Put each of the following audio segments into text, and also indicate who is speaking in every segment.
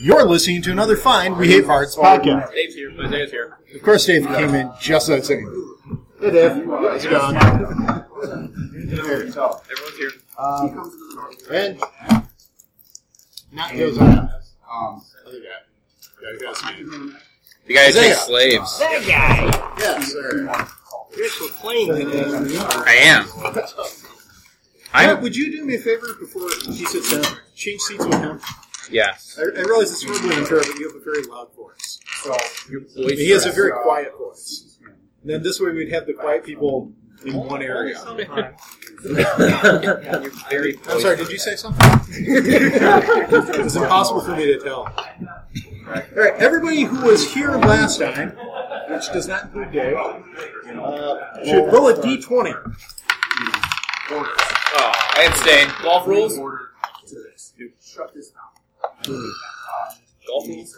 Speaker 1: You're listening to another fine We Hate Farts podcast.
Speaker 2: Dave's here. Isaiah's here.
Speaker 1: Of course, Dave came in just the same. Hey, Dave. How's it going?
Speaker 2: Everyone's here.
Speaker 1: Um, And not goes on.
Speaker 3: Um,
Speaker 4: The guy who
Speaker 1: Isaiah.
Speaker 4: takes slaves.
Speaker 5: That guy.
Speaker 1: Yes, sir.
Speaker 5: You're complaining today.
Speaker 4: I am.
Speaker 1: Matt,
Speaker 4: I'm.
Speaker 1: would you do me a favor before he sits down? Change seats with him.
Speaker 4: Yeah.
Speaker 1: I, I realize it's horribly unfair, but you have a very loud voice.
Speaker 3: so
Speaker 1: He has a very quiet voice. Then this way we'd have the quiet people in one area.
Speaker 2: You're very
Speaker 1: I'm sorry, did you say something? it's impossible for me to tell. All right, everybody who was here last time, which does not include Dave, uh, should roll a d20.
Speaker 4: Oh, I abstain.
Speaker 2: golf rules.
Speaker 3: order to this. Dude, shut this down.
Speaker 2: Golf rules.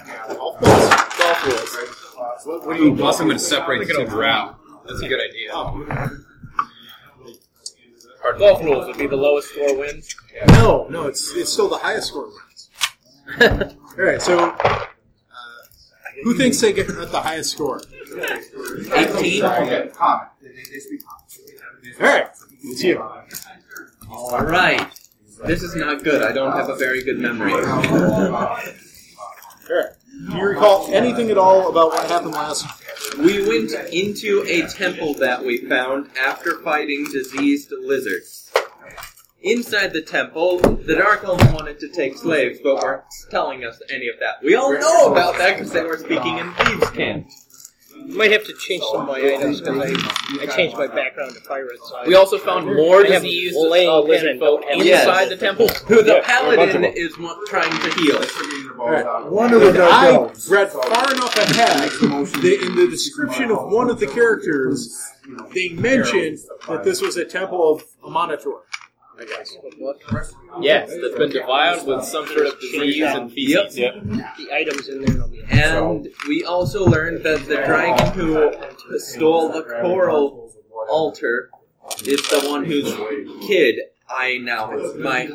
Speaker 1: Golf rules.
Speaker 3: What,
Speaker 1: do you mean?
Speaker 4: Plus, I'm going to separate the two out. That's a good idea.
Speaker 2: Our golf rules would be the lowest score wins.
Speaker 1: No, no, it's it's still the highest score wins. All right, so uh, who thinks they get the highest score?
Speaker 3: Eighteen. Common. They, they, they speak
Speaker 1: All right, it's you.
Speaker 6: All right. This is not good. I don't have a very good memory.
Speaker 3: common.
Speaker 1: Do you recall anything at all about what happened last?
Speaker 6: We went into a temple that we found after fighting diseased lizards. Inside the temple, the Dark Elf wanted to take slaves, but weren't telling us any of that. We all know about that because they were speaking in thieves' camp.
Speaker 5: Might have to change some of my items because I, I changed my background to pirate. So I-
Speaker 2: We also found more
Speaker 5: I have
Speaker 2: diseased
Speaker 5: laying
Speaker 2: uh, lizard
Speaker 5: cannon
Speaker 2: folk
Speaker 5: inside
Speaker 2: inside the temple.
Speaker 6: Who the
Speaker 2: Yeah,
Speaker 6: paladin is wa- trying to heal.
Speaker 1: Did I read far enough ahead that in the description of one of the characters, they mentioned that this was a temple of a monitor.
Speaker 2: Yes, that's been defiled with some sort of disease and feces. Yep.
Speaker 5: the items in there. will be-
Speaker 6: And we also learned that the dragon who stole the coral altar is the one whose kid I now my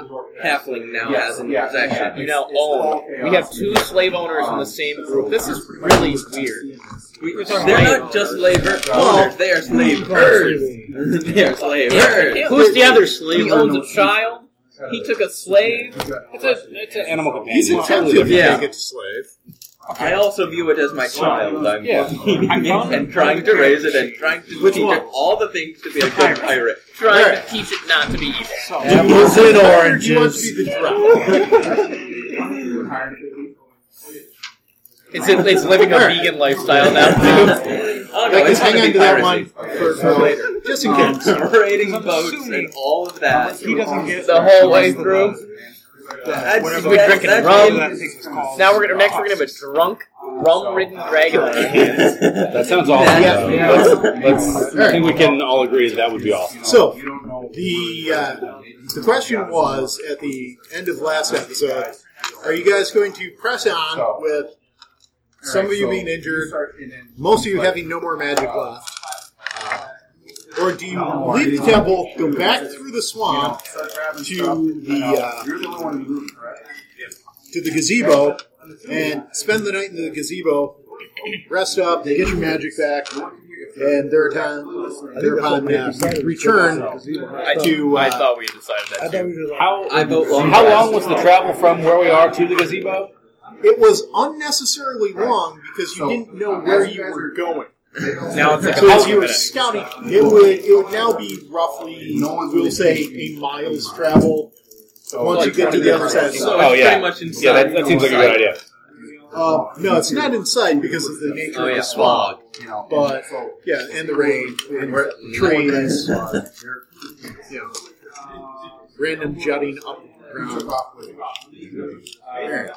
Speaker 6: halfling now has in
Speaker 2: You
Speaker 6: possession.
Speaker 2: now own. We have two slave owners in the same group. This is really weird.
Speaker 6: We, they're not just labor owners; they are slavers. they are slavers.
Speaker 2: Who's the other slave? He owns a child. He took a slave. It's a it's an animal
Speaker 1: He's attempted to
Speaker 6: Yeah.
Speaker 1: make it to slave.
Speaker 6: I also view it as my child. I'm
Speaker 7: Yeah. I found
Speaker 6: and trying to raise it and trying to
Speaker 1: Which
Speaker 6: teach
Speaker 1: one?
Speaker 6: it all the things to be a good pirate.
Speaker 2: Trying
Speaker 1: Alright.
Speaker 2: to teach it not to be evil.
Speaker 1: Apples and oranges.
Speaker 2: It's, it's living a vegan lifestyle now too.
Speaker 6: Oh, no,
Speaker 1: Guys,
Speaker 6: it's
Speaker 1: hang
Speaker 6: gonna
Speaker 1: on
Speaker 6: be
Speaker 1: to that
Speaker 6: piracy.
Speaker 1: one for, for later, just in case.
Speaker 6: Raiding boats and all of that.
Speaker 7: he doesn't get
Speaker 2: the whole way through.
Speaker 6: That's,
Speaker 7: Whatever
Speaker 2: we're
Speaker 6: that's-
Speaker 2: drinking
Speaker 6: that's
Speaker 2: rum.
Speaker 6: in-
Speaker 7: that thing was called.
Speaker 2: Now we're gonna next we're gonna have a drunk, rum-ridden dragon.
Speaker 7: That sounds awesome.
Speaker 6: Yeah.
Speaker 7: though. Let's, let's, I think we can all agree that would be awesome.
Speaker 1: So the uh, the question was at the end of last episode: Are you guys going to press on with some of you being injured, most of you having no more magic left, Uh, or do you leave the temple, go back through the swamp to the uh,
Speaker 3: You're the only one in the room, correct?
Speaker 1: to the gazebo and spend the night in the gazebo, rest up, get your magic back, and thereupon, thereupon uh, return to
Speaker 2: I
Speaker 1: uh,
Speaker 2: thought we decided that. Too.
Speaker 7: How,
Speaker 6: I vote long
Speaker 7: how
Speaker 6: rest.
Speaker 7: long was the travel from where we are to the gazebo?
Speaker 1: It was unnecessarily long because you
Speaker 3: So,
Speaker 1: didn't know
Speaker 3: uh,
Speaker 1: where
Speaker 3: as
Speaker 1: you
Speaker 3: guys
Speaker 1: were
Speaker 3: are-
Speaker 1: going.
Speaker 2: Now it's like a
Speaker 1: So as
Speaker 2: thousand
Speaker 1: you were
Speaker 2: minutes.
Speaker 1: scouting, it would it would now be roughly
Speaker 3: No one's
Speaker 1: we'll
Speaker 3: really
Speaker 1: say a
Speaker 3: thinking.
Speaker 1: miles travel
Speaker 3: So
Speaker 1: once you get to the other side. of the
Speaker 6: So
Speaker 1: mountain.
Speaker 7: Oh,
Speaker 6: it's
Speaker 7: yeah.
Speaker 6: pretty much inside.
Speaker 7: Yeah, that, that seems like a good idea.
Speaker 1: Uh, no, it's not inside because of the nature
Speaker 6: Oh
Speaker 1: of
Speaker 6: yeah,
Speaker 1: the swamp.
Speaker 6: fog.
Speaker 3: You know,
Speaker 1: But-
Speaker 3: so,
Speaker 1: Yeah, and the rain and trees, you know, random jutting up the
Speaker 3: you took
Speaker 1: ground.
Speaker 3: off with it. There.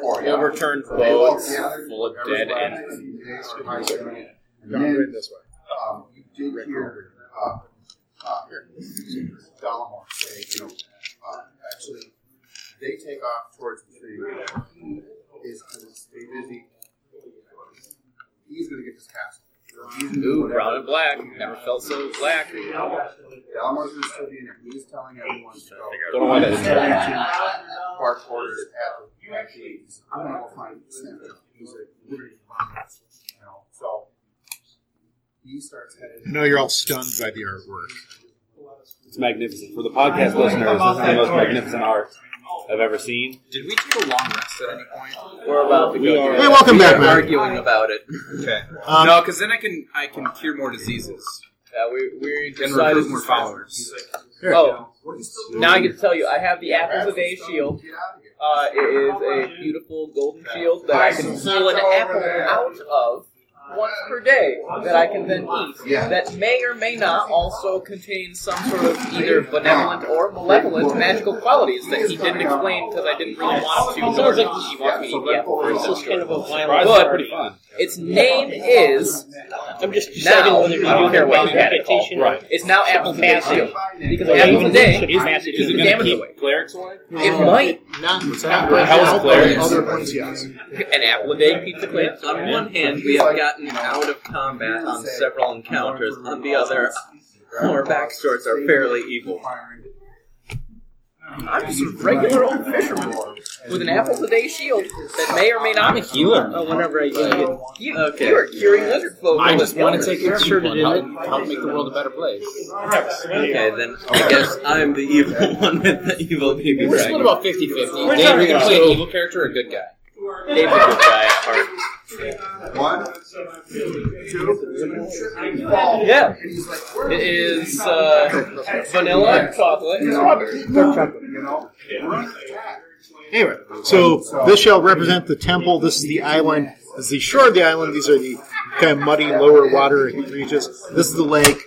Speaker 3: Four, yeah.
Speaker 2: Overturned boats, full of dead and
Speaker 3: And
Speaker 1: Not written
Speaker 3: then,
Speaker 1: this way.
Speaker 3: um, you did hear, uh, uh, Dollamore say, you know, uh, actually, they take off towards the tree, is gonna stay busy. He's gonna get this castle. He's gonna do
Speaker 2: ooh,
Speaker 3: whatever.
Speaker 2: brown and black. Never felt so black.
Speaker 3: Dalamar's gonna still be in it. He's telling everyone to go.
Speaker 7: Don't know why that is.
Speaker 3: Bark orders at You actually, I'm gonna go find Santa. He's like, we're gonna combine this, you know. So he starts headed.
Speaker 1: I know you're all stunned by the artwork.
Speaker 7: It's magnificent. For the podcast listeners, this is the most magnificent art I've ever seen.
Speaker 8: Did we take a long rest at any point?
Speaker 6: We're about to
Speaker 7: We
Speaker 6: go.
Speaker 7: are-
Speaker 6: through
Speaker 1: Hey,
Speaker 6: it.
Speaker 1: welcome
Speaker 6: We
Speaker 1: back,
Speaker 6: are
Speaker 1: man.
Speaker 6: Arguing about it.
Speaker 8: Okay.
Speaker 1: Um,
Speaker 8: no, because then I can I can cure more diseases
Speaker 6: Yeah, we we
Speaker 8: and
Speaker 6: decided.
Speaker 8: recruit more followers.
Speaker 1: Here.
Speaker 2: Oh,
Speaker 3: What are you still doing?
Speaker 2: now I can tell you, I have the Apples of Day
Speaker 3: Rascal's done.
Speaker 2: shield.
Speaker 3: Get out of here.
Speaker 2: Uh, it is a beautiful golden shield that I can peel an apple out of once per day that I can then eat.
Speaker 3: Yeah.
Speaker 2: That may or may not also contain some sort of either benevolent or malevolent magical qualities that he didn't explain because I didn't really want him to, nor did he want me to eat the apple.
Speaker 3: This is
Speaker 2: kind of a
Speaker 7: Surprise,
Speaker 2: But
Speaker 7: pretty fun.
Speaker 2: its name is
Speaker 9: I'm just
Speaker 2: deciding
Speaker 9: now,
Speaker 2: whether to
Speaker 9: I don't
Speaker 2: do
Speaker 9: care
Speaker 2: their
Speaker 9: what
Speaker 2: way back at all.
Speaker 9: meditation
Speaker 7: Right.
Speaker 2: it's now Apples of Day shield because
Speaker 9: Yeah,
Speaker 2: Apples
Speaker 9: even
Speaker 2: of Day
Speaker 9: should message
Speaker 7: Is it
Speaker 2: the
Speaker 7: going to
Speaker 2: damage
Speaker 7: keep
Speaker 2: away.
Speaker 7: clerics away?
Speaker 2: It might.
Speaker 1: Not, it's
Speaker 7: How is Clarence?
Speaker 1: Other ones, yes.
Speaker 2: an apple a day keeps the clamps
Speaker 6: On
Speaker 2: away.
Speaker 6: one hand, we have gotten out of combat on several encounters. On the other, our backstories are fairly evil.
Speaker 2: I'm just a regular old fisherman with an apple a day shield that may or may not be
Speaker 8: healer.
Speaker 2: Oh, whenever I get it. You,
Speaker 6: Okay.
Speaker 2: you are curing lizard folk.
Speaker 8: I just want to
Speaker 2: Wonders.
Speaker 8: take care of people and help, help make the world a better place.
Speaker 6: Okay, then I guess I'm the evil one with the evil baby
Speaker 8: We're split
Speaker 6: dragon.
Speaker 8: about 50-50.
Speaker 9: We're
Speaker 8: Dave, are
Speaker 9: talking
Speaker 8: you going to
Speaker 9: about-
Speaker 8: play an evil character or a good guy?
Speaker 2: David would die at heart.
Speaker 3: One, two,
Speaker 2: Yeah. It is uh, vanilla, chocolate, and strawberry.
Speaker 3: you know.
Speaker 1: Anyway, so this shall represent the temple. This is the island. This is the shore of the island. These are the kind of muddy lower water reaches. This is the lake.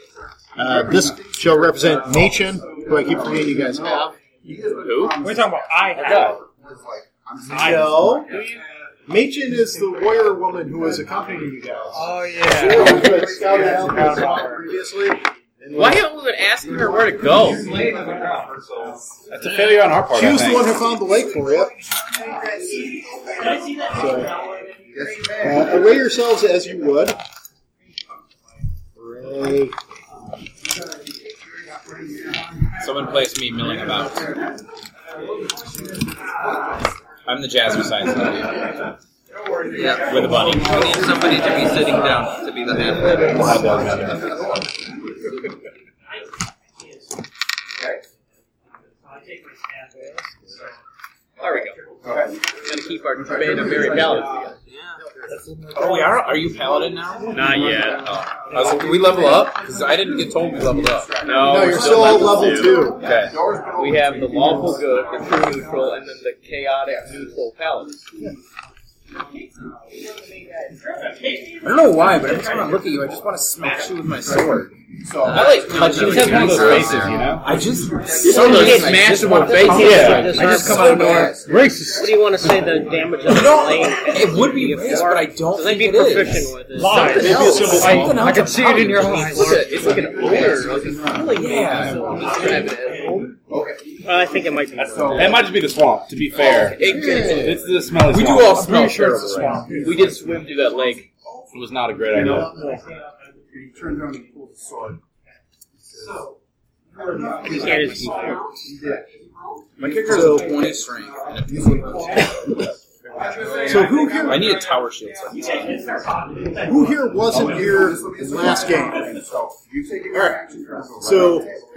Speaker 1: Uh, this shall represent Nachan, who I keep forgetting you guys have.
Speaker 8: Who?
Speaker 9: We're talking about I have.
Speaker 1: No. Machen is the warrior woman who was accompanying you guys.
Speaker 9: Oh
Speaker 1: She was
Speaker 9: yeah.
Speaker 1: like scouted out this spot previously. and
Speaker 2: Why
Speaker 1: was-
Speaker 2: haven't we been asking her where to go?
Speaker 7: That's a failure on our part.
Speaker 1: She
Speaker 7: I
Speaker 1: was the
Speaker 7: think.
Speaker 1: one who found the lake for you. So, uh, array yourselves as you would. Array.
Speaker 8: Someone place me milling about. I'm the jazzercise lady
Speaker 6: Yeah,
Speaker 8: with a bunny.
Speaker 6: we need somebody to be sitting down to be the athlete.
Speaker 2: There we go. Gotta keep our band of very balanced.
Speaker 8: Oh, we are. Are you paladin now?
Speaker 9: Not yet.
Speaker 8: I was like, do Uh, we level up? Because I didn't get told we leveled up.
Speaker 1: No, you're still all level two.
Speaker 8: Okay.
Speaker 2: We have the lawful good, the true neutral, and then the chaotic neutral paladin.
Speaker 8: I don't know why, but every time I look at you, I just want to smash you with my sword.
Speaker 2: I like touching
Speaker 7: She has one of those faces, you know?
Speaker 8: I just.
Speaker 2: Some of
Speaker 8: Sometimes
Speaker 2: those
Speaker 8: I
Speaker 2: smash
Speaker 8: just
Speaker 2: them
Speaker 8: want
Speaker 2: with
Speaker 8: to
Speaker 2: face.
Speaker 8: pound
Speaker 7: Yeah.
Speaker 8: you.
Speaker 2: Just
Speaker 8: I just
Speaker 2: hurt
Speaker 8: come out of
Speaker 2: somebody.
Speaker 8: nowhere.
Speaker 9: What do you want to say the damage of
Speaker 8: I
Speaker 9: the
Speaker 8: don't-
Speaker 9: plane?
Speaker 8: It would be race, but I don't
Speaker 9: Because I'd
Speaker 8: think
Speaker 9: be
Speaker 8: it is.
Speaker 9: proficient with it.
Speaker 7: Lies.
Speaker 1: Maybe a simple
Speaker 8: Something else
Speaker 9: I can see it
Speaker 8: about
Speaker 9: in your
Speaker 8: you.
Speaker 9: eyes.
Speaker 8: Look at- It's like an odor.
Speaker 2: Like it's really
Speaker 8: Yeah.
Speaker 9: Well, I think it might be.
Speaker 7: That's- It might just be the swamp, to be fair. It's the smell of
Speaker 8: We do
Speaker 7: swamp.
Speaker 8: all smell terrible. right?
Speaker 2: We did swim through that lake.
Speaker 7: It was not a great idea.
Speaker 3: He turned around and pulled his sword.
Speaker 9: Can't just-
Speaker 8: My character has a 20 strength. and a 20
Speaker 1: So who here?
Speaker 8: I need a tower shield. sometime.
Speaker 1: Who here wasn't here in last game?
Speaker 3: So you take your action.
Speaker 1: So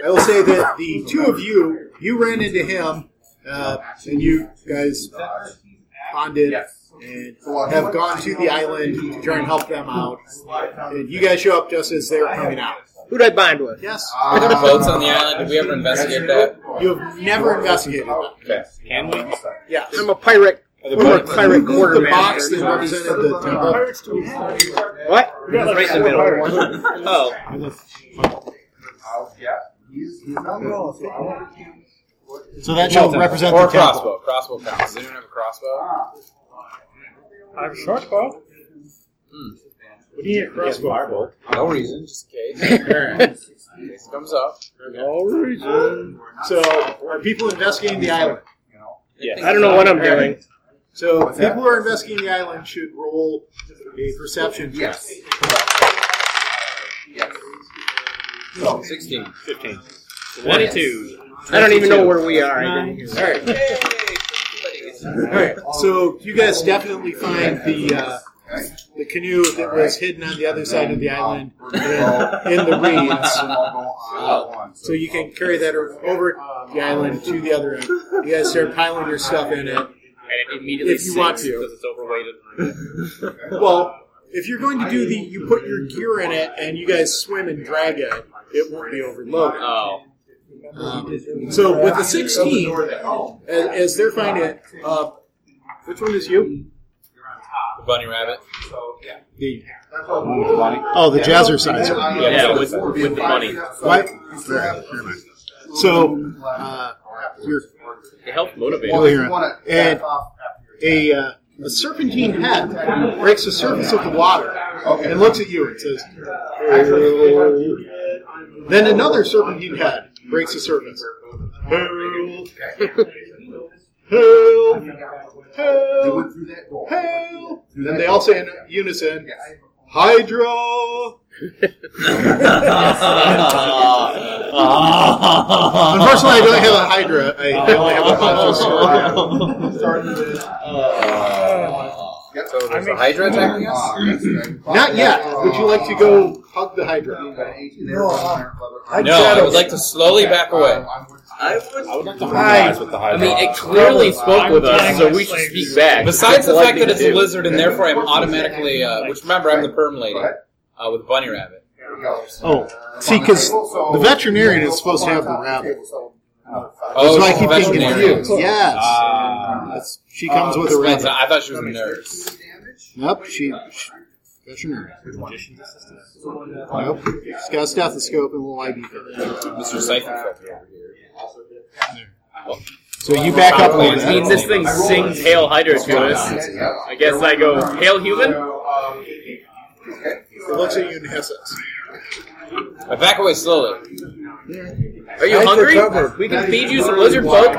Speaker 1: I will say that the two of you, you ran into him, uh, and you guys bonded and have gone to the island to try and help them out. And you guys show up just as they're coming out.
Speaker 2: Who'd I bind with?
Speaker 1: Yes,
Speaker 8: Are there boats on the island? Did we ever investigate that?
Speaker 1: you have never investigated that.
Speaker 8: Okay.
Speaker 7: Can we?
Speaker 1: Yeah,
Speaker 2: I'm a pirate.
Speaker 7: Are there
Speaker 1: we were
Speaker 7: boats?
Speaker 1: pirate quarter the box
Speaker 2: quartermaster.
Speaker 1: that represented the temple.
Speaker 2: What? Right in the middle. Oh.
Speaker 3: Yeah. He's, he's not going. So I want to
Speaker 1: So that shall
Speaker 7: Or
Speaker 1: represent
Speaker 8: Or a
Speaker 1: the temple.
Speaker 8: crossbow. Crossbow counts. Does anyone have a crossbow?
Speaker 9: I have a short bow.
Speaker 7: Firebolt.
Speaker 8: No reason, just in case. Alright. Case comes up.
Speaker 1: So are people investigating the island?
Speaker 7: Yeah.
Speaker 9: I don't know what I'm doing.
Speaker 1: So people who are investigating the island should roll a perception check.
Speaker 3: Yes. Yes.
Speaker 8: 16.
Speaker 7: 15.
Speaker 9: 22. I don't even know where we are. I didn't hear.
Speaker 2: Alright.
Speaker 6: Yay! Somebody is
Speaker 1: All right. So you guys definitely find the uh, the canoe that was hidden on the other side of the island in, in the reeds. So you can carry that over the island to the other end. You guys start piling your stuff in it.
Speaker 2: And it immediately
Speaker 1: If you want
Speaker 2: sinks
Speaker 1: to.
Speaker 2: because it's overweighted.
Speaker 1: Well, if you're going to do the, you put your gear in it and you guys swim and drag it. It won't be overloaded.
Speaker 2: Oh,
Speaker 1: Um, so with the 16, as, as they're finding it, uh, which one is you?
Speaker 2: the bunny rabbit.
Speaker 1: The
Speaker 7: Lonnie?
Speaker 1: oh, the jazzerciser.
Speaker 2: Yeah, with, with the bunny.
Speaker 1: Right. So uh, you're
Speaker 2: It helped motivate.
Speaker 1: Well,
Speaker 2: it.
Speaker 1: here, and a, uh, a serpentine head breaks the surface of the water and looks at you and says, "Hello." Then another serpentine head breaks the surface. Help! Help! Help! Help! Then they all say in unison, Hydra! Unfortunately, I don't have a Hydra. I, I only have a
Speaker 2: Oh,
Speaker 1: monster.
Speaker 3: So there's a Hydra attacking us?
Speaker 1: Not yet. Would you like to go hug the Hydra?
Speaker 2: No, I would like to slowly back away.
Speaker 3: Um,
Speaker 6: I would.
Speaker 7: I would like to harmonize with the high.
Speaker 2: I mean, it clearly spoke with us, so we should speak back.
Speaker 10: Besides the
Speaker 2: That's
Speaker 10: fact that
Speaker 2: likely
Speaker 10: it's
Speaker 2: to
Speaker 10: a
Speaker 2: do.
Speaker 10: lizard and therefore I'm automatically, uh, which remember I'm the perm lady uh, with bunny rabbit.
Speaker 1: Oh, see, because the veterinarian is supposed to have the rabbit.
Speaker 10: Oh,
Speaker 1: That's
Speaker 10: she's
Speaker 1: why I keep getting
Speaker 10: veterinarian.
Speaker 1: confused. Yes.
Speaker 7: Ah.
Speaker 1: That's- she comes
Speaker 2: Uh,
Speaker 1: with a
Speaker 10: That's-
Speaker 1: rabbit.
Speaker 10: I thought she was a nurse.
Speaker 1: Nope, she. she veterinarian. Nope. She's got a stethoscope and a little IV. filter.
Speaker 10: Mr. Siphon Filter over here.
Speaker 1: So you back up a
Speaker 2: I mean,
Speaker 1: little
Speaker 2: this
Speaker 1: bit.
Speaker 2: thing sings Hail Hydra to us. I guess I go, Hail Human?
Speaker 3: um,
Speaker 1: It looks at you and hisses.
Speaker 10: I back away slowly.
Speaker 2: Are you hungry? We can feed you some lizard folk.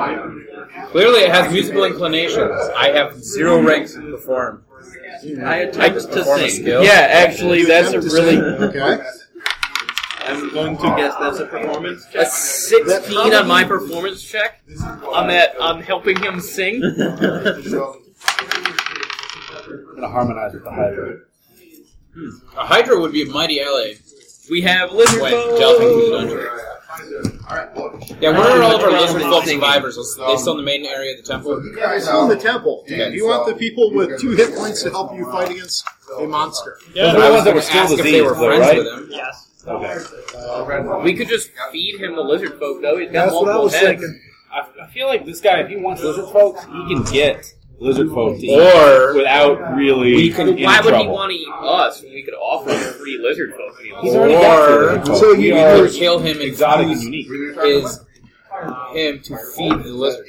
Speaker 10: Clearly, it has musical inclinations. I have zero ranks to perform.
Speaker 6: I attempt to
Speaker 10: Perform a
Speaker 6: sing.
Speaker 10: skill.
Speaker 2: actually, that's a really.
Speaker 1: Okay.
Speaker 6: I'm going to guess that's a performance
Speaker 2: A
Speaker 6: check.
Speaker 2: 16 on my performance check on that, on helping him sing.
Speaker 7: I'm gonna harmonize with the Hydra.
Speaker 10: A Hydra would be a mighty ally
Speaker 2: We have lizard
Speaker 10: when
Speaker 2: folk.
Speaker 10: delving through the dungeon. Yeah, where are all of our lizard folk survivors? Are they still in the main area of the temple?
Speaker 1: It's still in the temple. Do you want the people with two hit points to help you fight against a monster?
Speaker 7: Those are the ones that were
Speaker 10: Ask
Speaker 7: still
Speaker 10: if they
Speaker 7: diseased,
Speaker 10: were
Speaker 7: though,
Speaker 10: friends
Speaker 7: right?
Speaker 10: with him.
Speaker 7: Okay.
Speaker 2: We could just feed him the lizard folk, though. He's got
Speaker 3: That's what I
Speaker 2: multiple
Speaker 3: was
Speaker 2: heads.
Speaker 3: thinking.
Speaker 7: I, I feel like this guy, if he wants lizard folks, he can get lizard folk to eat
Speaker 2: Or-
Speaker 7: without really.
Speaker 2: We could,
Speaker 7: in
Speaker 2: why would
Speaker 7: trouble.
Speaker 2: he want to eat us when we could offer him free lizard folk meals?
Speaker 7: He's already got
Speaker 10: Or-
Speaker 7: lizard folk.
Speaker 1: So
Speaker 7: We
Speaker 1: you-
Speaker 10: We
Speaker 7: are
Speaker 10: could kill him and
Speaker 7: exotic and
Speaker 10: use
Speaker 7: unique. Oh,
Speaker 10: his him to feed the lizard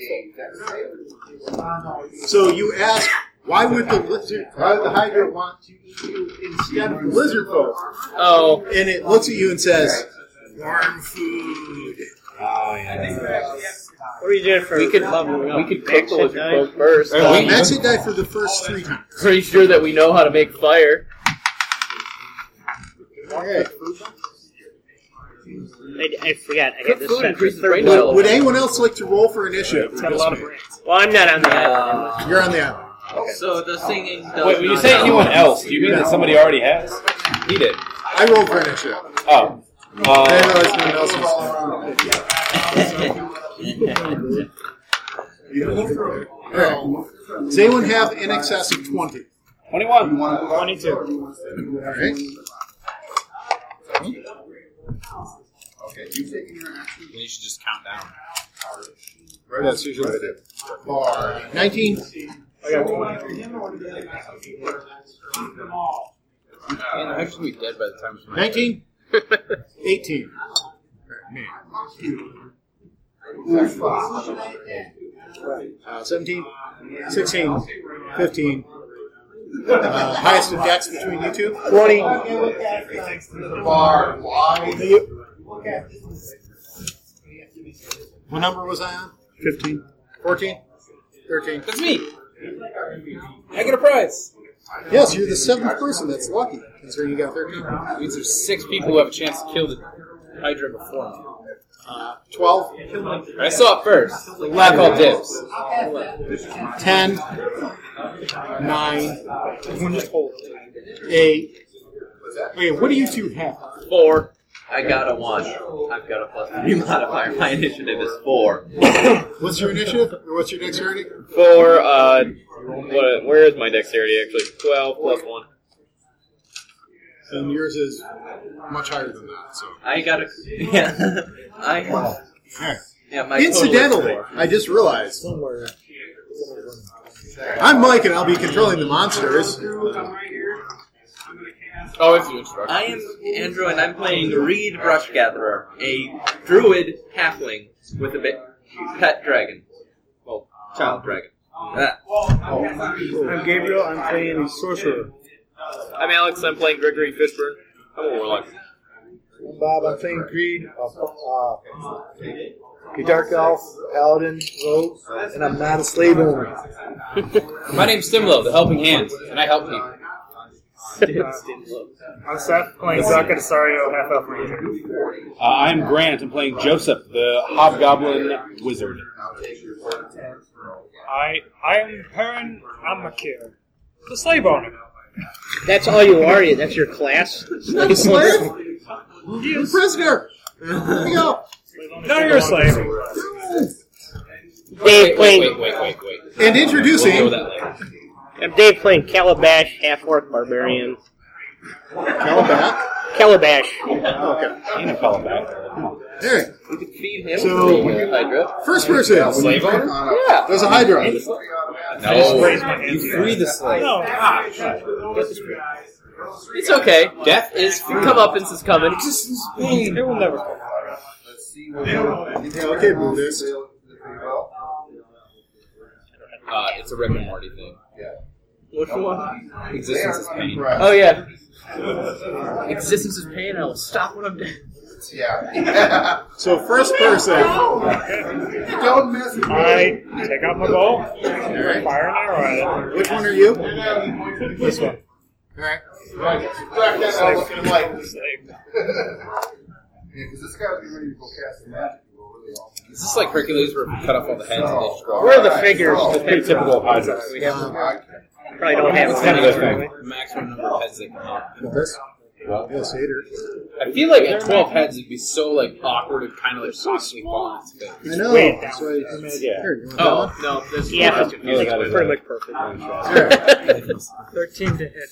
Speaker 10: folk.
Speaker 1: So you ask, why would the lizard, why would the Hydra want to eat you instead of the lizard folk?
Speaker 2: Oh,
Speaker 1: And it looks at you and says, warm food.
Speaker 7: Oh, yeah.
Speaker 11: What are you doing for?
Speaker 2: we could we could cook the
Speaker 11: Shit,
Speaker 2: lizard
Speaker 11: nice.
Speaker 2: folk first.
Speaker 1: Uh,
Speaker 10: Wait,
Speaker 1: Max hit die for the first three times.
Speaker 2: Pretty sure that we know how to make fire.
Speaker 1: Okay.
Speaker 11: I, I forgot. I got
Speaker 2: Good
Speaker 11: this
Speaker 2: food
Speaker 11: shot.
Speaker 2: increases
Speaker 11: Third
Speaker 2: brain
Speaker 11: one.
Speaker 2: cells.
Speaker 1: Would, would anyone else like to roll for initiative?
Speaker 11: It's got a lot of brains. Well, I'm not on the island.
Speaker 1: You're on the island.
Speaker 6: Um, So the singing does
Speaker 7: Wait, when you
Speaker 6: not
Speaker 7: say
Speaker 6: count.
Speaker 7: anyone else, do you mean that somebody already has? He did.
Speaker 1: I rolled for initiative.
Speaker 7: Oh.
Speaker 1: I didn't
Speaker 7: Uh,
Speaker 1: realize no one else was there. Alright. Does anyone have in excess of 20?
Speaker 7: 21.
Speaker 1: 22. Alright.
Speaker 10: You should just count down.
Speaker 1: That's usually what I do. 19.
Speaker 10: Man, I'm actually gonna be dead by the time it's my
Speaker 1: 19.
Speaker 2: Uh,
Speaker 1: 18. Uh, 17. 16. 15. Uh, highest of dex between you two? 20. What number was I on? 15. 14? 13.
Speaker 10: That's me.
Speaker 3: I get a prize.
Speaker 1: Yes, you're the seventh person. That's lucky, considering you got 13.
Speaker 10: It means there's six people who have a chance to kill the Hydra before me.
Speaker 1: Uh, 12,
Speaker 10: I saw it first. I call dibs.
Speaker 1: 10, 9, 8. Okay, what do you two have?
Speaker 6: Four. I got a one. I've got a plus three modifier. My initiative is four.
Speaker 1: What's your initiative? Or what's your dexterity?
Speaker 12: For uh, what, where is my dexterity actually? Twelve plus one.
Speaker 1: And yours is much higher than that. So,
Speaker 6: I got a yeah. I have
Speaker 1: Alright.
Speaker 6: yeah. My total is
Speaker 1: Incidentally,
Speaker 6: four.
Speaker 1: I just realized. I'm Mike, and I'll be controlling the monsters.
Speaker 10: Oh, if you instruct.
Speaker 6: I am Andrew, and I'm playing Reed Brush Gatherer, a druid halfling with a bit pet dragon, well, child dragon. Ah,
Speaker 13: I'm Gabriel. I'm playing sorcerer.
Speaker 12: I'm Alex. I'm playing Gregory Fishburne. I'm a warlock.
Speaker 14: Bob, I'm playing Greed, uh, uh, a Dark Elf, Paladin, Rogue, and I'm not a slave owner.
Speaker 10: My name's Stimlo, the helping hand, and I help people.
Speaker 13: I'm Seth playing Zaka Desario, half elf ranger.
Speaker 7: Uh, I'm Grant. I'm playing Joseph, the hobgoblin wizard.
Speaker 14: I I am Perrin Amakir, the slave owner.
Speaker 13: That's all you are. you- That's your class.
Speaker 1: Slave? Prisoner! There you go.
Speaker 14: No, you're a slave.
Speaker 13: Dave
Speaker 10: Wait,
Speaker 13: playing.
Speaker 10: wait, wait, wait, wait.
Speaker 1: And introducing.
Speaker 10: We'll deal with that later.
Speaker 13: I'm Dave playing Calabash, half orc barbarian.
Speaker 1: Calabash.
Speaker 13: Calabash.
Speaker 1: Okay.
Speaker 7: And a fellow back.
Speaker 1: There.
Speaker 6: we could feed him
Speaker 1: So-
Speaker 6: with the hydra.
Speaker 1: First person.
Speaker 10: Slave owner?
Speaker 6: Yeah.
Speaker 1: There's a Hydra.
Speaker 10: No. You free the slave.
Speaker 14: No, ah,
Speaker 2: It's okay.
Speaker 10: Death is free.
Speaker 2: Come up and is coming.
Speaker 14: it will never come.
Speaker 1: Okay, Blue Disc.
Speaker 10: Uh, it's a Rick and Morty thing.
Speaker 2: Which one?
Speaker 10: Existence is pain.
Speaker 2: Oh yeah. Existence is pain. I will stop when I'm dead.
Speaker 3: Yeah.
Speaker 1: So, first person.
Speaker 3: Don't miss it.
Speaker 14: I take out my bow, fire an arrow at
Speaker 1: Which one are you?
Speaker 14: it. This one.
Speaker 1: Alright.
Speaker 3: Crack that out looking like.
Speaker 14: Slave.
Speaker 3: Because this guy's getting ready to go cast the magic.
Speaker 10: Is this like Hercules where we cut off all the heads and they just grow?
Speaker 13: Where are the figures?
Speaker 7: It's pretty typical of Hydras.
Speaker 10: We have
Speaker 1: Um,
Speaker 13: Probably don't have
Speaker 7: Kind of
Speaker 13: them.
Speaker 7: a thing.
Speaker 10: maximum number of heads they can have.
Speaker 1: This? Yes, hater.
Speaker 10: I feel like at 12 heads it'd be so like awkward and kind of like constantly falling into space.
Speaker 1: I know.
Speaker 13: Wait.
Speaker 1: That's why you made
Speaker 7: Yeah.
Speaker 1: Here, you want that
Speaker 2: Oh
Speaker 1: one?
Speaker 2: no, that's
Speaker 13: Yeah.
Speaker 7: Pretty much
Speaker 13: Thirteen to hit.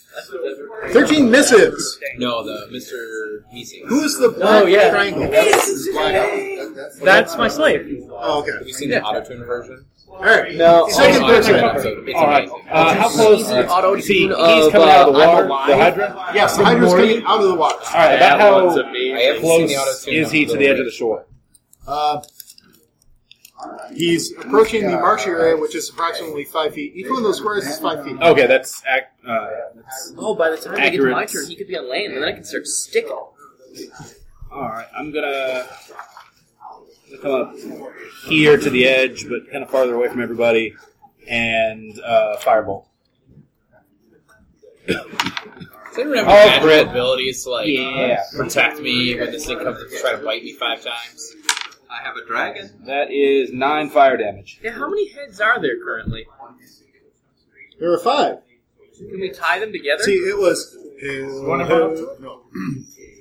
Speaker 1: 13 misses.
Speaker 10: No, the Mr. Meeseeks.
Speaker 1: Who's the black
Speaker 2: Oh, yeah.
Speaker 1: triangle?
Speaker 13: That's my slave.
Speaker 1: Oh, okay.
Speaker 10: Have you seen the auto tune version?
Speaker 1: All right.
Speaker 2: No.
Speaker 1: Second
Speaker 10: Oh, it's an
Speaker 1: person.
Speaker 10: episode. It's
Speaker 7: All right.
Speaker 10: amazing.
Speaker 7: Uh, how close?
Speaker 2: He's an auto
Speaker 7: See,
Speaker 2: tune
Speaker 7: he's
Speaker 2: of,
Speaker 7: coming out of the
Speaker 2: uh, I'm
Speaker 7: water.
Speaker 2: Alive.
Speaker 7: The Hydra.
Speaker 1: Yes, the Hydra's coming out of the water.
Speaker 7: All right. About
Speaker 12: That one's
Speaker 7: how
Speaker 10: I
Speaker 12: amazing.
Speaker 10: haven't seen the auto
Speaker 7: close
Speaker 10: tune.
Speaker 7: is he to the edge of the shore?
Speaker 1: Uh, he's approaching the marsh area, which is approximately five feet. Each one of those squares is five feet.
Speaker 7: Okay, that's ac- uh, that's
Speaker 2: Oh, by the time I get to
Speaker 7: Accurate.
Speaker 2: my turn, he could be on land, and then I can start sticking.
Speaker 7: all right. I'm gonna I'm gonna come up here to the edge, but kind of farther away from everybody, and uh, firebolt.
Speaker 10: Does anyone have
Speaker 7: Oh,
Speaker 10: any magical
Speaker 7: Brit.
Speaker 10: abilities to like
Speaker 7: Yeah.
Speaker 10: protect me when this thing comes to try to bite me five times?
Speaker 6: I have a dragon.
Speaker 7: That is nine fire damage.
Speaker 2: Yeah, how many heads are there currently?
Speaker 1: There are five.
Speaker 2: Can we tie them together?
Speaker 1: See, it was. Hill,
Speaker 14: One of
Speaker 1: hill, no.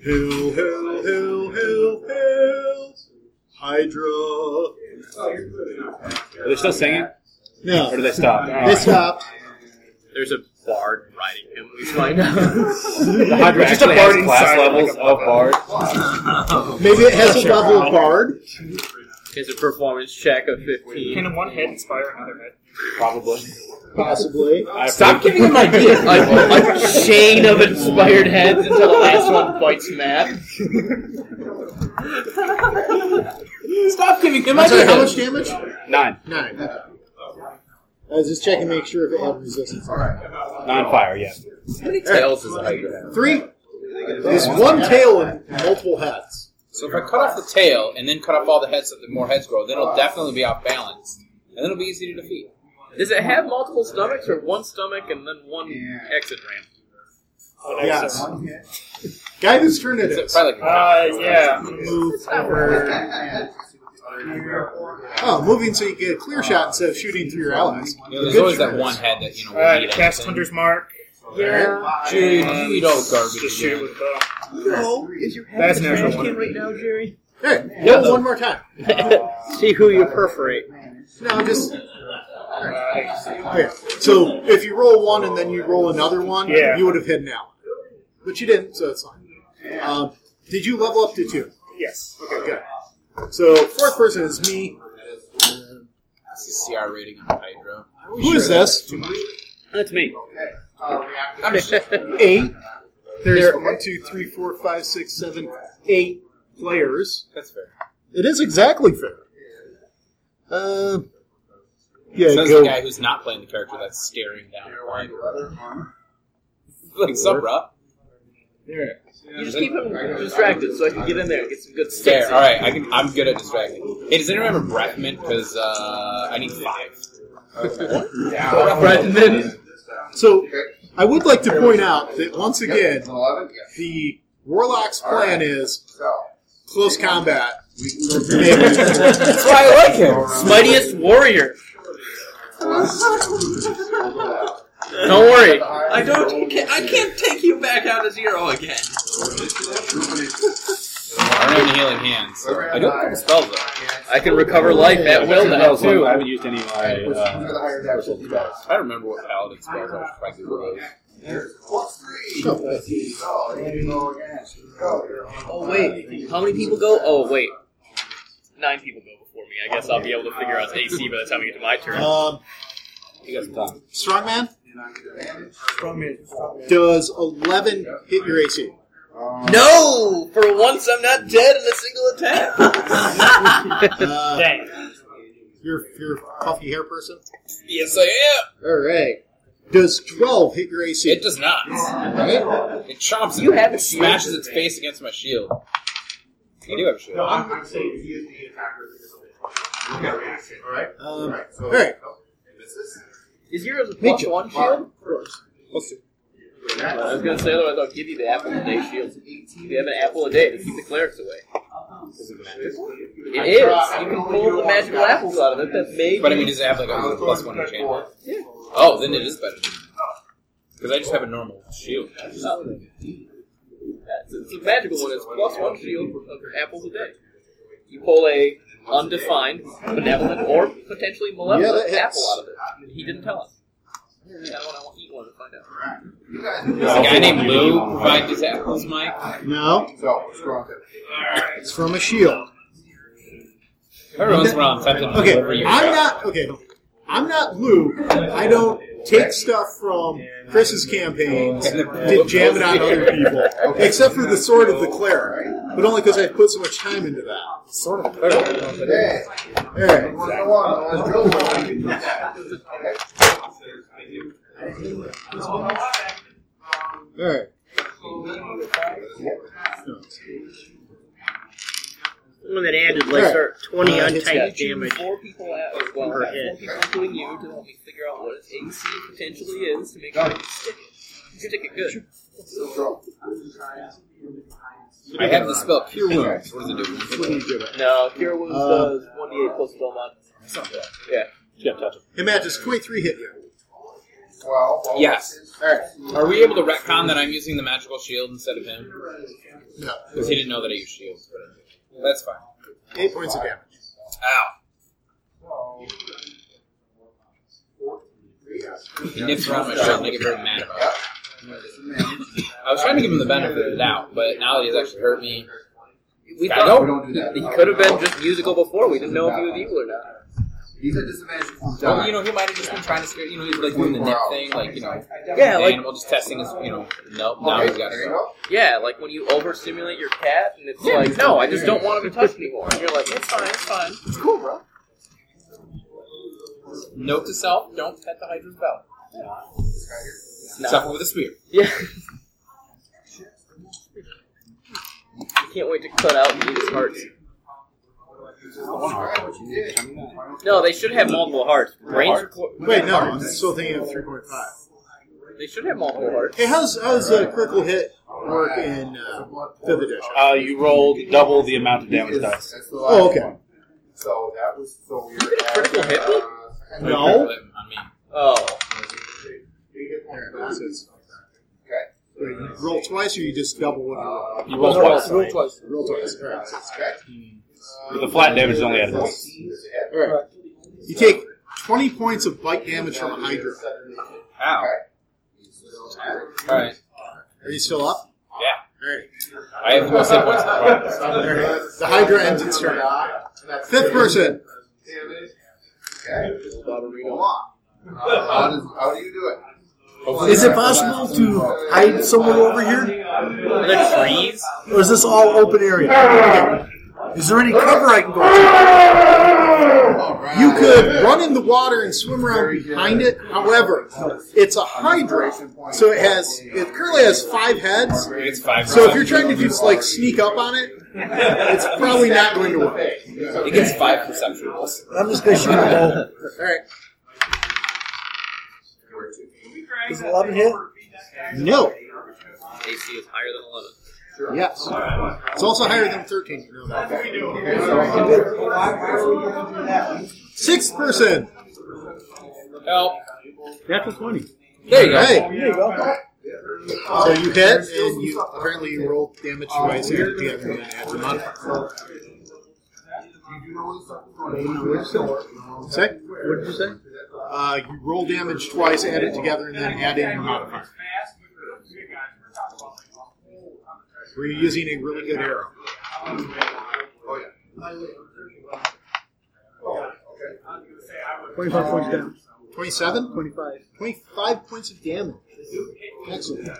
Speaker 1: hill, hill, hill, hill, hill. Hydra.
Speaker 7: Are they still singing, or
Speaker 1: No,
Speaker 7: do they stop? All
Speaker 1: they
Speaker 7: right.
Speaker 1: stopped.
Speaker 12: There's a bard riding him. We should
Speaker 2: Find out.
Speaker 7: The Hydra
Speaker 14: Just a
Speaker 7: actually
Speaker 14: bard
Speaker 7: has class
Speaker 14: inside, like
Speaker 7: levels
Speaker 14: a
Speaker 7: of bard.
Speaker 1: Maybe it has a level of bard.
Speaker 2: It's a performance check of
Speaker 14: Pin
Speaker 2: 15.
Speaker 14: in one head, inspire another head.
Speaker 7: Probably.
Speaker 1: Possibly.
Speaker 7: I
Speaker 10: Stop giving him ideas.
Speaker 2: A, a chain of inspired heads until the last one bites Matt.
Speaker 10: Stop giving him
Speaker 1: I'm sorry, how
Speaker 10: ideas.
Speaker 1: much damage?
Speaker 7: Nine.
Speaker 1: Nine. I was just checking to make sure if it had resistance.
Speaker 7: Nine fire, yeah.
Speaker 10: How many tails does a hydra have?
Speaker 1: Three. There's one tail and multiple heads.
Speaker 10: So if I cut off the tail and then cut off all the heads so that more heads grow, then it'll definitely be off balance, and then it'll be easy to defeat.
Speaker 2: Does it have multiple stomachs or one stomach and then one exit ramp?
Speaker 1: Yes. Guidance Trinidad.
Speaker 3: Uh, yeah.
Speaker 1: Move over. Oh, moving so you get a clear shot instead of shooting through your allies.
Speaker 10: You know, there's
Speaker 1: Good
Speaker 10: always that
Speaker 1: choice.
Speaker 10: one head that you know.
Speaker 1: All right,
Speaker 10: will eat
Speaker 1: cast
Speaker 10: anything.
Speaker 1: Hunter's
Speaker 14: Mark.
Speaker 1: Yeah.
Speaker 10: Dude, you eat all the garbage.
Speaker 14: Just shoot it with a bow.
Speaker 15: No, is your
Speaker 14: head That's in the natural trash one.
Speaker 15: can right now, Jerry?
Speaker 1: Hey,
Speaker 15: yeah,
Speaker 1: one more time.
Speaker 15: See who you perforate.
Speaker 1: No, just.
Speaker 14: Uh,
Speaker 1: Okay, so if you roll one and then you roll another one,
Speaker 14: Yeah.
Speaker 1: you would have hit an ally. But you didn't, so that's fine. Um, did you level up to two?
Speaker 14: Yes.
Speaker 1: Okay, good. So fourth person is me.
Speaker 10: That's the CR rating on Hydro.
Speaker 1: Who is this?
Speaker 7: That's me.
Speaker 1: Eight. There's one, two, three, four, five, six, seven, eight players.
Speaker 10: That's fair.
Speaker 1: It is exactly fair. Uh, yeah,
Speaker 10: Says
Speaker 1: go.
Speaker 10: the guy who's not playing the character that's staring down. at Hydro. Like, sup, bruh?
Speaker 2: You just keep him distracted so I can get in there and get some good
Speaker 10: Fair.
Speaker 2: sticks.
Speaker 10: All right, I can, I'm good at distracting. Hey, does anyone have a breath mint? Because uh, I need five.
Speaker 1: So, I would like to point out that once again, the Warlock's plan is close combat.
Speaker 3: That's why I like him. Smightiest warrior.
Speaker 15: Don't worry.
Speaker 6: I don't. Can, I can't take you back out of zero again.
Speaker 10: I don't have any healing hands. so I don't have spells though.
Speaker 15: I can recover life at will now too.
Speaker 7: I haven't used any of my. Uh,
Speaker 10: I don't remember what paladin spells I was trying to roll.
Speaker 2: Oh wait, how many people go? Oh wait,
Speaker 14: Nine people go before me. I guess I'll be able to figure out the AC by the time I get to my turn.
Speaker 1: Um,
Speaker 14: you got some time.
Speaker 1: strongman does 11 hit your AC.
Speaker 2: No! For once, I'm not dead in a single attack.
Speaker 1: Uh, You're, you're a puffy hair person?
Speaker 10: Yes, I am.
Speaker 1: All right. Does 12 hit your AC?
Speaker 10: It does not.
Speaker 1: Right?
Speaker 10: It chomps
Speaker 1: You
Speaker 10: and
Speaker 1: have a shield.
Speaker 10: smashes its face against my shield. I do have a shield.
Speaker 1: Um, all right.
Speaker 2: Is yours a
Speaker 1: Mitchell.
Speaker 2: plus one shield?
Speaker 1: Of course.
Speaker 2: I was gonna say otherwise I'll give you the apple a day shield. If you have an apple a day to keep the clerics away. It is. You can pull the magical apples out of it that may.
Speaker 10: But I
Speaker 2: be-
Speaker 10: mean, does it have like a plus one enchantment? Yeah. Oh, then it is better. Because I just have a normal shield.
Speaker 2: That's- It's a magical one. It's plus one shield of apples a day. You pull a undefined, benevolent, or potentially malevolent
Speaker 10: Yeah, that
Speaker 2: apple
Speaker 10: hits.
Speaker 2: out of it. He didn't tell us. I don't want to eat one to find out.
Speaker 10: Does a guy named Lou provide these apples, Mike?
Speaker 1: No. It's from a shield.
Speaker 10: Every once in a while, I'm tempted to
Speaker 1: Okay,
Speaker 10: deliver you.
Speaker 1: I'm not. Okay, I'm not Luke. I don't take stuff from Chris's campaigns and then jam it on other people, except for the sword of the cleric, but only because I put so much time into that. Sword of the cleric. All right.
Speaker 15: Someone that added like
Speaker 2: Alright.
Speaker 15: 20
Speaker 2: Uh,
Speaker 15: on
Speaker 2: it's
Speaker 15: type
Speaker 2: got
Speaker 15: damage.
Speaker 2: Four people out as well.
Speaker 15: Per
Speaker 2: I've got
Speaker 15: hit.
Speaker 2: Four people, including you, to help me figure out what its AC potentially is to make sure you stick it. Stick it good.
Speaker 10: I have the spell Cure Wounds. What does it do?
Speaker 2: No, Cure Wounds
Speaker 1: Uh,
Speaker 2: does 1d8 plus spell mod.
Speaker 10: That's not bad.
Speaker 2: Yeah.
Speaker 1: Hey Matt, does twenty-three hit you?
Speaker 10: Yes. Are we able to retcon that I'm using the magical shield instead of him?
Speaker 1: No.
Speaker 10: Because he didn't know that I used shields. But that's fine.
Speaker 1: Eight points of damage.
Speaker 10: Ow. He nips around my shield and I get very mad about it. I was trying to give him the benefit of the doubt, but now that he's actually hurt me,
Speaker 2: We
Speaker 10: I
Speaker 2: thought
Speaker 10: don't.
Speaker 2: he could have been just musical before. We didn't know if he was evil or not.
Speaker 16: He's at disadvantage.
Speaker 10: Well, you know, he might have just been trying to scare. You know, he's like doing the nip thing, like you know,
Speaker 2: Yeah,
Speaker 10: the
Speaker 2: like-
Speaker 10: animal just testing his. You know, nope. Now he's got it.
Speaker 2: Yeah, like when you overstimulate your cat, and it's
Speaker 10: Yeah.
Speaker 2: like, no, I just don't want him to touch anymore. And you're like, it's fine, it's fine. It's cool, bro.
Speaker 10: Note to self: Don't pet the hydra's bell.
Speaker 2: not-
Speaker 10: Suffer with a spear.
Speaker 2: Yeah. I can't wait to cut out and eat his hearts. No, they should have multiple hearts. Range.
Speaker 1: Wait, no, I'm still thinking of three point five.
Speaker 6: They should have multiple hearts.
Speaker 1: Hey, how's how's uh, critical hit work in uh, fifth edition?
Speaker 7: Uh, you roll double the amount of damage dice.
Speaker 3: That's the last
Speaker 1: Oh, okay.
Speaker 3: one. So that was so we were at
Speaker 6: Critical hit me?
Speaker 3: uh,
Speaker 1: No.
Speaker 6: Oh.
Speaker 1: You roll twice, or you just double what you roll.
Speaker 3: Uh,
Speaker 7: You roll twice.
Speaker 1: Roll twice. Roll twice. All right.
Speaker 7: But
Speaker 3: Uh,
Speaker 7: the flat damage is only added once.
Speaker 1: All right. You take twenty points of bite damage from a Hydra.
Speaker 10: Ow. Alright.
Speaker 1: Are you still up? Yeah. All right.
Speaker 10: I have more hit points than the Vikings.
Speaker 1: The Hydra ends its turn. Fifth person.
Speaker 3: How, does, how do you do it?
Speaker 17: Is it possible to hide somewhere over here?
Speaker 18: Are there trees?
Speaker 17: Or is this all open area? Is there any cover I can go to?
Speaker 1: You could run in the water and swim around behind it. However, it's a Hydra, so it has it currently has five heads.
Speaker 10: It's five.
Speaker 1: So if you're trying to just like sneak up on it, it's probably not going to work.
Speaker 10: It gets five perception rolls.
Speaker 17: I'm just going to shoot a bow.
Speaker 1: All right.
Speaker 17: Is 11 hit?
Speaker 1: No.
Speaker 6: AC is higher than 11.
Speaker 1: Yes. It's also higher than 13. You know that. Sixth person.
Speaker 10: Help.
Speaker 14: Natural 20.
Speaker 10: There you go.
Speaker 1: Hey.
Speaker 17: There you go.
Speaker 1: So you hit, and you apparently you roll damage twice and you have to add the modifier. Say? What did you say? Uh, you roll damage twice, add it together, and then add in your modifier. We're using a really good arrow. Oh,
Speaker 17: Twenty-five points down.
Speaker 1: 27?
Speaker 17: Twenty-five.
Speaker 1: 25 points of damage. Excellent.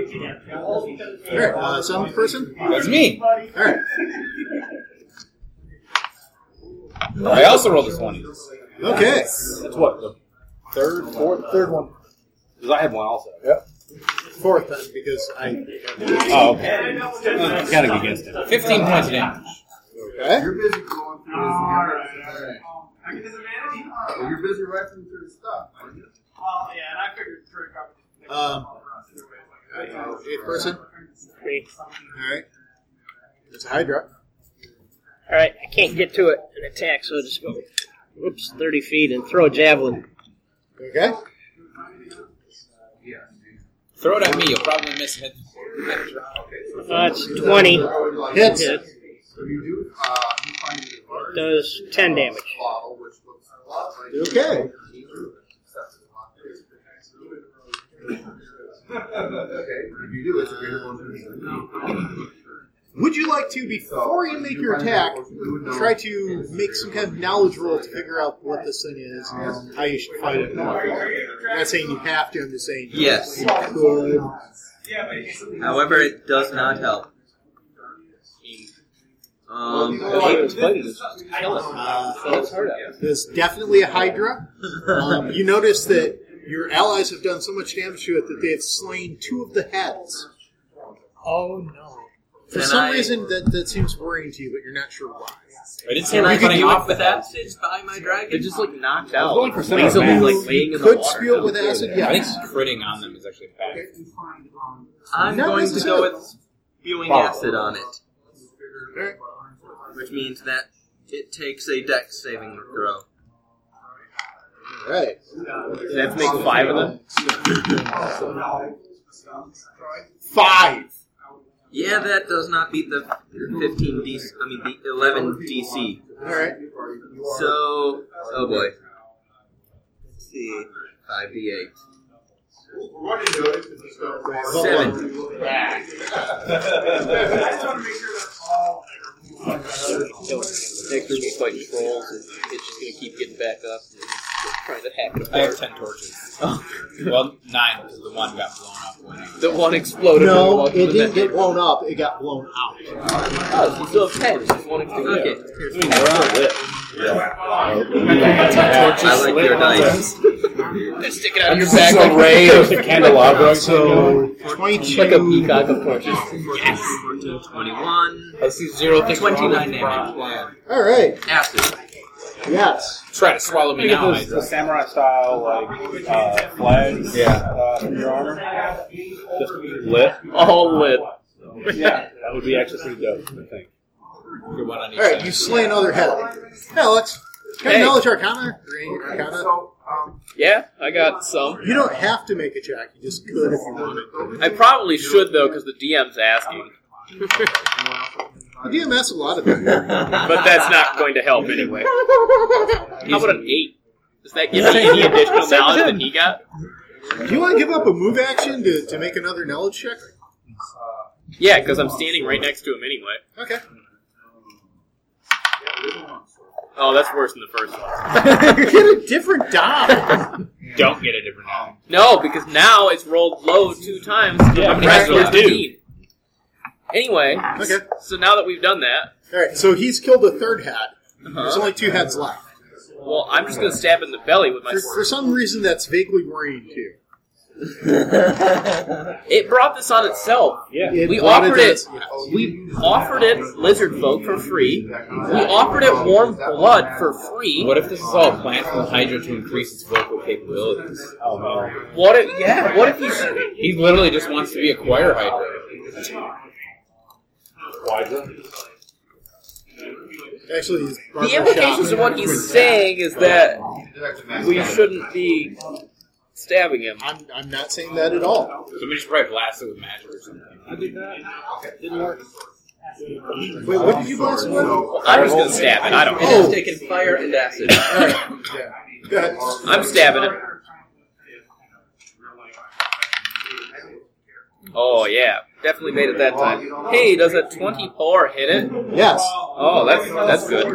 Speaker 1: All right, uh, seventh person?
Speaker 10: That's me.
Speaker 1: All right.
Speaker 10: I also rolled a 20.
Speaker 1: Okay.
Speaker 7: That's what, the third, fourth?
Speaker 17: Third one.
Speaker 7: Because I had one also.
Speaker 1: Fourth then, because I.
Speaker 7: Oh, okay. Uh, kind of against it.
Speaker 10: 15 points of damage.
Speaker 1: Okay.
Speaker 3: You're busy going through this. Alright. Well, you're busy rifling through the stuff. aren't you?
Speaker 1: Um, eighth person?
Speaker 19: Me.
Speaker 1: All right. It's a Hydra.
Speaker 19: All right, I can't get to it and attack, so I just go. Whoops, thirty feet and throw a javelin.
Speaker 1: Okay.
Speaker 10: Throw it at me. You'll probably miss it.
Speaker 19: That's twenty.
Speaker 1: Hits.
Speaker 19: Hit. Does ten damage.
Speaker 1: Okay. Would you like to, before you make your attack, try to make some kind of knowledge roll to figure out what this thing is and how you should fight it? I'm not saying you have to, I'm just saying.
Speaker 6: Yes.
Speaker 1: Cool.
Speaker 6: However, it does not help. Um,
Speaker 1: uh, There's definitely a Hydra. Um, you notice that your allies have done so much damage to it that they have slain two of the heads.
Speaker 17: Oh, no.
Speaker 1: For
Speaker 6: Can
Speaker 1: some
Speaker 6: I-
Speaker 1: reason, that, that seems worrying to you, but you're not sure why.
Speaker 10: I didn't see
Speaker 6: Can
Speaker 10: him
Speaker 6: I
Speaker 10: running
Speaker 6: do it
Speaker 10: off the
Speaker 6: with
Speaker 10: head.
Speaker 6: acid by my dragon? They're just like knocked
Speaker 7: I was
Speaker 6: out.
Speaker 7: going for center
Speaker 6: Lazily,
Speaker 7: mass.
Speaker 6: Oh, like laying in the
Speaker 1: Could
Speaker 6: water.
Speaker 1: spew it with acid,
Speaker 10: I
Speaker 1: yeah.
Speaker 10: think critting on them is actually bad.
Speaker 6: I'm
Speaker 1: Not
Speaker 6: going to go
Speaker 1: necessarily.
Speaker 6: with spewing
Speaker 7: Follow.
Speaker 6: acid on it,
Speaker 1: Alright.
Speaker 6: which means that it takes a dex saving throw.
Speaker 1: Alright.
Speaker 5: Let's make five of them.
Speaker 1: Five.
Speaker 6: Yeah, that does not beat the 15 DC. I mean, the 11 DC.
Speaker 1: Alright.
Speaker 6: So, oh boy. Let's see, 5d8. Seven.
Speaker 5: Next week we fight trolls, and it's just gonna keep getting back up. And trying to hack it
Speaker 10: I have
Speaker 5: apart.
Speaker 10: ten torches. well, nine because the one got blown up. When I-
Speaker 5: The one exploded. when we
Speaker 1: No,
Speaker 5: walked
Speaker 1: it
Speaker 5: into the
Speaker 1: didn't
Speaker 5: net.
Speaker 1: get blown up, it got blown out.
Speaker 5: Oh, so you still have ten. Just one exploded.
Speaker 6: Okay.
Speaker 5: We're on it.
Speaker 20: I like your dice.
Speaker 21: Stick it out of your
Speaker 20: This
Speaker 21: back
Speaker 20: is
Speaker 21: like
Speaker 20: a ray of
Speaker 21: the
Speaker 20: candelabra.
Speaker 1: So
Speaker 21: Like a peacock of torches.
Speaker 6: Yes. 21.
Speaker 21: I see zero things wrong with
Speaker 6: 29
Speaker 21: the
Speaker 6: damage.
Speaker 1: All right.
Speaker 6: Acid.
Speaker 1: Yes.
Speaker 22: Try to swallow me
Speaker 7: You get
Speaker 22: now.
Speaker 7: those, the samurai style like uh, flags.
Speaker 22: Yeah.
Speaker 7: Uh, from your armor. Just lit.
Speaker 21: All lit.
Speaker 7: Yeah. That would be actually pretty dope. I think.
Speaker 22: Good one on each
Speaker 1: All right,
Speaker 22: side.
Speaker 1: you slay another head. Alex, can
Speaker 10: Hey.
Speaker 1: I knowledge arcana? Or arcana?
Speaker 10: Yeah, I got some.
Speaker 1: You don't have to make a check. You just could if you wanted.
Speaker 10: I probably should though, because the DM's asking.
Speaker 1: The DMS a lot of it.
Speaker 10: But that's not going to help anyway. How about an eight? Does that give me any additional knowledge that he got?
Speaker 1: Do you want to give up a move action to, to make another knowledge check?
Speaker 10: Yeah, because I'm standing right next to him anyway.
Speaker 1: Okay.
Speaker 10: Oh, that's worse than the first
Speaker 1: Get
Speaker 10: one.
Speaker 1: a different die.
Speaker 10: Don't get a different one. No, because now it's rolled low two times.
Speaker 1: Yeah, that's
Speaker 10: I'm
Speaker 1: what
Speaker 10: backwards
Speaker 1: I do.
Speaker 10: indeed. Anyway,
Speaker 1: Okay.
Speaker 10: so now that we've done that,
Speaker 1: All right, so he's killed a third head. There's
Speaker 10: Uh-huh.
Speaker 1: only two heads left.
Speaker 10: well, I'm just going to stab in the belly with my
Speaker 1: For, for
Speaker 10: sword.
Speaker 1: some reason, that's vaguely worrying to you.
Speaker 10: It brought this on itself.
Speaker 1: Yeah.
Speaker 10: we
Speaker 1: It brought it
Speaker 10: offered
Speaker 1: to
Speaker 10: it.
Speaker 1: us,
Speaker 10: We offered it lizard folk for free. We offered it warm blood for free.
Speaker 22: What if this is all a plan from Hydra to increase its vocal capabilities? Oh no.
Speaker 10: What if? Yeah. What if he's?
Speaker 22: He literally just wants to be a choir Hydra.
Speaker 1: Actually, he's
Speaker 10: The implications of what he's saying is that we shouldn't be stabbing him.
Speaker 1: I'm, I'm not saying that at all.
Speaker 22: Somebody should probably blast it with magic or something. I did
Speaker 1: Didn't work. Wait, what did you blast it with?
Speaker 10: I'm just gonna stab it. I don't.
Speaker 6: It has taken fire and acid.
Speaker 1: Go ahead.
Speaker 10: I'm stabbing it. Oh yeah, definitely made it that time. Hey, does a twenty-four hit it?
Speaker 1: Yes.
Speaker 10: Oh, that's that's good.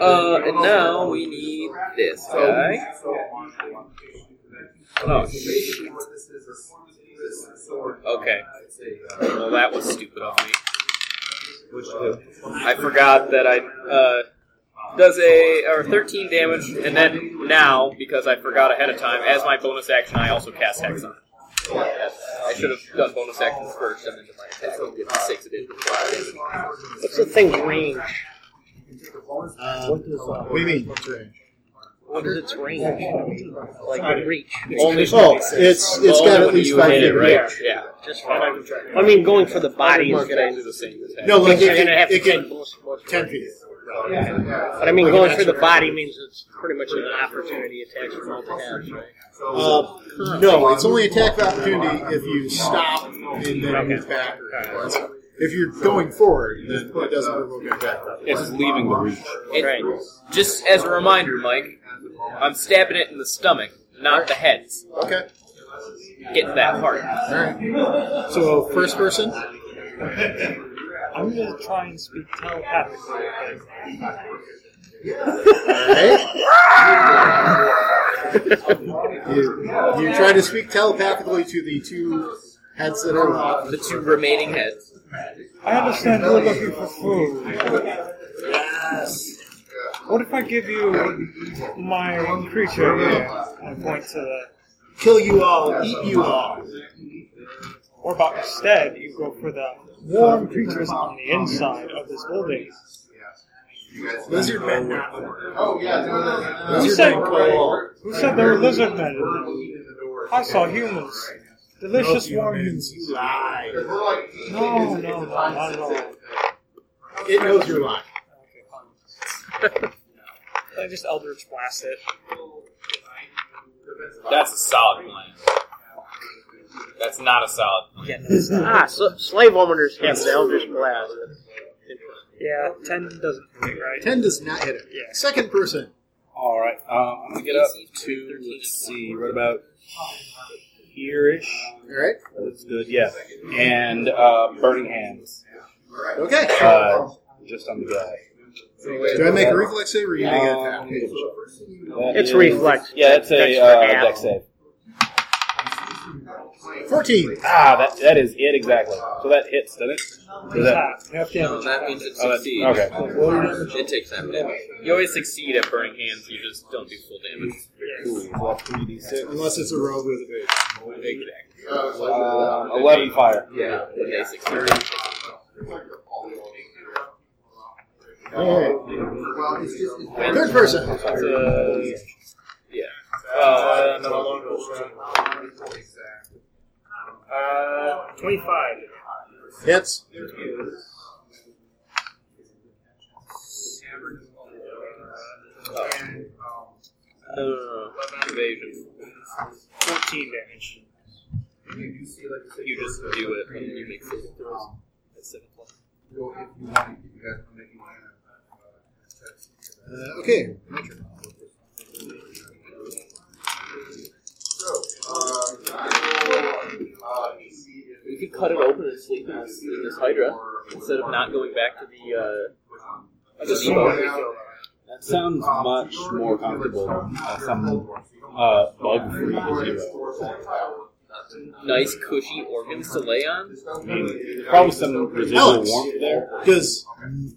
Speaker 10: Uh, and now we need this guy. Oh, shit. okay. Well, Oh, that was stupid of me. I forgot that I uh, does a or thirteen damage, and then now because I forgot ahead of time, as my bonus action, I also cast hex on. it. I should have done bonus actions first, and then did my attack. I did six additional fire damage.
Speaker 2: What's the thing's range?
Speaker 1: Um, what do you mean?
Speaker 2: What is its range? Like reach?
Speaker 1: Only- Oh, it's- it's got at least five feet of reach.
Speaker 10: Yeah.
Speaker 2: Just five. I mean, going for the body is
Speaker 10: Mark it
Speaker 2: the,
Speaker 10: the same as
Speaker 1: No, like
Speaker 2: You're
Speaker 1: it,
Speaker 2: gonna have
Speaker 1: it, it
Speaker 2: to
Speaker 1: can ten feet.
Speaker 2: But I mean, going for the body means it's pretty much an opportunity attack from all the heads, right?
Speaker 1: Uh, no, it's only attack of opportunity if you stop and then move back. If you're going forward, then it doesn't provoke an attack.
Speaker 7: It's just leaving the reach.
Speaker 10: And Just as a reminder, Mike, I'm stabbing it in the stomach, not the heads.
Speaker 1: Okay.
Speaker 10: Get that part.
Speaker 1: All right. So first person.
Speaker 14: I'm going to try and speak telepathically.
Speaker 1: You, you try to speak telepathically to the two heads that are left.
Speaker 10: The two remaining heads.
Speaker 14: I understand you're looking for food. What if I give you my creature here? I point to the.
Speaker 1: Kill you all, eat you all.
Speaker 14: Or about instead, you go for the warm creatures on the inside of this building.
Speaker 1: Lizard men.
Speaker 3: Oh yeah.
Speaker 14: Who said, who said there were lizard men? I saw humans. Delicious warm humans.
Speaker 1: You lie.
Speaker 14: No, no, not at all.
Speaker 1: It knows you're lying.
Speaker 14: I just Eldritch blast it.
Speaker 22: That's a solid plan. That's not a solid plan.
Speaker 2: Ah, so slave owners have the Eldritch Blast.
Speaker 14: Yeah, 10 doesn't hit, right?
Speaker 1: Ten does not hit it.
Speaker 14: Yeah.
Speaker 1: Second person.
Speaker 7: All right. Um, I'm gonna get up to let's see, right about here-ish.
Speaker 1: All right.
Speaker 7: That's good. Yeah. And uh, burning hands.
Speaker 1: Okay.
Speaker 7: Uh, just on the guy. Um,
Speaker 1: Do I make a reflex save or are you make an attack?
Speaker 7: That
Speaker 2: It's
Speaker 7: is-
Speaker 2: reflex.
Speaker 7: Yeah, it's a
Speaker 2: That's
Speaker 7: uh,
Speaker 2: for Al.
Speaker 7: deck save.
Speaker 1: 14.
Speaker 7: Ah, that, that is it exactly. So that hits, doesn't it? Or that-
Speaker 14: Half damage.
Speaker 23: That means it
Speaker 7: Oh, that-
Speaker 23: succeeds.
Speaker 7: okay.
Speaker 23: It takes half damage.
Speaker 6: You always succeed at burning hands. You just don't do full damage. Uh,
Speaker 1: Unless it's a rogue with a
Speaker 7: Um, 11 fire.
Speaker 23: Yeah.
Speaker 1: big. Third person.
Speaker 6: Uh, yeah. Well, uh, no.
Speaker 24: Uh, 25.
Speaker 1: Hits.
Speaker 6: Uh, evasion.
Speaker 24: 14 damage.
Speaker 6: You just do it. and You make saving throws. That's it.
Speaker 1: Uh, okay.
Speaker 6: We could cut it open and sleep in this, in this Hydra instead of not going back to the. Uh, gazebo.
Speaker 7: That sounds much more comfortable. Uh, some uh, bug free zero.
Speaker 6: nice cushy organs to lay on.
Speaker 7: Probably some residual warmth there.
Speaker 1: Does
Speaker 3: um,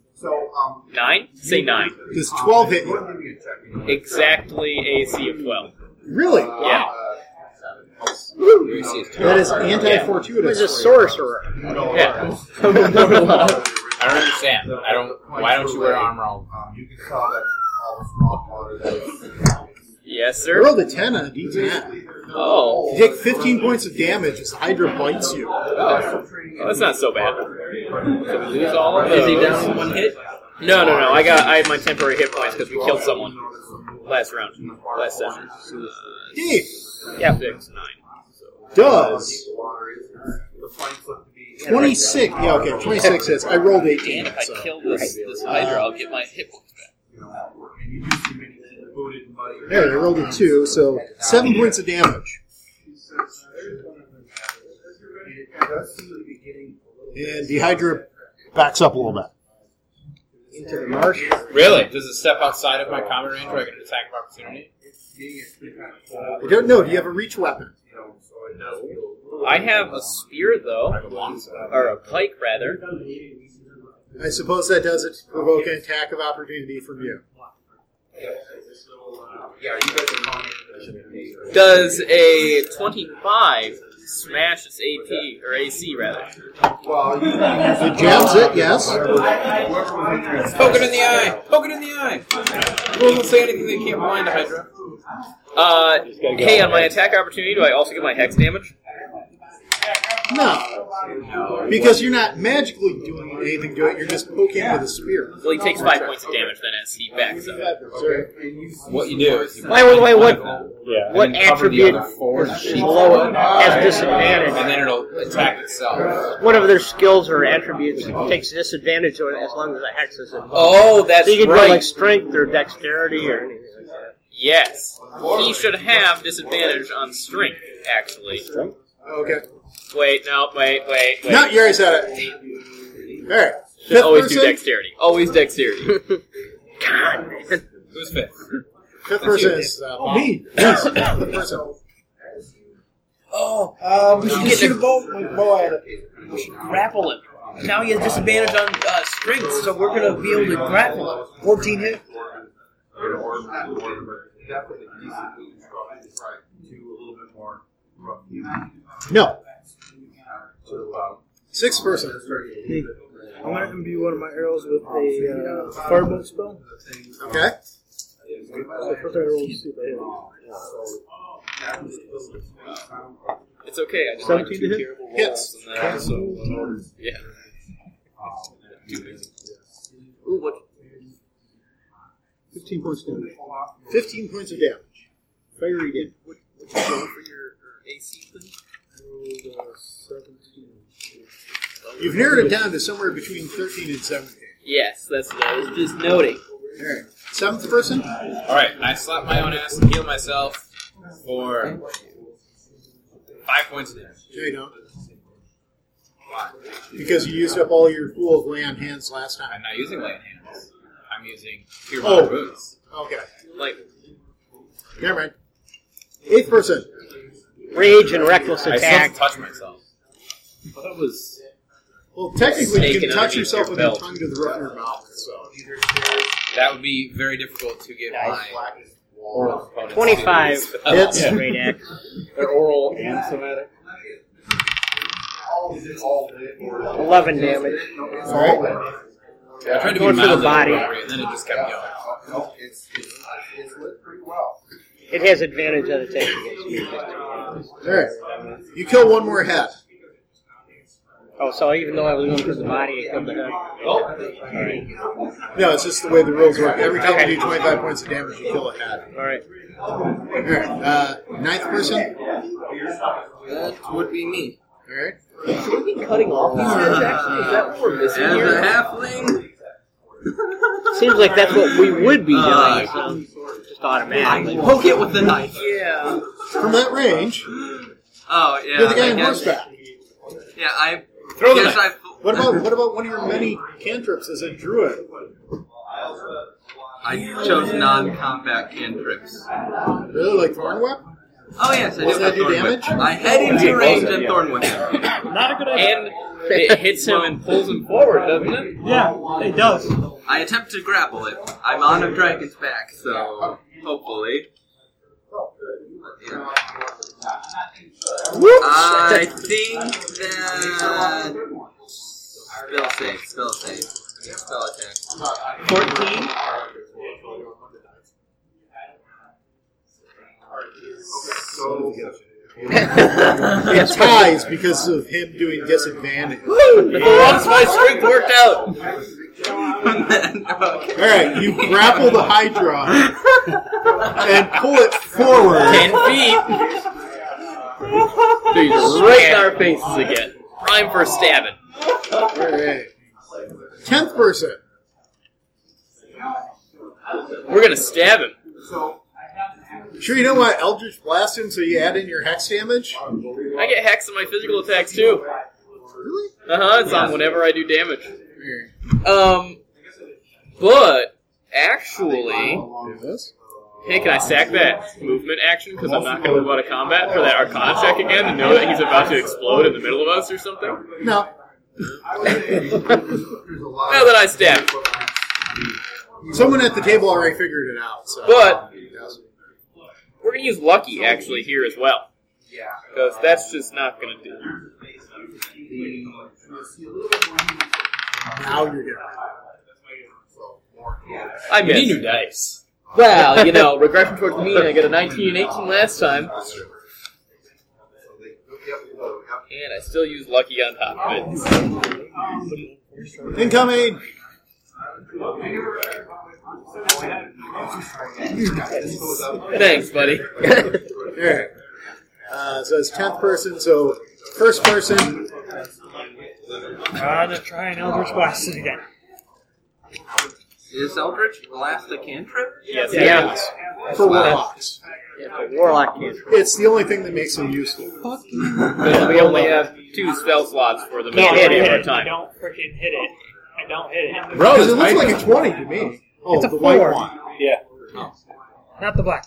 Speaker 6: Nine? Say nine.
Speaker 1: does 12 hit you?
Speaker 6: Exactly AC of twelve.
Speaker 1: Really?
Speaker 3: Uh,
Speaker 6: Yeah.
Speaker 1: That is anti-fortuitous.
Speaker 2: He was a sorcerer.
Speaker 3: uh,
Speaker 10: Yeah. I don't understand. I don't. Why don't you wear armor all?
Speaker 3: um, You can tell that all the small water
Speaker 6: Yes,
Speaker 1: I
Speaker 6: sir.
Speaker 1: rolled a 10 on a d10.
Speaker 6: Oh.
Speaker 1: You take 15 points of damage as Hydra bites you.
Speaker 6: Oh, that's not so bad. So we lose all of
Speaker 23: Is he
Speaker 6: those.
Speaker 23: down one hit?
Speaker 6: No, no, no. I got I had my temporary hit points because we killed someone last round, last session.
Speaker 1: Deep
Speaker 6: Uh, yeah, six, nine.
Speaker 1: does 26. Yeah, okay, 26 hits. I rolled 18.
Speaker 6: And if I
Speaker 1: so.
Speaker 6: kill this, this Hydra, I'll get my hit points back.
Speaker 1: There, I rolled a 2, so 7 points of damage. And the Hydra backs up a little bit.
Speaker 10: Into the marsh. Really? Does it step outside of my common range where I get an attack of opportunity?
Speaker 1: I don't know. Do you have a reach weapon?
Speaker 6: I have a spear though, or a pike rather.
Speaker 1: I suppose that does it. Provoke an attack of opportunity from you.
Speaker 6: Does a twenty-five smash its AP or AC rather?
Speaker 1: It jams it, yes.
Speaker 10: Poke it in the eye. Poke it in the eye. Rules don't say anything they can't blind a Hydra.
Speaker 6: Uh, hey, on my attack opportunity, do I also get my hex damage?
Speaker 1: No. Because you're not magically doing anything to it, you're just poking with a spear.
Speaker 6: Well, he takes five points of damage then as he backs up.
Speaker 10: What you do is you
Speaker 2: Wait, wait, wait, what-
Speaker 7: Yeah.
Speaker 2: what
Speaker 10: and then cover the
Speaker 2: attribute
Speaker 10: other four and sheet
Speaker 2: below it has disadvantage?
Speaker 10: and then it'll attack itself.
Speaker 2: One of their skills or attributes takes disadvantage on it as long as the hex is involved.
Speaker 6: Oh, that's
Speaker 2: so you can
Speaker 6: right.
Speaker 2: do like strength or dexterity or anything like that.
Speaker 6: Yes. He should have disadvantage on strength, actually.
Speaker 1: Okay.
Speaker 6: Wait, no, wait, wait, wait.
Speaker 1: No, you already said it. All right.
Speaker 6: Should
Speaker 1: Fifth
Speaker 6: always do
Speaker 1: person,
Speaker 6: dexterity. Always dexterity.
Speaker 2: God, man.
Speaker 10: Who's fifth?
Speaker 1: fifth person is uh,
Speaker 10: Oh,
Speaker 1: me. Yes. Fifth person.
Speaker 14: Oh, uh, we should shoot a bow, like, bow at it.
Speaker 25: Grapple him. Now he has disadvantage on uh, strength, so we're gonna be able to grapple him.
Speaker 14: 14 hit.
Speaker 1: No. Sixth person.
Speaker 14: I'm going to imbue one of my arrows with a uh, firebolt spell.
Speaker 1: Okay.
Speaker 14: The first I roll is super hit.
Speaker 6: it's okay. I just like two
Speaker 14: 17 to hit?
Speaker 6: terrible rolls
Speaker 1: Hits.
Speaker 6: and then- so- yeah. Ooh, what?
Speaker 1: 15 points of damage. 15 points of damage. Fiery damage.
Speaker 6: AC thing?
Speaker 1: You've narrowed it down to somewhere between 13 and 17.
Speaker 6: Yes, that's what I was just noting.
Speaker 1: All right. Seventh person?
Speaker 10: All right, I slap my own ass and heal myself for five points of damage.
Speaker 1: No, you don't. Because you used up all your pool of lay on hands last
Speaker 10: I'm
Speaker 1: time.
Speaker 10: not using lay on hands. I'm using cure
Speaker 1: Oh.
Speaker 10: oh. wounds.
Speaker 1: Okay.
Speaker 6: Like,
Speaker 1: Never mind. Eighth person.
Speaker 2: Rage and reckless
Speaker 26: I still
Speaker 2: attack.
Speaker 26: touch myself.
Speaker 7: Well, that was.
Speaker 1: Well, technically, you
Speaker 26: Snake
Speaker 1: can
Speaker 26: and
Speaker 1: touch
Speaker 26: underneath
Speaker 1: yourself
Speaker 26: your
Speaker 1: with your
Speaker 26: belt.
Speaker 1: tongue to the roof of your mouth. So
Speaker 26: That would be very difficult to get my oral opponents
Speaker 2: Twenty-five.
Speaker 26: to do.
Speaker 6: Oh,
Speaker 2: That's a great act.
Speaker 26: They're oral and somatic.
Speaker 2: Eleven damage.
Speaker 3: All right.
Speaker 26: I tried to
Speaker 2: Going
Speaker 26: be
Speaker 2: for the
Speaker 26: mild and
Speaker 2: body.
Speaker 26: appropriate, and then it just kept going.
Speaker 3: No, it's, it's, it's lit pretty well.
Speaker 2: It has advantage on attack against me.
Speaker 1: there, you kill one more head.
Speaker 2: Oh, so even though I was going for the body, I killed the head. Alright.
Speaker 1: No, it's just the way the rules work. Every time you do 25 points of damage, you kill a head.
Speaker 2: All right.
Speaker 1: All right. Uh, ninth person.
Speaker 6: That would be me.
Speaker 1: All right.
Speaker 27: Should we be cutting off these heads, actually? Is that what we're missing
Speaker 6: As
Speaker 27: here?
Speaker 6: a halfling,
Speaker 2: Seems like that's what we would be
Speaker 6: Uh,
Speaker 2: doing. So just
Speaker 10: Oh,
Speaker 2: automatically.
Speaker 6: I poke it with the knife.
Speaker 27: Yeah.
Speaker 1: From that range,
Speaker 6: Oh yeah.
Speaker 1: you're the guy
Speaker 6: I
Speaker 1: on
Speaker 6: guess-
Speaker 1: horseback.
Speaker 6: Yeah, I
Speaker 1: Throw the
Speaker 6: guess I.
Speaker 1: What about what about one of your many cantrips as a druid?
Speaker 6: I chose non-combat cantrips.
Speaker 1: Really, like thorn whip?
Speaker 6: Oh yes, I
Speaker 1: Does that
Speaker 6: do have
Speaker 1: do
Speaker 6: thorn
Speaker 1: damage?
Speaker 6: Whip. I head into range and thorn whip.
Speaker 28: Not a good
Speaker 10: And it hits him and pulls him forward, doesn't it?
Speaker 14: Yeah, it does.
Speaker 6: I attempt to grapple it. I'm on a dragon's back, so hopefully. I think that spell save, spell save, spell attack. Fourteen.
Speaker 1: So it ties because of him doing disadvantage.
Speaker 10: Once my strength worked out.
Speaker 1: All right, you grapple the Hydra and pull it forward.
Speaker 10: Ten feet. Dude, you're right in our faces again. Prime for stabbing.
Speaker 1: All right. Tenth person.
Speaker 10: We're gonna stab him.
Speaker 1: Sure, you know what? Eldritch blast him, so you add in your hex damage.
Speaker 10: I get hacks on my physical attacks too.
Speaker 1: Really?
Speaker 10: Uh huh. It's on whenever I do damage. Um, but actually,
Speaker 1: Yes.
Speaker 10: hey, can I sack that movement action because I'm not gonna move out of combat for that Arcana check again and know that he's about to explode in the middle of us or something?
Speaker 1: No.
Speaker 10: Now that I stab,
Speaker 1: Someone at the table already figured it out. So.
Speaker 10: but we're gonna use lucky actually here as well. Yeah. Because that's just not gonna do.
Speaker 1: now you're getting
Speaker 10: I
Speaker 26: You need
Speaker 10: missed.
Speaker 26: new dice.
Speaker 10: Well, you know, regression towards the mean. I got a 19 and 18 last time, and I still use lucky on top of it.
Speaker 1: Incoming!
Speaker 10: Thanks, buddy.
Speaker 1: Alright. Uh, so it's 10th person, so first person.
Speaker 14: I'm just trying Eldritch Blast it again.
Speaker 6: Is Eldritch Blast a cantrip?
Speaker 10: Yes,
Speaker 1: Yeah. For Warlocks.
Speaker 2: Yeah, but warlock can't.
Speaker 1: It's the only thing that makes them useful.
Speaker 10: Because we only have two spell slots for the
Speaker 14: Don't
Speaker 10: majority
Speaker 14: hit
Speaker 10: of our
Speaker 14: it.
Speaker 10: time.
Speaker 14: Don't freaking hit it. I don't hit it.
Speaker 26: Bro,
Speaker 1: Because
Speaker 26: this
Speaker 1: it looks
Speaker 26: might-
Speaker 1: like a 20 to me. Oh,
Speaker 14: It's a
Speaker 1: the white
Speaker 14: four.
Speaker 1: one.
Speaker 7: Yeah.
Speaker 14: Not the black.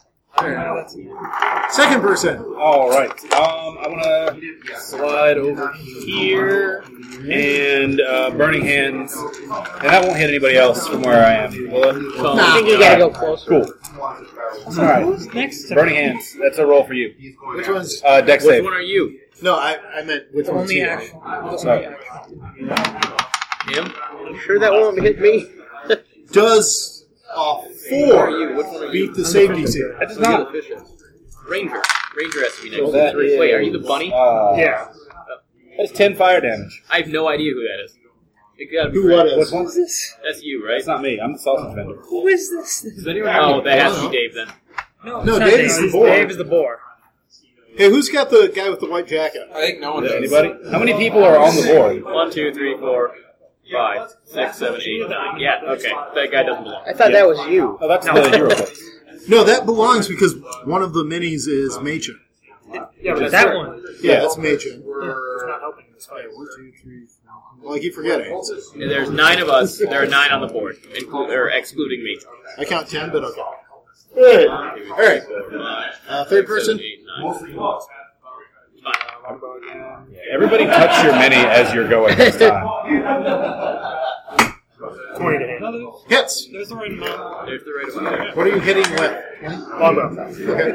Speaker 1: Second person.
Speaker 7: All right. Um, I want to slide over here and uh, burning hands, and that won't hit anybody else from where I am. Will it?
Speaker 2: I think you gotta go closer.
Speaker 7: Cool. All right.
Speaker 14: Who's next to
Speaker 7: Burning
Speaker 14: me?
Speaker 7: hands. That's a roll for you.
Speaker 1: Which one's.
Speaker 7: Uh, deck
Speaker 10: Which
Speaker 7: save.
Speaker 10: one are you?
Speaker 1: No, I, I meant which
Speaker 14: The
Speaker 1: one's
Speaker 14: only
Speaker 1: you.
Speaker 14: action.
Speaker 7: Sorry.
Speaker 10: Him?
Speaker 2: You sure that won't hit me?
Speaker 1: Does a
Speaker 10: you? Which one are
Speaker 1: 4
Speaker 10: you?
Speaker 1: beat the safety save?
Speaker 7: That does
Speaker 10: Who's the
Speaker 7: not.
Speaker 10: other fish is? Ranger. Ranger has to be
Speaker 7: So
Speaker 10: next.
Speaker 7: that is,
Speaker 10: Wait, are you the bunny?
Speaker 7: Uh,
Speaker 14: Yeah.
Speaker 7: That's ten fire damage.
Speaker 10: I have no idea who that is. It gotta be
Speaker 1: Who what
Speaker 10: Frank.
Speaker 1: is?
Speaker 7: one's this?
Speaker 10: That's you, right?
Speaker 7: It's not me. I'm the sausage vendor.
Speaker 2: Who is this?
Speaker 10: Does anyone have oh, that has to be Dave then.
Speaker 1: No,
Speaker 14: It's not
Speaker 1: Dave is the
Speaker 14: It's-
Speaker 1: boar.
Speaker 14: Dave is the boar.
Speaker 1: Hey, who's got the guy with the white jacket?
Speaker 26: I think no one
Speaker 7: Is
Speaker 26: does.
Speaker 7: there Anybody? How many people are on the board?
Speaker 10: One, two, three, four, five, six, seven, eight, nine. Yeah, okay. That guy doesn't belong.
Speaker 2: I thought that was you.
Speaker 7: Oh, that's the hero.
Speaker 1: No, that belongs because one of the minis is Machen.
Speaker 14: Yeah, but that one.
Speaker 1: Yeah, that's Machen.
Speaker 14: It's not helping this fight.
Speaker 1: Well, I keep forgetting.
Speaker 10: There's nine of us. There are nine on the board, inclu- or excluding me.
Speaker 1: I count ten, but okay. All right. Uh, third
Speaker 10: Six, seven,
Speaker 1: person.
Speaker 10: eight, nine.
Speaker 7: Everybody touch your mini as you're going this time.
Speaker 29: Twenty to hit.
Speaker 1: Hits.
Speaker 14: There's the right amount.
Speaker 2: There's the right amount.
Speaker 1: What are you hitting with?
Speaker 29: Longbow.
Speaker 1: Okay.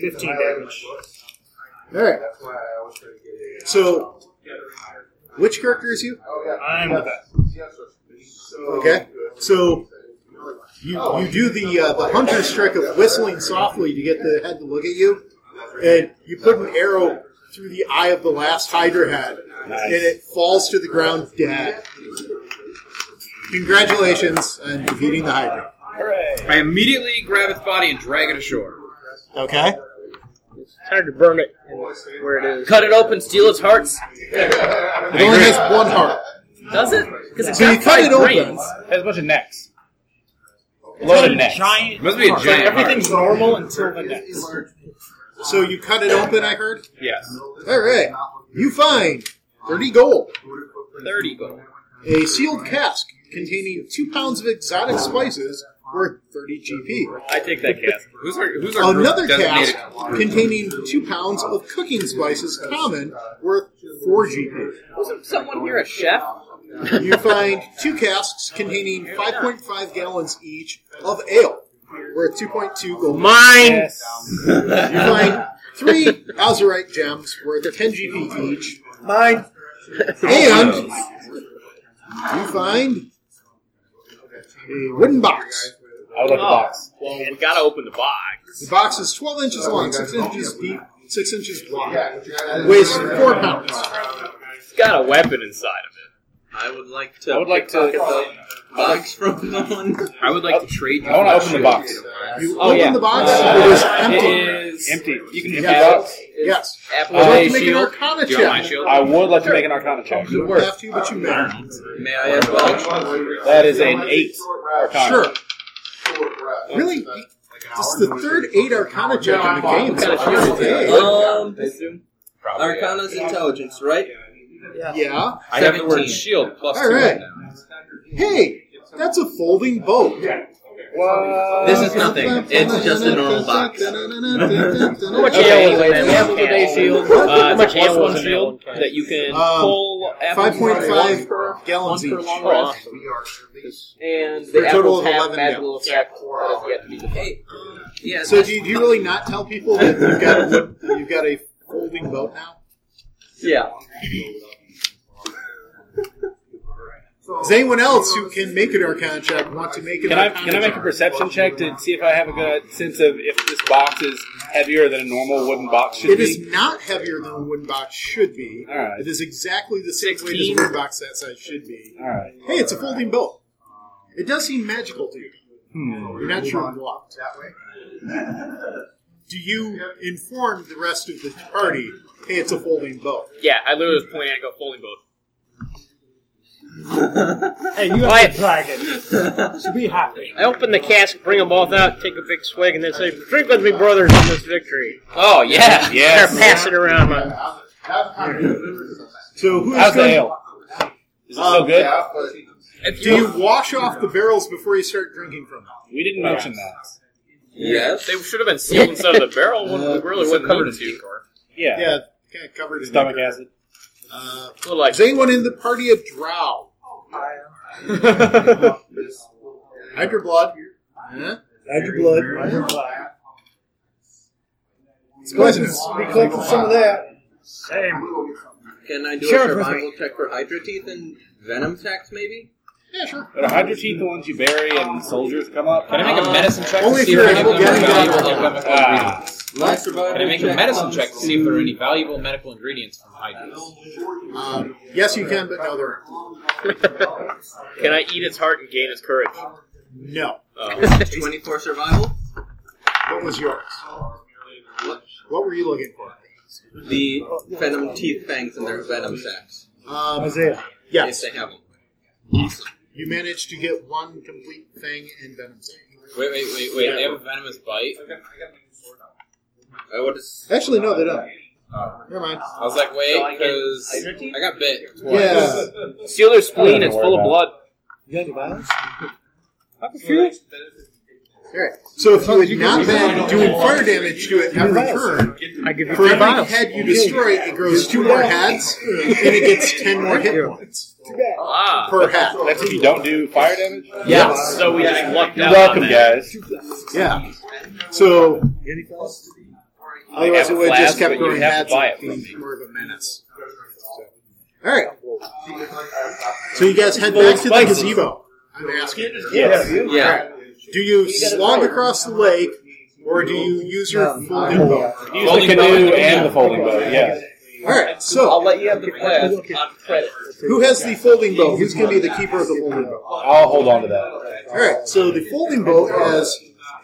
Speaker 29: Fifteen damage.
Speaker 1: All right. So, which character is you?
Speaker 29: I'm the best.
Speaker 1: Okay. So you you do the uh, the hunter's trick of whistling softly to get the head to look at you, and you put an arrow through the eye of the last Hydra head, and it falls to the ground dead. Congratulations on defeating the Hydra.
Speaker 10: I immediately grab its body and drag it ashore.
Speaker 1: Okay.
Speaker 19: It's hard to burn it where it is.
Speaker 2: Cut it open, steal its hearts.
Speaker 1: It only has one heart.
Speaker 2: Does it? Because it's
Speaker 1: So you
Speaker 2: got
Speaker 1: cut
Speaker 2: five
Speaker 1: it open.
Speaker 2: brains.
Speaker 7: Has a bunch of necks. Loaded necks.
Speaker 14: Giant.
Speaker 10: Must be a giant
Speaker 14: everything's normal until the next.
Speaker 1: So you cut it open. I heard.
Speaker 10: Yes.
Speaker 1: All right. You find thirty gold.
Speaker 2: Thirty gold.
Speaker 1: a sealed cask containing two pounds of exotic spices worth 30 GP.
Speaker 2: I take that cask.
Speaker 10: Who's our, who's our group
Speaker 1: Another cask
Speaker 10: designated?
Speaker 1: containing two pounds of cooking spices common worth 4 GP.
Speaker 2: Wasn't someone here a chef?
Speaker 1: You find two casks containing 5.5 gallons each of ale worth 2.2 gold.
Speaker 19: Mine.
Speaker 1: You find three azurite gems worth 10 GP each.
Speaker 17: Mine.
Speaker 1: And you find a wooden box.
Speaker 7: I would like the box.
Speaker 2: Oh, Well, we gotta open the box.
Speaker 1: The box is 12 inches long, 6 inches deep, 6 inches wide, and weighs 4 pounds.
Speaker 2: It's got a weapon inside of it.
Speaker 6: I would like to.
Speaker 7: I would like to-
Speaker 6: pickpocket the box from someone.
Speaker 10: I would like to trade you.
Speaker 7: I want to open the box.
Speaker 1: You
Speaker 2: Oh,
Speaker 1: open
Speaker 2: yeah.
Speaker 1: the box,
Speaker 2: Uh,
Speaker 1: it is empty.
Speaker 2: It is
Speaker 7: Empty. You can empty
Speaker 1: Yeah.
Speaker 7: box.
Speaker 1: Yes.
Speaker 2: Apple
Speaker 1: Would you like
Speaker 2: Day
Speaker 1: to make an
Speaker 2: shield.
Speaker 1: arcana
Speaker 10: Do you want my
Speaker 1: check?
Speaker 10: shield?
Speaker 7: I would like to make an Arcana check.
Speaker 1: You don't have to, but you may.
Speaker 6: May I as well?
Speaker 7: That is an eight Arcana.
Speaker 1: Sure. Really? This is the third 8 arcana check in the game.
Speaker 2: What kind of shield is it?
Speaker 1: Yeah.
Speaker 6: Um,
Speaker 10: Probably, yeah.
Speaker 6: Arcana's intelligence, right?
Speaker 1: Yeah.
Speaker 10: I have the word
Speaker 6: 17.
Speaker 10: shield plus
Speaker 1: All
Speaker 10: two
Speaker 1: right.
Speaker 10: now.
Speaker 1: Hey, that's a folding boat.
Speaker 6: This is nothing. It's just a normal box.
Speaker 2: What
Speaker 1: Okay.
Speaker 2: shield is it?
Speaker 19: Okay.
Speaker 2: Apple Day shield. Uh,
Speaker 19: How
Speaker 2: it's a
Speaker 19: much
Speaker 2: plus
Speaker 19: ale
Speaker 2: one
Speaker 19: is in that one
Speaker 2: shield
Speaker 19: can?
Speaker 2: that you can
Speaker 1: Um,
Speaker 2: pull apples one per-
Speaker 1: 5.5 gallons
Speaker 2: one
Speaker 1: each.
Speaker 2: per long rest. And
Speaker 1: For
Speaker 2: the
Speaker 1: a total
Speaker 2: apples
Speaker 1: of
Speaker 2: have
Speaker 1: 11
Speaker 2: magical effect that has yet to be defined.
Speaker 6: Hey, yeah.
Speaker 1: So do you, do you really not tell people that you've got a, wood- you've got a folding boat now?
Speaker 6: yeah.
Speaker 1: Does anyone else who can make an arcana check want to make an
Speaker 7: Can I
Speaker 1: arcana
Speaker 7: can I make a
Speaker 1: check?
Speaker 7: perception check to see if I have a good sense of if this box is heavier than a normal wooden box should
Speaker 1: It
Speaker 7: be?
Speaker 1: is not heavier than a wooden box should be.
Speaker 7: All right.
Speaker 1: It is exactly the same weight as a
Speaker 2: 16?
Speaker 1: wooden box that size should be.
Speaker 7: All right.
Speaker 1: Hey, it's a folding boat. It does seem magical to you.
Speaker 7: Hmm.
Speaker 1: You're not sure what. Do you inform the rest of the party, hey, it's a folding boat?
Speaker 2: Yeah, I literally was pointing at it and go folding boat.
Speaker 14: Hey, you have
Speaker 19: Quiet.
Speaker 14: to drag it. So be happy.
Speaker 7: Uh,
Speaker 19: I open the cask, bring them both out, take a big swig, and then say, "Drink with me, brothers, in this victory."
Speaker 2: Oh yeah,
Speaker 19: They're
Speaker 7: Yes.
Speaker 19: passing around. man.
Speaker 1: So who is
Speaker 7: How's the
Speaker 1: going
Speaker 7: ale? Is it so good?
Speaker 1: Do you wash off the barrels before you start drinking from them?
Speaker 7: We didn't mention that.
Speaker 6: Yes.
Speaker 2: They should have been sealed inside of the barrel. One would really wouldn't covered in to.
Speaker 7: Yeah.
Speaker 1: Yeah, kind of covered in
Speaker 7: Stomach acid.
Speaker 1: Uh,
Speaker 2: Well, like
Speaker 1: is anyone in the party of Drow? Hydra blood. Huh?
Speaker 17: Add your blood.
Speaker 1: Questions?
Speaker 17: We collected some of that.
Speaker 14: Same.
Speaker 6: Can I do
Speaker 17: Share
Speaker 6: a
Speaker 17: it with
Speaker 6: survival check for Hydra teeth and venom sacks, maybe?
Speaker 1: Yeah, sure.
Speaker 7: Are the hydro teeth the ones you bury and soldiers come up?
Speaker 10: Can I make a medicine check
Speaker 1: Only
Speaker 10: to
Speaker 1: if
Speaker 10: see
Speaker 1: you're
Speaker 10: if any of
Speaker 1: able
Speaker 10: them
Speaker 1: to
Speaker 10: are
Speaker 1: get it
Speaker 10: valuable
Speaker 1: down.
Speaker 10: medical ingredients?
Speaker 7: Ah,
Speaker 10: Can I make a medicine check to see if there are any valuable medical ingredients from hydras?
Speaker 1: Um, yes, you can, but no, there aren't.
Speaker 2: Can I eat its heart and gain its courage?
Speaker 1: No.
Speaker 2: Oh.
Speaker 6: 24 survival?
Speaker 1: What was yours? What, what were you looking for?
Speaker 6: The venom teeth fangs and their venom sacks.
Speaker 1: Um,
Speaker 17: Isaiah.
Speaker 1: Yes,
Speaker 6: If they have them.
Speaker 1: you managed to get one complete thing in Venom.
Speaker 10: Wait, wait, wait, wait. They have a venomous bite.
Speaker 6: I would just.
Speaker 1: Actually, no, they don't. Never mind.
Speaker 10: I was like, wait, because I got bit twice.
Speaker 1: Yeah.
Speaker 2: Seal their spleen.
Speaker 7: I don't
Speaker 2: It's
Speaker 7: know
Speaker 2: full of
Speaker 7: about
Speaker 2: blood.
Speaker 17: You got any vials?
Speaker 7: I'm confused.
Speaker 1: Alright. So if you had not been doing fire damage to it every turn,
Speaker 19: I give you
Speaker 1: for
Speaker 19: three
Speaker 1: every
Speaker 19: vials.
Speaker 1: head you destroy, it grows two more heads, and it gets ten more hit points
Speaker 2: Ah.
Speaker 1: per head.
Speaker 7: That's if you don't do fire damage?
Speaker 1: Yeah.
Speaker 2: So we just lucked
Speaker 7: You're
Speaker 2: out.
Speaker 7: welcome,
Speaker 2: on that.
Speaker 7: guys.
Speaker 1: Yeah. Oh, So otherwise
Speaker 2: have
Speaker 1: it would have
Speaker 2: flask,
Speaker 1: just kept
Speaker 2: but you
Speaker 1: growing
Speaker 2: have to
Speaker 1: heads
Speaker 2: buy
Speaker 1: and
Speaker 2: it from
Speaker 1: being more of a menace. All right. So you guys head back to the
Speaker 2: Spices.
Speaker 1: gazebo. I'm asking.
Speaker 2: Yes. Yeah.
Speaker 1: All right. Do you slog across the lake, or do you use your folding boat?
Speaker 7: Use the canoe and the folding boat, yeah.
Speaker 1: All right. So I'll let you have the flask on credit. Who has the folding boat? Who's going to be the keeper of the folding boat?
Speaker 7: I'll hold on to that.
Speaker 1: All right. So the folding boat has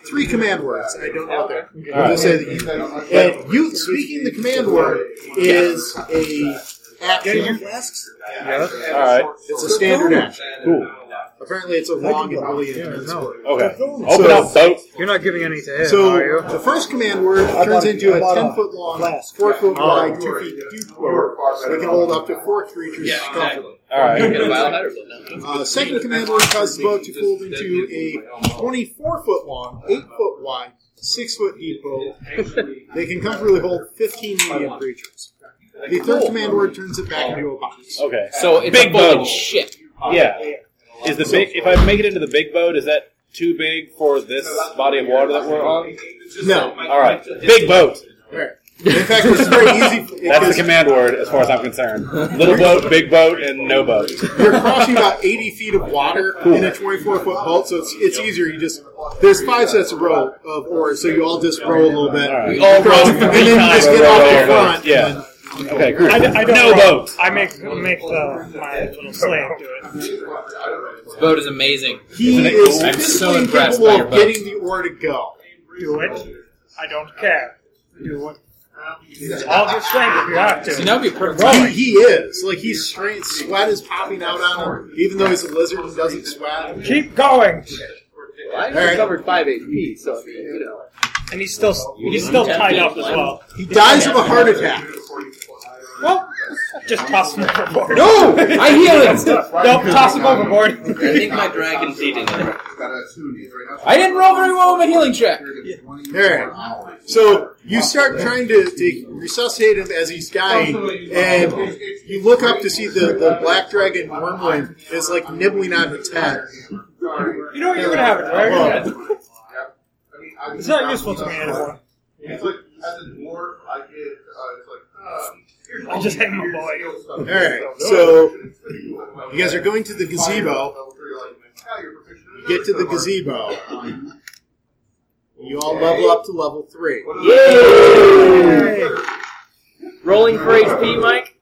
Speaker 1: three command words. I don't know them.
Speaker 7: All
Speaker 1: I'll
Speaker 7: right.
Speaker 1: just say that you. And you speaking the command word is a action.
Speaker 7: All right.
Speaker 1: It's a standard action.
Speaker 7: Cool.
Speaker 1: Apparently, it's a long and really intense word.
Speaker 7: Okay.
Speaker 1: So-
Speaker 7: Open up boat.
Speaker 17: You're not giving any to him, are
Speaker 1: So
Speaker 17: you?
Speaker 1: the first command word turns into a ten foot long, four foot wide, two feet deep word that can hold up to four creatures comfortably.
Speaker 7: All right.
Speaker 1: Uh, second command word causes the boat to fold into a 24 foot long, 8 foot wide, 6 foot deep boat. They can comfortably hold 15 medium creatures. The third command word turns it back into a box.
Speaker 7: Okay.
Speaker 10: So it's
Speaker 7: big
Speaker 10: a fucking
Speaker 7: boat.
Speaker 10: shit.
Speaker 7: Yeah. Is the big? If I make it into the big boat, is that too big for this body of water that we're on?
Speaker 1: No.
Speaker 7: All right. Big boat.
Speaker 1: In fact, it's very easy.
Speaker 7: That's the
Speaker 1: Because
Speaker 7: command word, as far as I'm concerned. Little boat, big boat, and no boat.
Speaker 1: you're crossing about 80 feet of water in a 24 foot boat, so it's, it's easier. You just there's five sets of row of oars, so you all just row a little bit.
Speaker 7: All right.
Speaker 1: You cross, and then you just get off the front. and
Speaker 7: Yeah.
Speaker 1: then-
Speaker 7: Okay. Cool.
Speaker 14: I, d- I don't
Speaker 7: No
Speaker 14: row.
Speaker 7: boat.
Speaker 14: I make make the, my little slave do it.
Speaker 10: This boat is amazing.
Speaker 1: He
Speaker 10: Isn't it
Speaker 1: is
Speaker 10: cool? I'm so
Speaker 1: physically
Speaker 10: impressed
Speaker 1: capable
Speaker 10: by your
Speaker 1: of
Speaker 10: boat.
Speaker 1: getting the oar to go.
Speaker 14: Do it. I don't care. Do it. I'll do slave if you have to.
Speaker 10: See, that would be perfect.
Speaker 1: He, he is. Like, he's straight. Sweat is popping out on him, even though he's a lizard and doesn't sweat.
Speaker 14: Keep going.
Speaker 5: I
Speaker 1: All right.
Speaker 5: recovered five HP, so I mean, you know.
Speaker 14: And he's still he's still tied up as well.
Speaker 1: He dies of a heart attack.
Speaker 14: Well, just toss him overboard.
Speaker 1: No!
Speaker 10: I hear it.
Speaker 14: Nope, toss him overboard.
Speaker 6: I think my dragon seed in there.
Speaker 10: I didn't roll very well on my healing check.
Speaker 1: Alright. So, you start trying to, to resuscitate him as he's dying, and you look up to see the, the black dragon wormling is, like, nibbling on his head.
Speaker 14: You know what you would have it, right?
Speaker 1: Oh,
Speaker 14: It's not useful to me anymore.
Speaker 3: It's like, as a dwarf, I get, uh, it's like, um,
Speaker 14: I just hang my boy.
Speaker 1: Alright, so you guys are going to the gazebo. You get to the gazebo. You all level up to level three.
Speaker 2: Rolling for HP, Mike.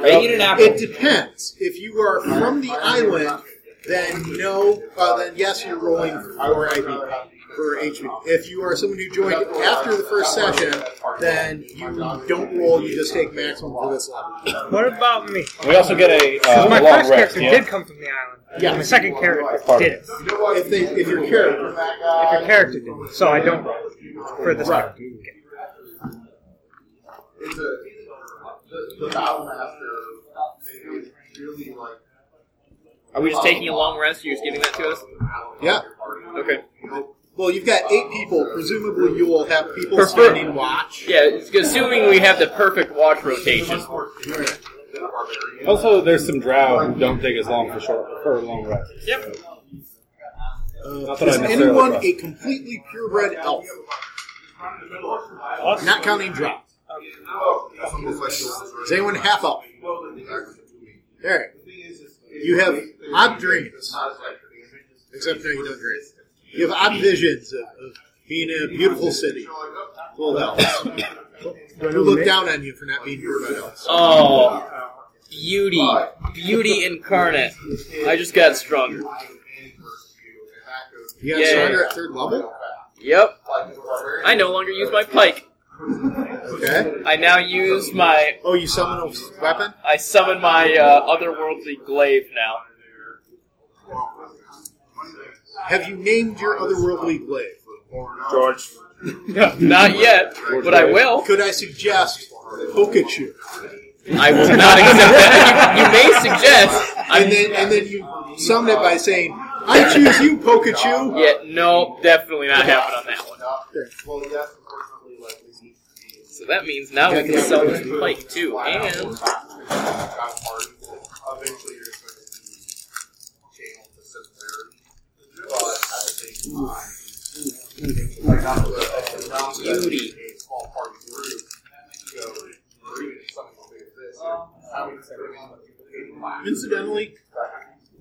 Speaker 10: I eat an apple.
Speaker 1: It depends. If you are from the island, then no. Uh, then yes, you're rolling for IB for HP. If you are someone who joined after the first session, then you don't roll. You just take maximum for this level.
Speaker 14: What about me?
Speaker 7: We also get a, uh,
Speaker 14: Because my
Speaker 7: a long
Speaker 14: first
Speaker 7: rest.
Speaker 14: character
Speaker 7: yeah?
Speaker 14: did come from the island.
Speaker 1: Yeah.
Speaker 14: And my second character
Speaker 7: Pardon.
Speaker 14: did it.
Speaker 1: If they, if your character,
Speaker 14: If your character did it. So I don't roll for this
Speaker 1: Right.
Speaker 14: one.
Speaker 3: it's a, the, the battle master, is really like,
Speaker 2: Are we just taking a long rest? You're just giving that to us?
Speaker 1: yeah.
Speaker 2: Okay.
Speaker 1: Well, you've got eight people. Presumably, you will have people standing watch.
Speaker 2: Yeah, it's assuming we have the perfect watch rotation.
Speaker 7: Also, there's some drow who don't take as long for short for a long rest.
Speaker 2: Yep.
Speaker 1: Uh,
Speaker 7: Not that I
Speaker 1: is
Speaker 7: necessarily
Speaker 1: anyone
Speaker 7: trust.
Speaker 1: a completely purebred elf? Not counting drop.
Speaker 3: Oh,
Speaker 1: Is anyone half elf? There. You have odd dreams. Except no, you don't dream. You have odd visions of, of being in a beautiful city full of elves who look down on you for not being purebred elves.
Speaker 2: Oh, beauty. Beauty incarnate. I just got strung.
Speaker 1: You got
Speaker 2: Yeah.
Speaker 1: surrender at third level?
Speaker 2: Yep. I no longer use my pike.
Speaker 1: Okay.
Speaker 2: I now use my.
Speaker 1: Oh, you summon a weapon?
Speaker 2: I summon my uh, otherworldly glaive now.
Speaker 1: Have you named your otherworldly glaive?
Speaker 7: George.
Speaker 2: Not yet, but I will.
Speaker 1: Could I suggest Pokachu?
Speaker 2: I will not accept that. You may suggest.
Speaker 1: And then, and then you summed it by saying I choose you, Pikachu.
Speaker 2: Yeah, no, definitely not happening on that one. So that means now we can sell this plate too, and
Speaker 30: Beauty.
Speaker 1: Incidentally,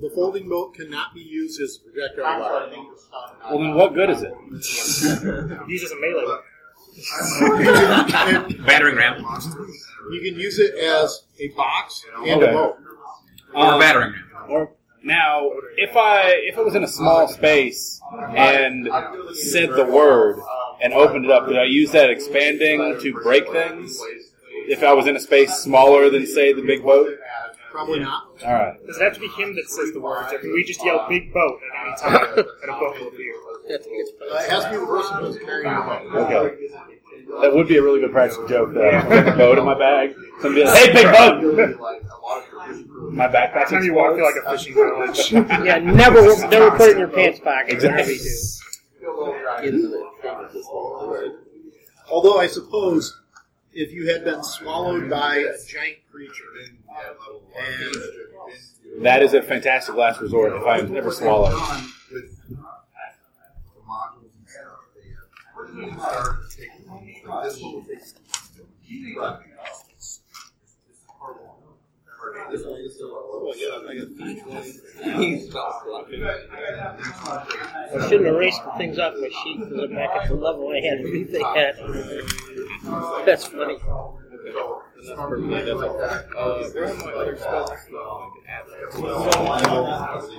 Speaker 1: the folding boat cannot be used as a projectile weapon.
Speaker 7: Well, then what good is it?
Speaker 1: Use as a melee
Speaker 7: Battering ram.
Speaker 1: You can use it as a box and a bow.
Speaker 7: Um, Or now, if I if it was in a small space and said the word and opened it up, did I use that expanding to break things? If I was in a space smaller than say the big boat,
Speaker 1: Probably not.
Speaker 7: all right.
Speaker 14: Does it have to be him that says the words? Or can we just yell big boat at any time and a boat will appear?
Speaker 1: Uh, it has to be the person who's carrying the bow.
Speaker 7: Okay. That would be a really good practical joke. Though. Big boat in my bag. Somebody else, hey, big boat. my backpack.
Speaker 14: Every time you walk, feel like a fishing village.
Speaker 3: yeah, never, never put it in your pants pocket. Whatever you do.
Speaker 1: Although I suppose if you had been swallowed by a giant creature and
Speaker 7: That is a fantastic last resort if I am ever swallowed.
Speaker 30: uh,
Speaker 3: I shouldn't have erased the things off my sheet because I'm back at the level I had to be at. That's funny.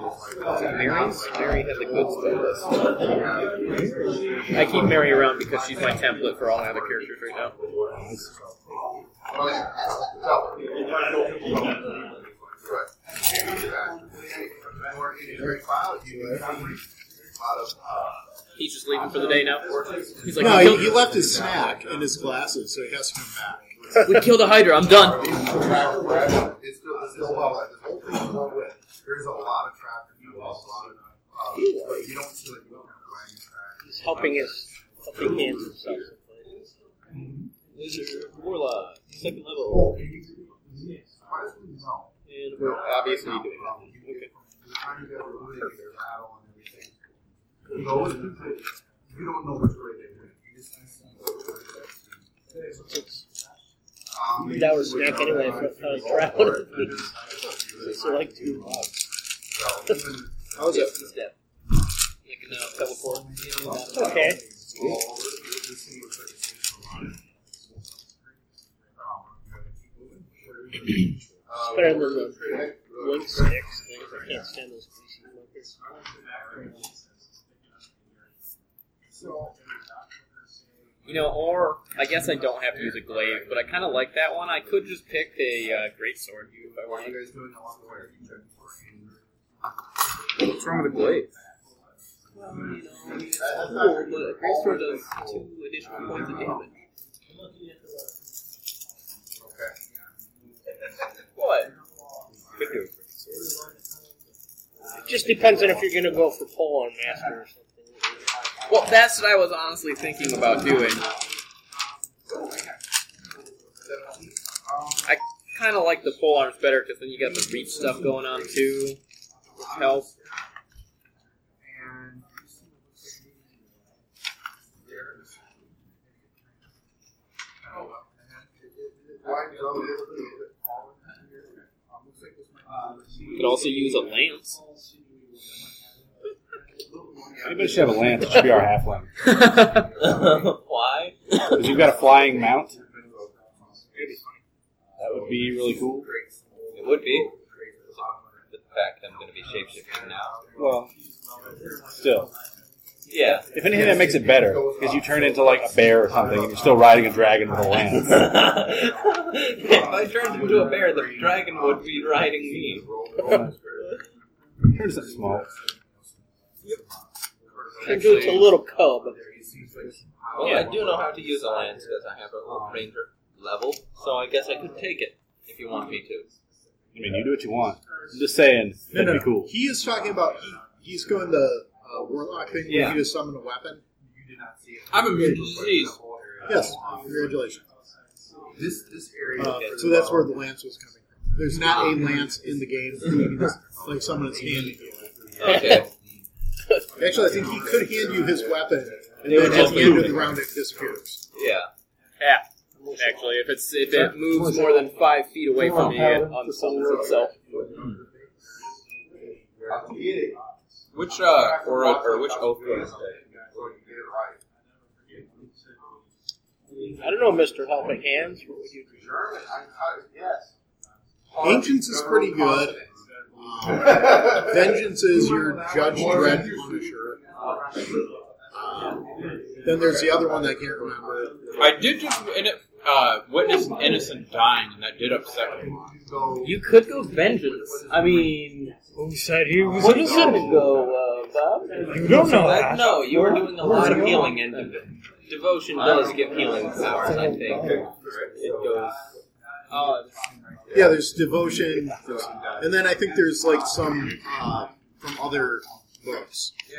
Speaker 2: Mary's Mary had the good spell list. I keep Mary around because she's my template for all my other characters right now.
Speaker 30: uh,
Speaker 2: He's just leaving for the day now. He's like,
Speaker 1: no,
Speaker 2: we,
Speaker 1: he,
Speaker 2: killed,
Speaker 1: he left his snack and his glasses, so he has to come back.
Speaker 2: we killed a Hydra. I'm done.
Speaker 30: There's a lot of traffic. you know, a lot of, uh, but you don't feel like you don't have to
Speaker 3: He's helping his helping hands and stuff.
Speaker 2: Warlock, second level. And we're obviously doing that. Okay.
Speaker 3: That was snack anyway. I was drowned. so like two bucks.
Speaker 1: How was it?
Speaker 2: You can uh, teleport.
Speaker 3: Okay. It's better than the link sticks. things. I can't stand those greasy linkers.
Speaker 2: You know, or I guess I don't have to use a glaive, but I kind of like that one. I could just pick a uh, great sword if I want.
Speaker 6: What's wrong with the glaive?
Speaker 2: Cool, but a great sword does two additional points of damage. What?
Speaker 3: It just depends on if you're going to go for pole on master or
Speaker 2: Well, that's what I was honestly thinking about doing. I kind of like the pole arms better because then you got the reach stuff going on too, which helps. Could also use a lance.
Speaker 7: Anybody should have a lance. It should be our halfling.
Speaker 2: Why?
Speaker 7: Because you've got a flying mount. That would be really cool.
Speaker 6: It would be. The fact I'm going to be shapeshifting now.
Speaker 7: Well, still.
Speaker 6: Yeah.
Speaker 7: If anything, that makes it better. Because you turn into like a bear or something and you're still riding a dragon with a lance.
Speaker 6: if I turned into a bear, the dragon would be riding me.
Speaker 7: Turns into small.
Speaker 3: something. Actually, it's a little cub.
Speaker 6: Well, I do know how to use a lance because I have a little ranger level, so I guess I could take it if you want me to.
Speaker 7: I mean, you do what you want. I'm just saying.
Speaker 1: No, no,
Speaker 7: That'd be cool.
Speaker 1: He is talking about he, he's going the uh, warlock thing yeah. where you just summon a weapon. You did not see it.
Speaker 3: I'm immune to disease.
Speaker 1: Yes, congratulations.
Speaker 31: This this area.
Speaker 1: Uh, so that's where the lance was coming from. There's not a lance in the game. You can just, like someone that's handing you.
Speaker 3: Okay.
Speaker 1: Actually, I think he could hand you his weapon, and then at the end of the round it disappears.
Speaker 3: Yeah.
Speaker 10: Yeah. Actually, if it's if it moves more than five feet away from me, it unsummons itself.
Speaker 3: Which uh or, or which oath?
Speaker 2: I don't know, Mister Helping Hands. What would you
Speaker 31: do?
Speaker 1: Ancients is pretty good. Uh, vengeance is your Judge Dread Punisher. Uh, then there's the other one that I can't remember.
Speaker 3: I did just in it, uh, witness an innocent dying, and that did upset me.
Speaker 6: You could go vengeance. I mean,
Speaker 32: who said he was
Speaker 6: what
Speaker 32: innocent?
Speaker 6: What are you go, uh, Bob?
Speaker 32: You don't know that.
Speaker 6: No, you were doing a lot of healing, and devotion does give healing powers. I think it goes. Uh,
Speaker 1: yeah, there's devotion, and then I think there's like some uh, from other books.
Speaker 6: Yeah,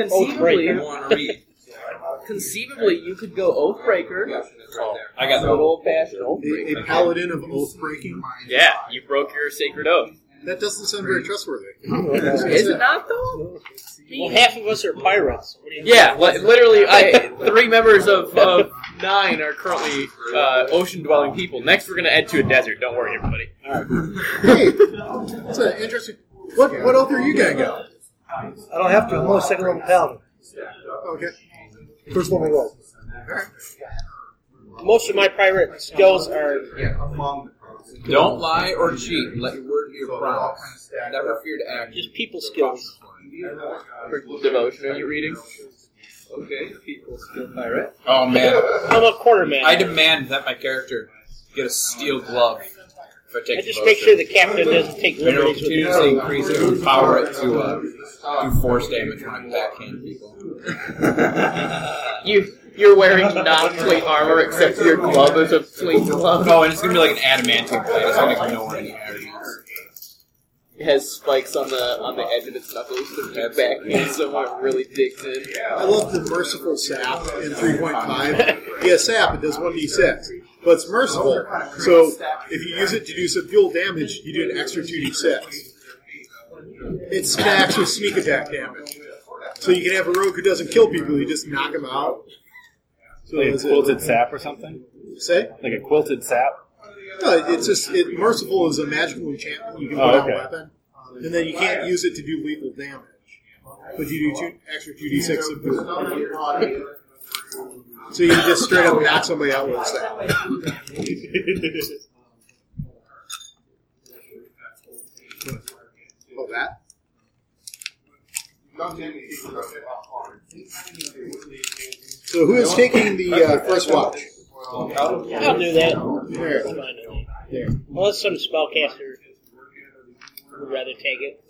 Speaker 2: Oh,
Speaker 6: conceivably, you want to read. Conceivably, you could go Oathbreaker.
Speaker 3: Oh, I got the
Speaker 6: old fashioned
Speaker 1: Oathbreaker. A, a paladin of oath breaking.
Speaker 10: Yeah, you broke your sacred oath.
Speaker 1: That doesn't sound very trustworthy.
Speaker 6: Is it not though?
Speaker 2: Well, half of us are pirates.
Speaker 10: Yeah, li- literally, I three members of, of nine are currently uh, ocean-dwelling people. Next, we're going to head to a desert. Don't worry, everybody.
Speaker 1: hey, that's an interesting. What what oath are you going to go?
Speaker 33: I don't have to. I'm only second level paladin.
Speaker 1: Okay.
Speaker 33: First level roll.
Speaker 2: Most of my pirate skills are
Speaker 3: don't lie or cheat. Let your word be your promise. Never fear to act.
Speaker 2: Just people skills.
Speaker 10: Devotion, are you reading?
Speaker 3: Okay, people skill pirate.
Speaker 10: Oh man,
Speaker 2: I'm a quarterman.
Speaker 3: I demand that my character get a steel glove. If I, take
Speaker 2: I just
Speaker 3: devotion.
Speaker 2: make sure the captain doesn't take
Speaker 3: You know,
Speaker 2: liberties with me.
Speaker 3: continuously increase it with power it to uh, do force damage when I backhand people.
Speaker 10: You you're wearing non-plate armor except your glove is a plate glove.
Speaker 3: Oh, and it's gonna be like an adamantium plate. It's gonna ignore any adamant.
Speaker 10: It has spikes on the on the edge of its knuckles to the back and someone really digs in.
Speaker 1: I love the merciful sap in 3.5. yeah, sap, it does 1d6. But it's merciful, so if you use it to do some dual damage, you do an extra 2d6. It stacks with sneak attack damage. So you can have a rogue who doesn't kill people, you just knock them out. So
Speaker 7: Like a
Speaker 1: is it-
Speaker 7: quilted sap or something?
Speaker 1: Say?
Speaker 7: Like a quilted sap?
Speaker 1: No, it- it's just it, merciful is a magical enchantment you can put
Speaker 7: Oh,
Speaker 1: on
Speaker 7: okay.
Speaker 1: a weapon, and then you can't use it to do lethal damage. But you do two, extra two d six of dual. damage. So you just straight up knock somebody out with a sap. Oh, that? So who is taking the uh, first watch?
Speaker 2: I'll do that.
Speaker 1: There.
Speaker 2: It's fine.
Speaker 1: There.
Speaker 2: Unless some spellcaster would rather take it.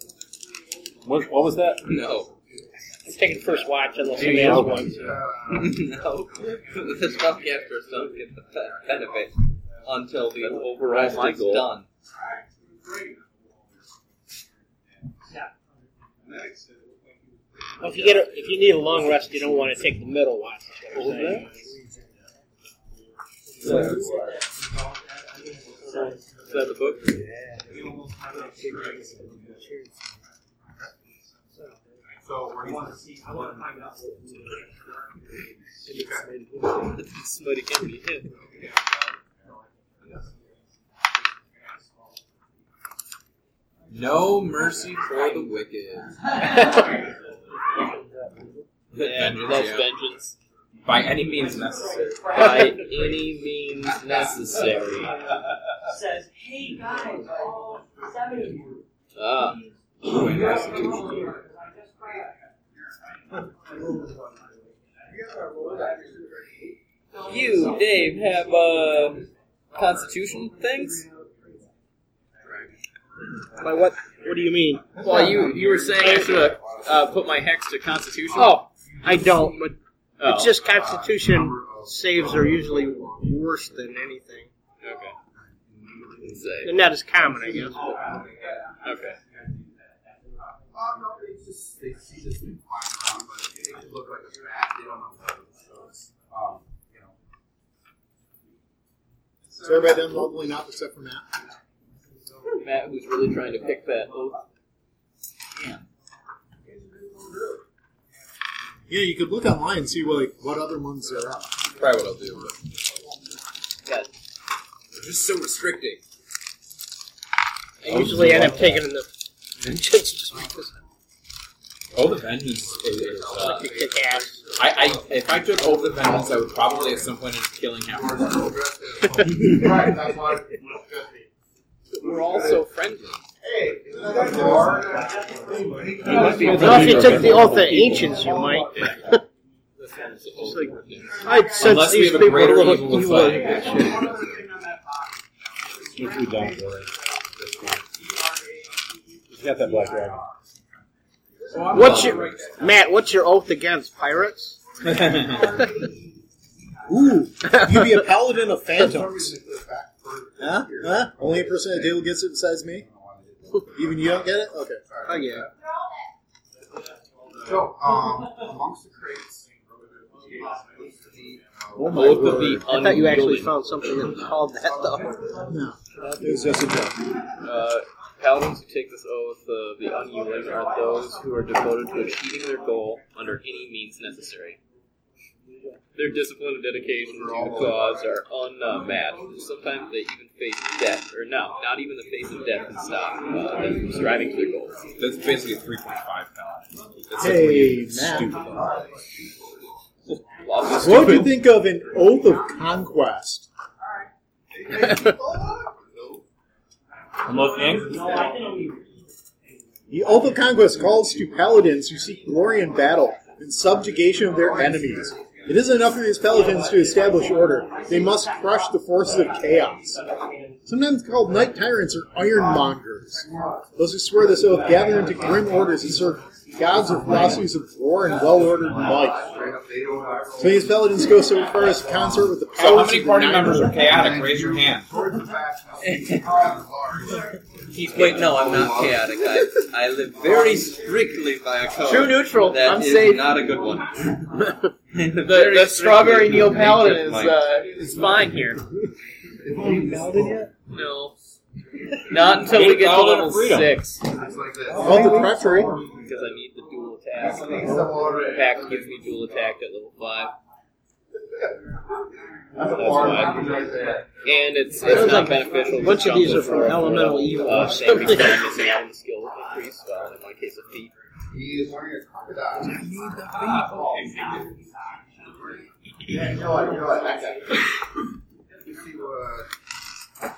Speaker 7: What, what was that?
Speaker 6: No,
Speaker 2: I'm taking first watch unless somebody else wants.
Speaker 6: no. the spellcasters don't get the pe- benefit until the
Speaker 10: override
Speaker 6: override
Speaker 10: my
Speaker 6: is
Speaker 10: goal.
Speaker 6: done.
Speaker 2: Well, if you get a, if you need a long rest, you don't want to take the middle watch. is what I'm saying.
Speaker 10: Is that the book? Somebody can be hit.
Speaker 3: No mercy for the wicked. Vengeance,
Speaker 10: That's
Speaker 3: yeah.
Speaker 10: vengeance.
Speaker 3: By any means necessary.
Speaker 10: By any means necessary.
Speaker 14: says, hey guys, all seven of you.
Speaker 10: Ah.
Speaker 6: You, Dave, have uh, constitution things?
Speaker 2: By what? What do you mean?
Speaker 10: Well, you you were saying I should have uh, put my hex to Constitution.
Speaker 2: Oh, I don't. But
Speaker 10: Oh.
Speaker 2: it's just Constitution saves are usually worse than anything.
Speaker 10: okay.
Speaker 2: They're not as common, I guess. but-
Speaker 10: Okay.
Speaker 3: uh, no, they just they see this thing flying around, but it could look like a bat. They don't know what it is. So it's, um, you know.
Speaker 1: Is everybody done leveling up except for Matt?
Speaker 10: Matt, who's really trying to pick that oath.
Speaker 7: Oh,
Speaker 10: Damn.
Speaker 1: Yeah, you could look online and see what, like what other ones are up.
Speaker 7: Probably what I'll do.
Speaker 10: Yeah.
Speaker 7: Just so restricting.
Speaker 2: I
Speaker 10: Oh.
Speaker 2: usually end up taking the vengeance just because
Speaker 7: Over the Vengeance is. is, uh,
Speaker 2: I kick ass.
Speaker 7: I, I, if I took Over the Vengeance, I would probably at some point end up killing him.
Speaker 3: right, that's why.
Speaker 10: We're all so friendly.
Speaker 2: Well, if you took the oath of ancients, you might. Just like, I sense
Speaker 7: Unless we
Speaker 2: these
Speaker 7: have a
Speaker 2: people
Speaker 7: greater
Speaker 2: are
Speaker 7: evil
Speaker 2: looking
Speaker 7: with
Speaker 2: evil.
Speaker 7: fire.
Speaker 34: Which we don't really. He's got that black dragon.
Speaker 2: What's your Matt? What's your oath against pirates?
Speaker 1: Ooh, you'd be a paladin of phantoms. huh? Huh? Only a person at the table gets it besides me. Even you don't get it. Okay.
Speaker 2: I get it.
Speaker 3: So, um, amongst the crates,
Speaker 2: Oh
Speaker 10: my Oath of the
Speaker 2: I thought you actually
Speaker 10: Unyielding.
Speaker 2: found something that called that though.
Speaker 1: No, it was just a joke.
Speaker 10: Uh, paladins who take this oath of the unyielding are those who are devoted to achieving their goal under any means necessary. Their discipline and dedication to the cause are unmatched. Sometimes they even face death, or no, not even the face of death can stop uh, them from striving to their goals.
Speaker 7: That's basically a 3.5 paladin. That's
Speaker 1: Hey,
Speaker 7: simply
Speaker 1: Matt.
Speaker 7: stupid.
Speaker 1: What would you think of an oath of conquest? The oath of conquest calls to paladins who seek glory in battle and subjugation of their enemies. It isn't enough for these paladins to establish order; they must crush the forces of chaos. Sometimes called night tyrants or ironmongers. Those who swear this oath gather into grim orders and serve gods or philosophies of war and well-ordered life. So these paladins go so far as to consort with the powers
Speaker 7: So how many
Speaker 1: of the
Speaker 7: party
Speaker 1: Nine
Speaker 7: members are
Speaker 1: Lords.
Speaker 7: chaotic? Raise your hand.
Speaker 6: Wait, no, I'm not chaotic. I, I live very strictly by a code.
Speaker 10: True neutral.
Speaker 6: That
Speaker 10: I'm
Speaker 6: is
Speaker 10: safe.
Speaker 6: not a good one.
Speaker 10: The, the strawberry neo paladin is
Speaker 6: Mike.
Speaker 10: uh, is fine here. No, not until we
Speaker 7: Eight
Speaker 10: get to
Speaker 7: paladin
Speaker 10: level
Speaker 7: of freedom.
Speaker 10: six
Speaker 1: Of the preferee.
Speaker 10: because I need the dual attack. Pact gives me dual attack at level five.
Speaker 3: That's
Speaker 10: And it's,
Speaker 2: Sounds
Speaker 10: it's not
Speaker 2: like
Speaker 10: beneficial.
Speaker 2: a bunch
Speaker 10: to
Speaker 2: of these
Speaker 10: jump
Speaker 2: are from
Speaker 10: for-
Speaker 2: Elemental
Speaker 10: for,
Speaker 2: Evil
Speaker 10: Uh,
Speaker 2: or
Speaker 10: saving
Speaker 2: something.
Speaker 10: throw is the element skill increase. Well, in my case, a feat.
Speaker 3: He is wearing a crocodile. Yeah, no, I don't like that. You see what?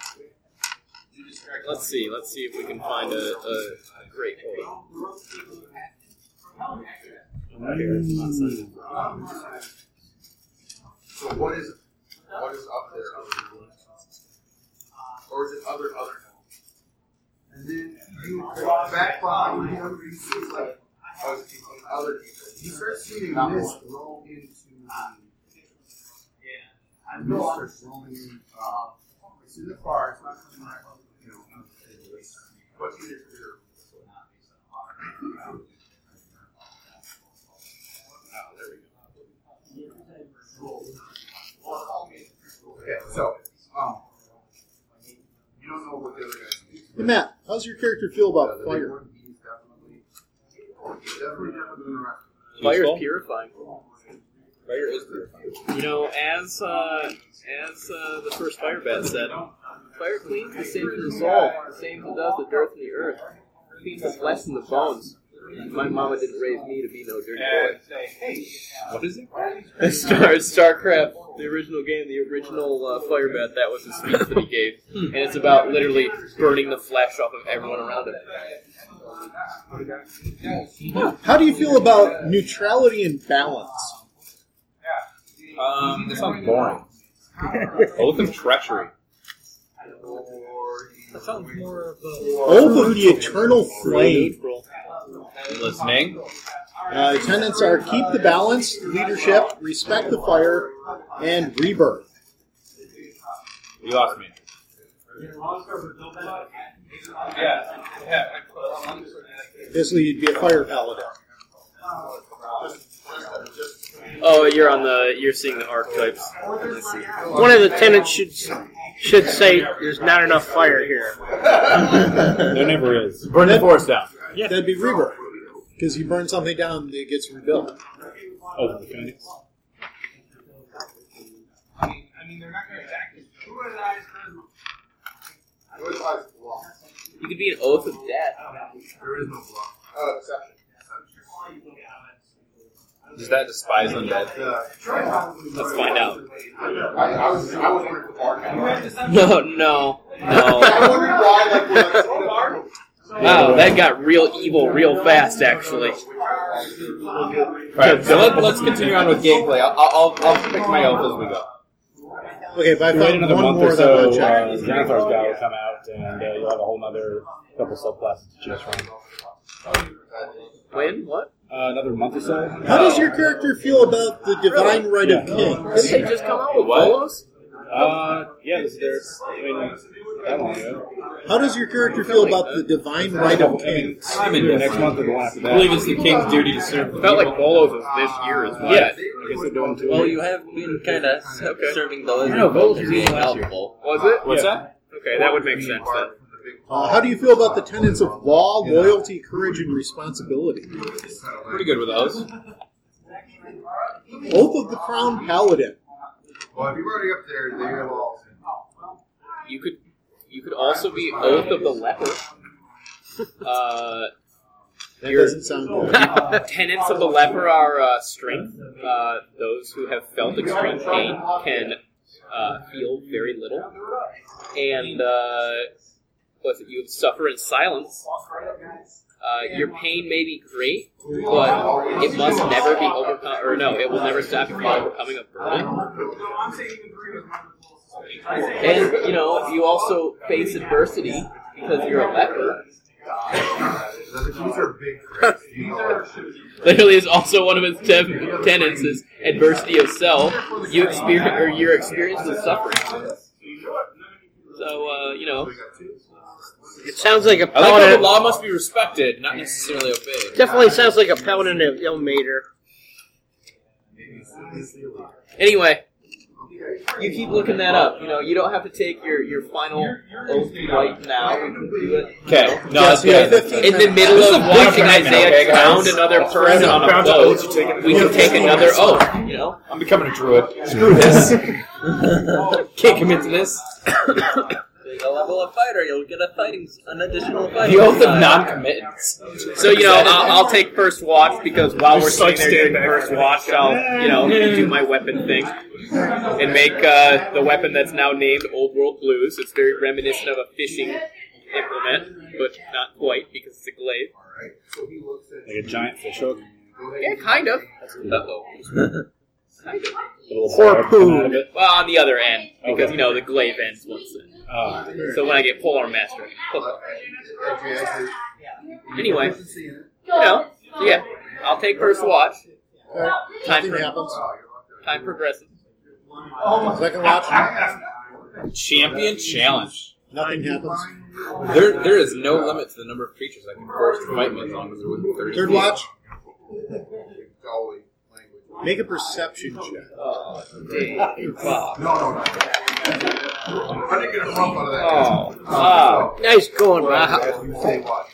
Speaker 10: Let's see. Let's see if we can find a, a great point.
Speaker 3: Um, So what is what is up there? Or is it other other? And then you back behind him, you see like other people. Other people. You start seeing this roll into. Yeah. I know. Start rolling in. Uh, it's in the car. It's not coming right. up, You know. But it is there. Okay, so, um, you don't know what the other guy's doing.
Speaker 1: Hey, Matt, how's your character feel about fire?
Speaker 3: He's definitely, he's definitely different than the rest.
Speaker 10: Fire is purifying.
Speaker 7: Fire is purifying.
Speaker 10: You know, as uh, as uh, the first fire bat said, fire cleans the same from the soul, the same as it does the dirt and the earth. It cleans the flesh and the bones. My mama didn't raise me to be no dirty boy.
Speaker 7: What is it?
Speaker 10: Star Starcraft, the original game, the original uh, fire bat, that was the speech that he gave, and it's about literally burning the flesh off of everyone around him.
Speaker 1: How do you feel about neutrality and balance?
Speaker 10: uh,
Speaker 7: Um, that sounds boring. Oath of Treachery.
Speaker 3: Or
Speaker 1: Oath of the Eternal Flame.
Speaker 7: Listening.
Speaker 1: Uh, the tenets are keep the balance, leadership, respect the fire, and rebirth.
Speaker 7: You lost me.
Speaker 3: he-
Speaker 1: Basically, you'd be a fire paladin.
Speaker 2: Oh, you're on the you're seeing the archetypes.
Speaker 19: One of the tenants should should say there's not enough fire here.
Speaker 7: there never is. Burn the forest down.
Speaker 1: Yeah. That'd be rebirth. Because you burn something down, it gets rebuilt.
Speaker 7: Oh, the Phoenix.
Speaker 29: I mean, they're not going to attack you.
Speaker 6: You could be an oath of death.
Speaker 3: There is no block. Oh, exception.
Speaker 10: Does that despise undead?
Speaker 2: Let's find out.
Speaker 3: I, I was I was wondering if the bar kind of
Speaker 2: No, no,
Speaker 3: I
Speaker 2: no.
Speaker 3: wondered why like we're like oh, bar?
Speaker 2: Wow, that got real evil real fast, actually.
Speaker 10: All right, so let, us continue on with gameplay. I'll, I'll, I'll pick my elf as we go.
Speaker 1: Okay, if I
Speaker 7: Wait
Speaker 1: found
Speaker 7: another
Speaker 1: one
Speaker 7: month
Speaker 1: more
Speaker 7: or
Speaker 1: that I
Speaker 7: so,
Speaker 1: would
Speaker 7: uh,
Speaker 1: check.
Speaker 7: Xanathar's guy will come out, and uh, you'll have a whole other couple subclasses to choose from.
Speaker 2: When? What?
Speaker 7: Uh, another month or so.
Speaker 1: How does your character feel about the divine right of
Speaker 7: Yeah.
Speaker 1: kings?
Speaker 2: Didn't they just come out with
Speaker 7: What?
Speaker 2: Bolos?
Speaker 7: Uh, yeah, this is their. I mean, that long ago.
Speaker 1: How does your character feel about the divine right of
Speaker 7: I mean,
Speaker 1: kings?
Speaker 10: I'm
Speaker 7: either
Speaker 10: in
Speaker 7: next month or the one after
Speaker 10: I believe
Speaker 7: that.
Speaker 10: it's the king's duty to serve. the
Speaker 2: Felt like
Speaker 10: people.
Speaker 2: Bolos was this year as well.
Speaker 7: Yeah, I guess they're doing two.
Speaker 6: Well, you have been kind of
Speaker 2: Okay.
Speaker 6: serving the lizard.
Speaker 7: I know, Bose was
Speaker 6: being
Speaker 7: used last year.
Speaker 6: helpful.
Speaker 2: Was it?
Speaker 10: What's
Speaker 7: Yeah.
Speaker 10: that?
Speaker 2: Okay, that would make sense then.
Speaker 1: Uh, how do you feel about the tenets of law, loyalty, courage, and responsibility?
Speaker 10: Pretty good with those.
Speaker 1: Oath of the Crown Paladin.
Speaker 3: Well, if you're already up there, they have all.
Speaker 2: You could you could also be Oath of the Leper. Uh,
Speaker 1: That
Speaker 2: You're-
Speaker 1: doesn't sound good.
Speaker 2: Uh, tenants of the leper are uh, strength. Uh, those who have felt extreme pain can uh, heal very little. And uh, what's it? You suffer in silence. Uh, your pain may be great, but it must never be overcome. Or no, it will never stop you from overcoming a burden.
Speaker 6: And you know, you also face adversity because you're a leper.
Speaker 3: These are big. crates. These are
Speaker 2: Literally, is also one of its ten- tenants is adversity of self. You experience or your experience is suffering. So uh, you know,
Speaker 19: It sounds like a
Speaker 10: I like how the
Speaker 19: paladin.
Speaker 10: law must be respected, not necessarily obeyed.
Speaker 19: Definitely sounds like a paladin of Ilmater.
Speaker 2: Anyway,
Speaker 6: You keep looking that up. You know, you don't have to take your your final oath right now. You can do it.
Speaker 10: Okay, no,
Speaker 1: Yes,
Speaker 10: that's
Speaker 1: we have
Speaker 10: good.
Speaker 1: 15
Speaker 2: in the
Speaker 1: minutes.
Speaker 2: middle
Speaker 10: This is
Speaker 2: of
Speaker 10: a
Speaker 2: watching
Speaker 10: boyfriend, okay,
Speaker 2: Isaiah
Speaker 10: guys?
Speaker 2: found another person on a boat, we can take another oath.
Speaker 6: You know,
Speaker 10: I'm becoming a druid. Screw this. Can't commit to this.
Speaker 6: take a level of fighter, you'll get a fighting an additional fighting.
Speaker 10: The oath of
Speaker 6: style.
Speaker 10: non-committance.
Speaker 2: So you know, I'll, I'll take first watch because while we're
Speaker 29: Just,
Speaker 2: sitting
Speaker 29: like,
Speaker 2: there doing
Speaker 29: stand back.
Speaker 2: first watch, I'll you know do my weapon thing and make uh, the weapon that's now named Old World Blues. It's very reminiscent of a fishing implement, but not quite because it's a glaive.
Speaker 7: Like a giant fish hook.
Speaker 2: Yeah, kind of.
Speaker 6: Uh-oh.
Speaker 7: A little barb coming out of it.
Speaker 2: Well, on the other end because
Speaker 7: Okay.
Speaker 2: you know the glaive ends once. in.
Speaker 7: Uh,
Speaker 2: So when I get polearm master, anyway, you know, so yeah, I'll take first watch. Time
Speaker 1: Nothing
Speaker 2: for-
Speaker 1: happens.
Speaker 3: oh,
Speaker 2: Time progresses.
Speaker 1: Second watch,
Speaker 10: Champion challenge.
Speaker 1: nothing happens.
Speaker 10: There, there is no limit to the number of creatures I can force to fight me as long as they're within 30
Speaker 1: Third
Speaker 10: feet.
Speaker 1: watch,
Speaker 3: Dolly language.
Speaker 1: make a perception check.
Speaker 3: No, no, no. I didn't get a hump out of that.
Speaker 2: Oh,
Speaker 3: Uh,
Speaker 19: Nice going,
Speaker 3: so,
Speaker 19: Rob.
Speaker 3: as you say what?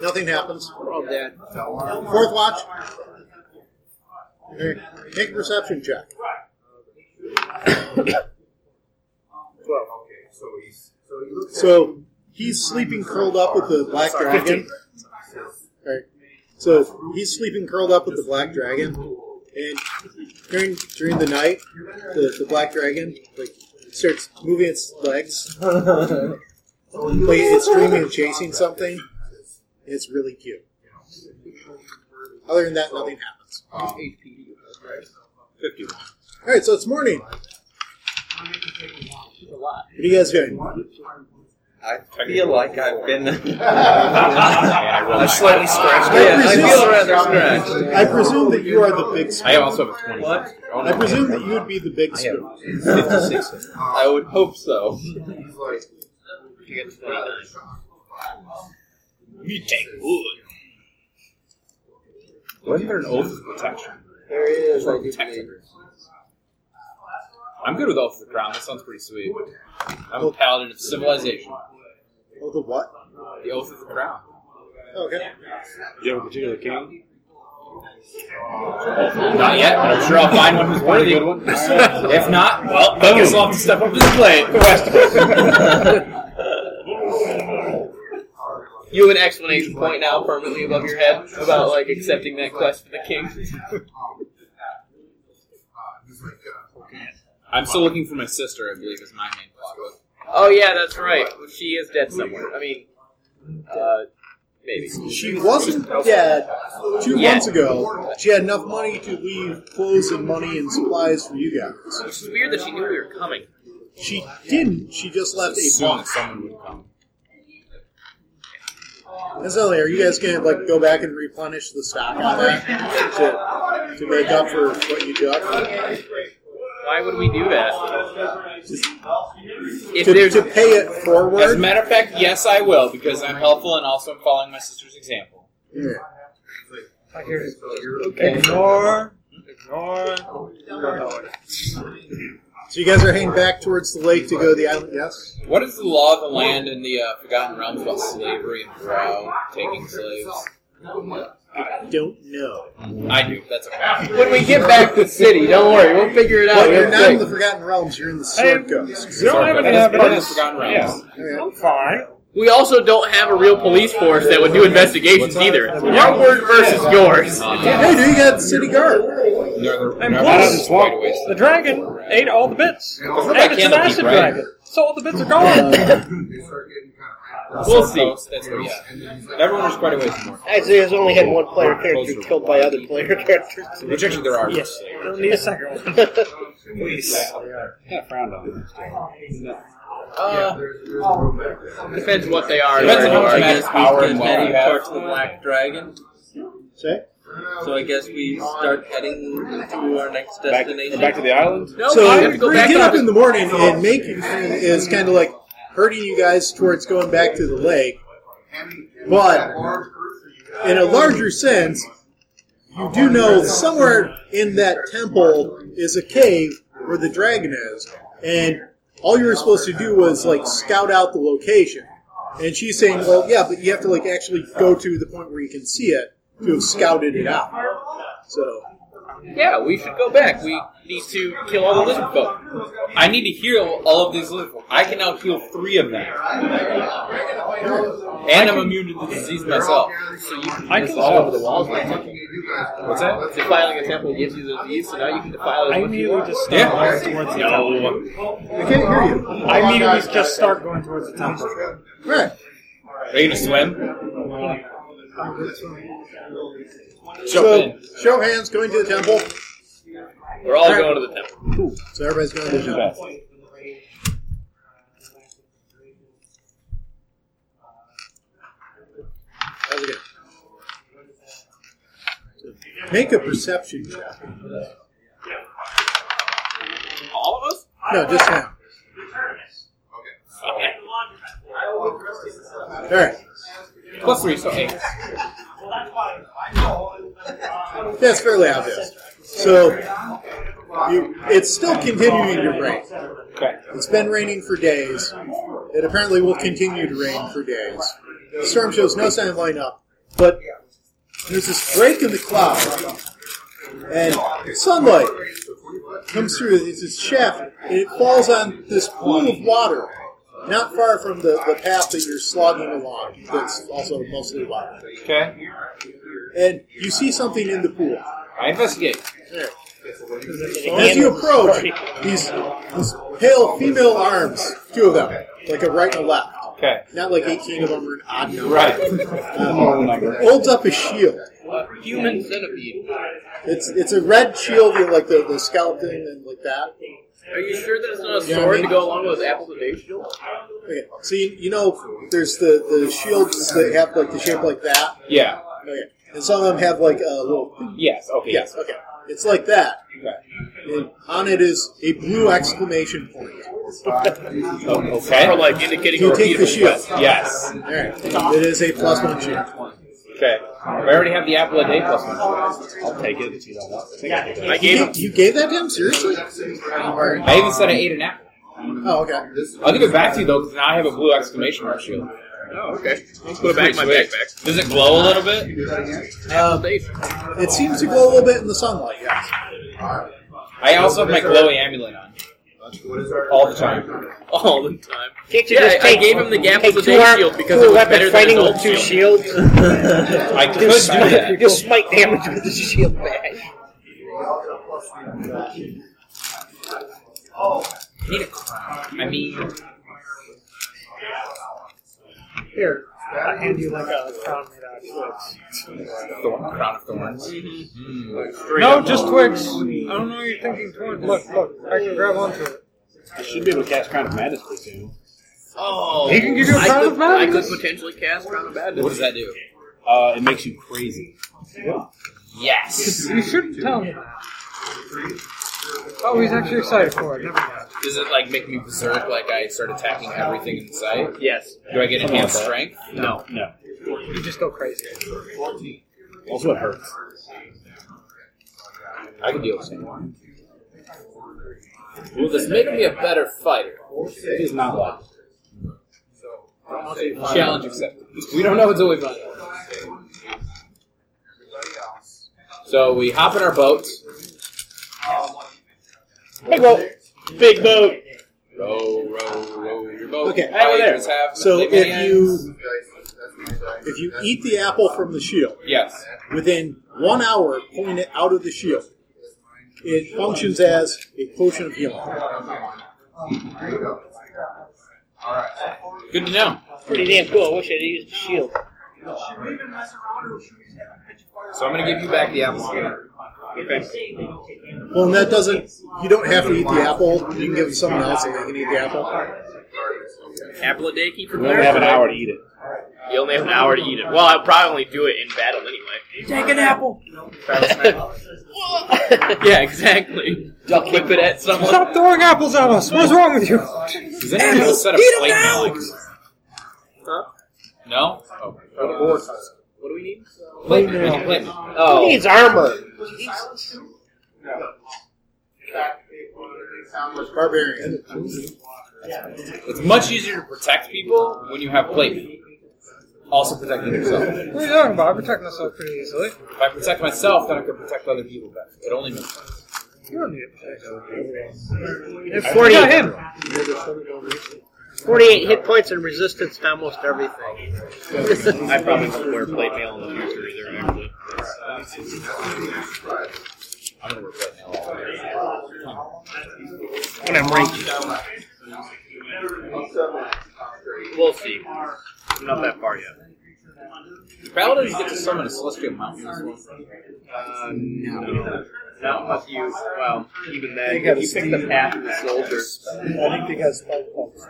Speaker 1: Nothing happens.
Speaker 19: Oh, Dad.
Speaker 1: Fourth watch, Okay, make a perception check.
Speaker 3: Well, okay, so he's so he looks
Speaker 1: So he's sleeping curled up with the black dragon. Alright. So he's sleeping curled up with the black dragon, and during during the night, the, the black dragon like starts moving its legs, like it's dreaming and chasing something. It's really cute. Other than that, nothing happens. All right, so it's morning. What are you guys doing?
Speaker 6: I feel like I've been.
Speaker 10: I slightly scratched.
Speaker 6: Yeah, I feel rather scratched.
Speaker 1: I presume that you are the big spoon.
Speaker 10: I also have a 20.
Speaker 6: What?
Speaker 10: Oh, no.
Speaker 1: I presume that you would be the big spoon.
Speaker 10: 56. I would hope so.
Speaker 3: he's like
Speaker 2: You get to-
Speaker 3: shocked.
Speaker 10: You take wood.
Speaker 7: Wasn't there an oath of protection?
Speaker 17: There is. I do
Speaker 10: believe. I'm good with Oath of the Crown. That sounds pretty sweet. I'm a paladin of civilization.
Speaker 1: Oh, the what?
Speaker 10: The Oath of the Crown.
Speaker 1: Okay.
Speaker 7: Do you have a particular king?
Speaker 10: Not yet, but I'm sure I'll find one who's worthy. if not, well, I guess I'll have to step up his plate.
Speaker 5: You have an explanation point now permanently above your head about like accepting that quest for the king.
Speaker 3: Um, uh,
Speaker 10: I'm still looking for my sister, I believe, is my main plot.
Speaker 5: oh yeah, that's right. She is dead somewhere. I mean, uh, maybe.
Speaker 1: She wasn't dead two
Speaker 5: Yeah.
Speaker 1: months ago. She had enough money to leave clothes and money and supplies for you guys.
Speaker 5: Which is weird that she knew we were coming.
Speaker 1: She didn't. She just left a
Speaker 10: Soon
Speaker 1: box.
Speaker 10: someone would come.
Speaker 1: And so, are you guys gonna like go back and replenish the stock on that to, to make up for what you took?
Speaker 5: Why would we do that? If
Speaker 1: to,
Speaker 5: there's
Speaker 1: to pay it forward.
Speaker 10: As a matter of fact, yes, I will because I'm helpful and also I'm following my sister's example.
Speaker 1: Yeah.
Speaker 14: Ignore. Ignore.
Speaker 1: So you guys are heading back towards the lake to go to the island. Yes.
Speaker 10: What is the law of the land in the uh, Forgotten Realms about slavery and drow taking slaves?
Speaker 1: I don't know.
Speaker 10: I do. That's okay.
Speaker 5: when we get back to the city, don't worry, we'll figure it out.
Speaker 1: But you're
Speaker 5: real
Speaker 1: not in
Speaker 5: quick.
Speaker 1: the Forgotten Realms. You're in the Sword
Speaker 14: Hey,
Speaker 1: Coast.
Speaker 14: You don't have any
Speaker 10: That's- that is
Speaker 14: evidence.
Speaker 10: Forgotten Realms.
Speaker 14: I'm fine.
Speaker 5: We also don't have a real police force that would do investigations either. Our word versus yours.
Speaker 1: Hey, do you got the city guard?
Speaker 14: And
Speaker 7: Adam
Speaker 14: plus,
Speaker 7: Swamp.
Speaker 14: the dragon ate all the bits. And it's an
Speaker 10: Candlekeep,
Speaker 14: acid
Speaker 10: right?
Speaker 14: dragon. So all the bits are gone.
Speaker 10: We'll see. That's, yeah. Everyone was quite a ways more.
Speaker 19: Actually, has only had one player character killed by other player characters.
Speaker 10: Which actually there are.
Speaker 14: Yes. Don't need a second one. Please.
Speaker 7: Yeah, frowned on.
Speaker 10: Uh,
Speaker 5: Depends what they are.
Speaker 10: Depends on how much
Speaker 5: Sorry.
Speaker 10: magic power and what you have.
Speaker 6: Towards the black dragon.
Speaker 1: Say.
Speaker 6: So I guess we start heading to our next
Speaker 7: Back,
Speaker 6: destination.
Speaker 7: back to the island?
Speaker 5: No,
Speaker 1: so
Speaker 5: we have to go back
Speaker 1: get
Speaker 5: on
Speaker 1: up
Speaker 5: the-
Speaker 1: in the morning and making is kind of like hurting you guys towards going back to the lake, but in a larger sense, you do know somewhere in that temple is a cave where the dragon is, and all you were supposed to do was like scout out the location. And she's saying, "Well, yeah, but you have to like actually go to the point where you can see it to have scouted it out." So
Speaker 5: Yeah, we should go back. We need to kill all the lizard folk.
Speaker 10: I need to heal all of these little. I can now heal three of them. And I'm immune to the disease myself.
Speaker 5: So you can
Speaker 14: I
Speaker 5: just
Speaker 14: can-
Speaker 5: all over the walls. by temple.
Speaker 10: What's that?
Speaker 5: Defiling a temple gives you the disease, so now you can defile as
Speaker 14: I
Speaker 5: much as you
Speaker 14: immediately
Speaker 5: want.
Speaker 14: just start
Speaker 10: Yeah.
Speaker 14: going towards the temple.
Speaker 1: I can't hear you.
Speaker 14: I immediately just start going towards the temple.
Speaker 1: Right.
Speaker 10: Are you gonna swim?
Speaker 1: So, show of hands going to the temple.
Speaker 5: We're all going to the temple.
Speaker 1: So everybody's going to the temple. How's it going? Make a perception check.
Speaker 5: All of us?
Speaker 1: No, just now. All right.
Speaker 10: Plus three, so eight.
Speaker 1: That's fairly obvious. So you, it's still continuing to rain. It's been raining for days. It apparently will continue to rain for days. The storm shows no sign of lighting up, but there's this break in the cloud, and sunlight comes through. It's this shaft, and it falls on this pool of water, not far from the, the path that you're slogging along. That's also mostly water.
Speaker 10: Okay.
Speaker 1: And you see something in the pool.
Speaker 10: I investigate.
Speaker 1: As you approach, these, these pale female arms, two of them, like a right and a left.
Speaker 7: Okay.
Speaker 1: Not like 18 of them or an odd number.
Speaker 7: Right.
Speaker 1: Um, holds up a shield.
Speaker 5: A human centipede.
Speaker 1: It's it's a red shield with like the, the scallop thing and like that.
Speaker 5: Are you sure that it's not a
Speaker 1: Yeah, I
Speaker 5: sword to
Speaker 1: mean-
Speaker 5: go along with those apples of day shield?
Speaker 1: Okay. So you, you know there's the, the shields that have like the shape like that.
Speaker 7: Yeah.
Speaker 1: Okay. And some of them have like a little
Speaker 7: Yes. Okay.
Speaker 1: Yes, okay. It's like that.
Speaker 7: Okay.
Speaker 1: And on it is a blue exclamation point.
Speaker 7: Okay.
Speaker 5: Or like indicating a
Speaker 1: You take
Speaker 5: repeatable
Speaker 1: the shield.
Speaker 5: quest.
Speaker 7: Oh, Yes.
Speaker 1: All right. It is a plus one shield.
Speaker 7: Okay.
Speaker 10: I already have the apple at day plus one.
Speaker 7: I'll take it if you don't want it.
Speaker 1: I gave him. You gave that to him seriously?
Speaker 10: I even said I ate an apple.
Speaker 1: Oh, okay.
Speaker 10: I'll give it back to you though, because now I have a blue exclamation mark shield.
Speaker 2: Oh, okay. Let's put it back in my backpack.
Speaker 10: Does it glow a little bit?
Speaker 1: Um, it seems to glow a little bit in the sunlight. Yes.
Speaker 10: I also have my glowy amulet on. All the time.
Speaker 2: All the time.
Speaker 19: Can't you
Speaker 2: Yeah,
Speaker 19: just
Speaker 2: I
Speaker 19: take,
Speaker 2: gave him the gap
Speaker 19: take
Speaker 2: of the
Speaker 19: two
Speaker 2: day
Speaker 19: arm-
Speaker 2: shield because
Speaker 19: two
Speaker 2: it was
Speaker 19: weapon
Speaker 2: better than
Speaker 19: fighting
Speaker 2: his
Speaker 19: with
Speaker 2: old
Speaker 19: two
Speaker 2: shield.
Speaker 19: shields.
Speaker 10: I could do that.
Speaker 19: Just smite damage with the shield back.
Speaker 10: Need a crown. I mean,
Speaker 14: Here, I hand you like a crown made out of twigs.
Speaker 10: thorn, crown of thorns.
Speaker 14: No, just twigs. I don't know you're thinking twigs. Look, look, I can grab onto it.
Speaker 7: I should be able to cast Crown of Madness pretty soon.
Speaker 2: Oh,
Speaker 14: He can give you a
Speaker 2: I
Speaker 14: crown
Speaker 2: could-
Speaker 14: of madness.
Speaker 2: I could potentially cast Crown of Madness.
Speaker 10: What does that do?
Speaker 7: Uh, it makes you crazy.
Speaker 10: Yes.
Speaker 14: You shouldn't tell him. Oh, he's actually excited for it. Never mind.
Speaker 10: Does it like make me berserk? Like I start attacking everything in sight?
Speaker 2: Yes.
Speaker 10: Do I get enhanced strength?
Speaker 2: No.
Speaker 7: No.
Speaker 14: You just go crazy.
Speaker 7: Also, it hurts.
Speaker 10: I can deal with it. Will this make me a better fighter?
Speaker 7: It is not like
Speaker 10: Challenge accepted. We don't know until we find out. So we hop in our boats.
Speaker 14: Big boat. Big boat.
Speaker 10: Row, row, row your boat.
Speaker 1: Okay.
Speaker 10: All you
Speaker 7: there.
Speaker 10: just have
Speaker 1: So
Speaker 10: lemon
Speaker 1: if
Speaker 10: ends.
Speaker 1: you if you eat the apple from the shield
Speaker 10: yes,
Speaker 1: within one hour, of pulling it out of the shield, it functions as a potion of healing.
Speaker 10: good to know.
Speaker 19: Pretty damn cool. I wish I'd used the shield.
Speaker 10: So I'm gonna give you back the apple. scanner.
Speaker 1: Well, and that doesn't. You don't have to eat the apple. You can give it to someone else, and they can eat the apple.
Speaker 2: Apple a day keeper.
Speaker 7: We only have an hour to eat it.
Speaker 2: You only have an hour to eat it. Well, I'll probably only do it in battle anyway.
Speaker 19: Take an apple.
Speaker 2: yeah, exactly. I'll whip it at someone.
Speaker 14: Stop throwing apples at us. What's wrong with you?
Speaker 10: Does anyone have a set of plate relics?
Speaker 2: Huh?
Speaker 10: No. Oh.
Speaker 2: What do we need?
Speaker 10: Plate, plate, plate.
Speaker 19: Who
Speaker 2: Oh,
Speaker 19: needs armor?
Speaker 1: Barbarian.
Speaker 10: It's much easier to protect people when you have plate. Also protecting yourself.
Speaker 14: What are you talking about? I protect myself pretty easily.
Speaker 10: If I protect myself, then I can protect other people better. It only makes sense.
Speaker 14: You don't need to protect
Speaker 19: They're 40,
Speaker 14: got him.
Speaker 19: 48 hit points and resistance to almost everything.
Speaker 2: I probably won't wear plate mail in the future either. Actually,
Speaker 10: I'm gonna replay now.
Speaker 19: When I'm ranked.
Speaker 2: we'll see. I'm not that far yet.
Speaker 10: Paladins get to summon a celestial mountain. as well.
Speaker 2: Uh, no. Not unless you, well, even then,
Speaker 17: You gotta
Speaker 2: if you pick
Speaker 17: see.
Speaker 2: the path of the soldier.
Speaker 17: I
Speaker 1: Um,
Speaker 17: think they got spike points.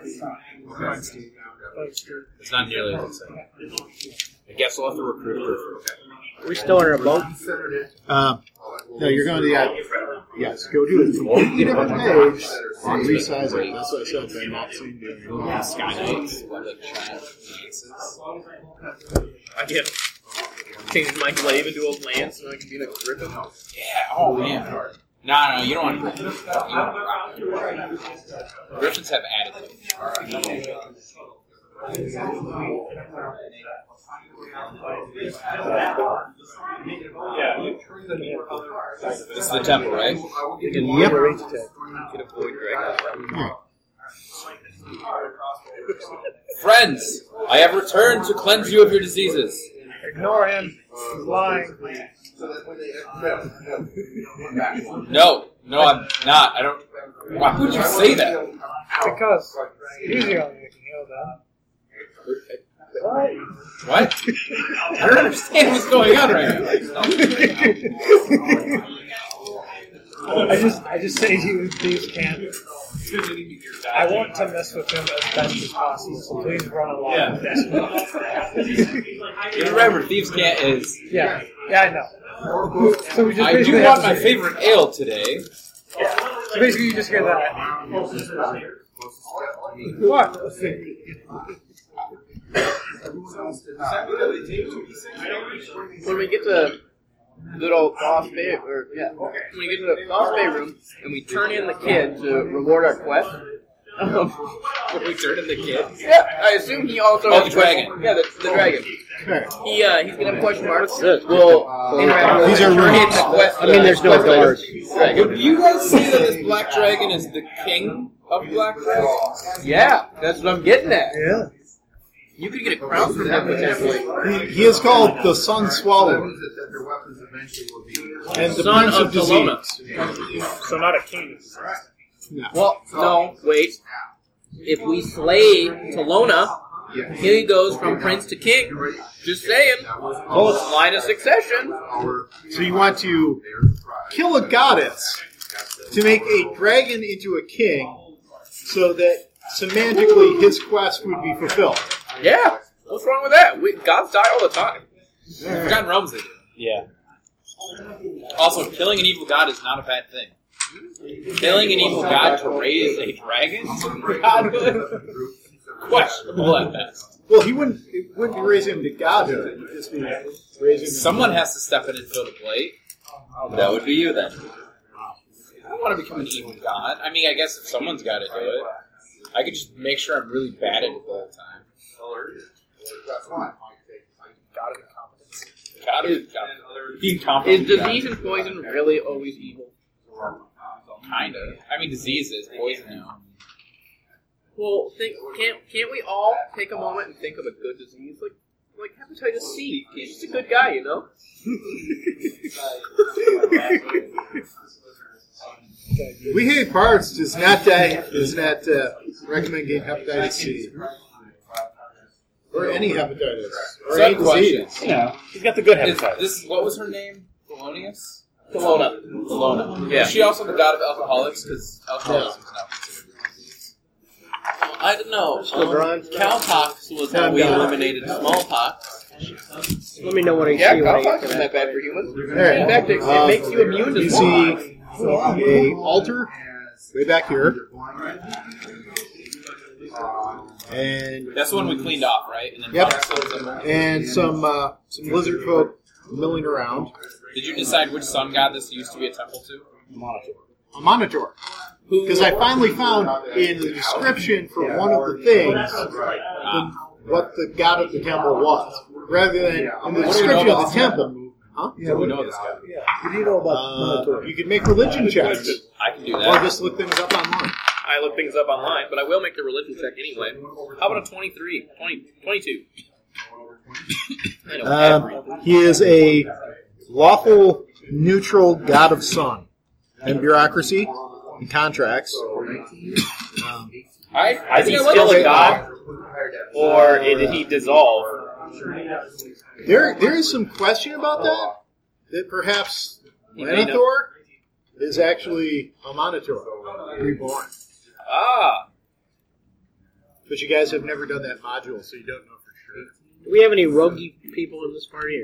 Speaker 10: It's not nearly as insane. I guess we'll have to recruit her.
Speaker 19: We're still in our boat.
Speaker 1: Um, no, you're going to the Yes, go do it. From a different page. Resize it. That's what I said. They're not seen doing.
Speaker 10: Yeah, Sky Knights. Like giant lances.
Speaker 2: I get change my glaive into a lance, and I can be like griffin.
Speaker 10: Yeah, oh man. No, no, you don't want Griffins. You don't want Griffins. Griffins have attitude. This is the temple, right?
Speaker 1: Yep.
Speaker 10: Friends, I have returned to cleanse you of your diseases.
Speaker 14: Ignore him. He's lying.
Speaker 10: No, no, I'm not. I don't. Why would you say that?
Speaker 14: Because usually I can heal that.
Speaker 10: What? I don't understand what's going on right now.
Speaker 14: I just, I just say to you, please can't. I want to mess with him as best as possible, so please run along.
Speaker 10: Yeah.
Speaker 14: with this.
Speaker 10: You remember, Thieves' Cat is.
Speaker 14: yeah, yeah, I know. So we just
Speaker 10: I
Speaker 14: basically
Speaker 10: do
Speaker 14: have
Speaker 10: want
Speaker 14: to
Speaker 10: my
Speaker 14: say-
Speaker 10: favorite ale today.
Speaker 14: So basically, you just hear that. What?
Speaker 2: When we get to good old boss bay, or yeah, when we get to the boss bay room and we turn in the kid to reward our quest. Um,
Speaker 10: we turn in the kid.
Speaker 2: yeah, I assume he also.
Speaker 10: Oh, the dragon.
Speaker 2: Yeah, the, the dragon. He uh, he's gonna have question marks. Good.
Speaker 1: These are rooms.
Speaker 2: quest,
Speaker 19: I mean, there's no
Speaker 2: quest item.
Speaker 19: doors.
Speaker 2: Right.
Speaker 10: Would you guys say that this black dragon is the king of black dragons?
Speaker 2: Yeah, that's what I'm getting at.
Speaker 17: Yeah.
Speaker 2: You could get a crown from him potentially.
Speaker 1: He, he is called the Sun Swallower and the
Speaker 2: Son
Speaker 1: Prince
Speaker 2: of
Speaker 1: of Disease.
Speaker 29: So not a king.
Speaker 2: Well, no, wait. If we slay Talona, he goes from prince to king. Just saying. Oh, it's line of succession.
Speaker 1: So you want to kill a goddess to make a dragon into a king, so that semantically his quest would be fulfilled.
Speaker 2: Yeah. What's wrong with that? We, gods die all the time.
Speaker 10: I've gotten realms they do.
Speaker 7: Yeah.
Speaker 10: Also, killing an evil god is not a bad thing. Killing an evil god to raise a dragon? Godhood? Questionable at best.
Speaker 1: Well, he wouldn't. It wouldn't raise him to godhood. It would just be raise him. to-
Speaker 10: Someone has to step in and fill the plate. That would be you then. I don't want to become an evil god. I mean, I guess if someone's got to do it, I could just make sure I'm really bad at it the whole time. God of incompetence. Being
Speaker 2: Is
Speaker 10: competent.
Speaker 2: disease and poison really always evil?
Speaker 10: Kind of. I mean, disease is poison now.
Speaker 2: Well, think, can't can't we all take a moment and think of a good disease like like hepatitis C? He's just a good guy, you know.
Speaker 1: We hate parts does not die, does not uh, recommend getting hepatitis C or any hepatitis or any
Speaker 10: Side question.
Speaker 1: disease.
Speaker 7: You know, he's got the good
Speaker 10: Is,
Speaker 7: hepatitis.
Speaker 10: this what was her name? Polonius.
Speaker 2: Kelowna.
Speaker 10: Polona.
Speaker 2: Yeah.
Speaker 10: Is she also the god of alcoholics? Because alcoholism is not considered. a disease.
Speaker 6: I don't know.
Speaker 19: Still
Speaker 6: Um,
Speaker 19: bronze?
Speaker 6: cowpox was how we eliminated smallpox.
Speaker 19: Let me know what I
Speaker 2: Yeah,
Speaker 19: see. when I get
Speaker 2: cowpox
Speaker 19: to
Speaker 2: isn't
Speaker 19: that.
Speaker 2: that bad for humans.
Speaker 1: All
Speaker 2: In
Speaker 1: right.
Speaker 2: fact, it, it
Speaker 1: Um,
Speaker 2: makes you immune to
Speaker 1: You
Speaker 2: smallpox.
Speaker 1: see a altar way back here, and
Speaker 10: That's the one we cleaned off, right? And then
Speaker 1: Yep.
Speaker 10: found some-
Speaker 1: and some uh, some lizard folk milling around.
Speaker 10: Did you decide which sun god this used to be a temple to?
Speaker 1: A monitor, because I finally found in the description for one of the things the, what the god of the temple was, rather than in the description of the temple. Huh?
Speaker 17: Yeah,
Speaker 10: We
Speaker 17: what,
Speaker 10: know this guy.
Speaker 17: yeah. What do you know about
Speaker 1: Uh,
Speaker 17: Minotaur?
Speaker 1: you can make religion checks,
Speaker 10: I can do
Speaker 1: or
Speaker 10: that.
Speaker 1: just look things up online.
Speaker 2: I look things up online, but I will make the religion check anyway. How about a 23? 20, 22. I know everything.
Speaker 1: Um, he is a lawful, neutral god of sun and bureaucracy and contracts. Um,
Speaker 10: I, I
Speaker 18: Is he
Speaker 10: think I like
Speaker 18: still
Speaker 10: this
Speaker 18: a god? Or did he dissolve?
Speaker 1: there, there is some question about that. That perhaps Lanathor is actually a monitor reborn.
Speaker 2: Ah,
Speaker 1: But you guys have never done that module, so you don't know for
Speaker 19: Do we have any rogue people in this party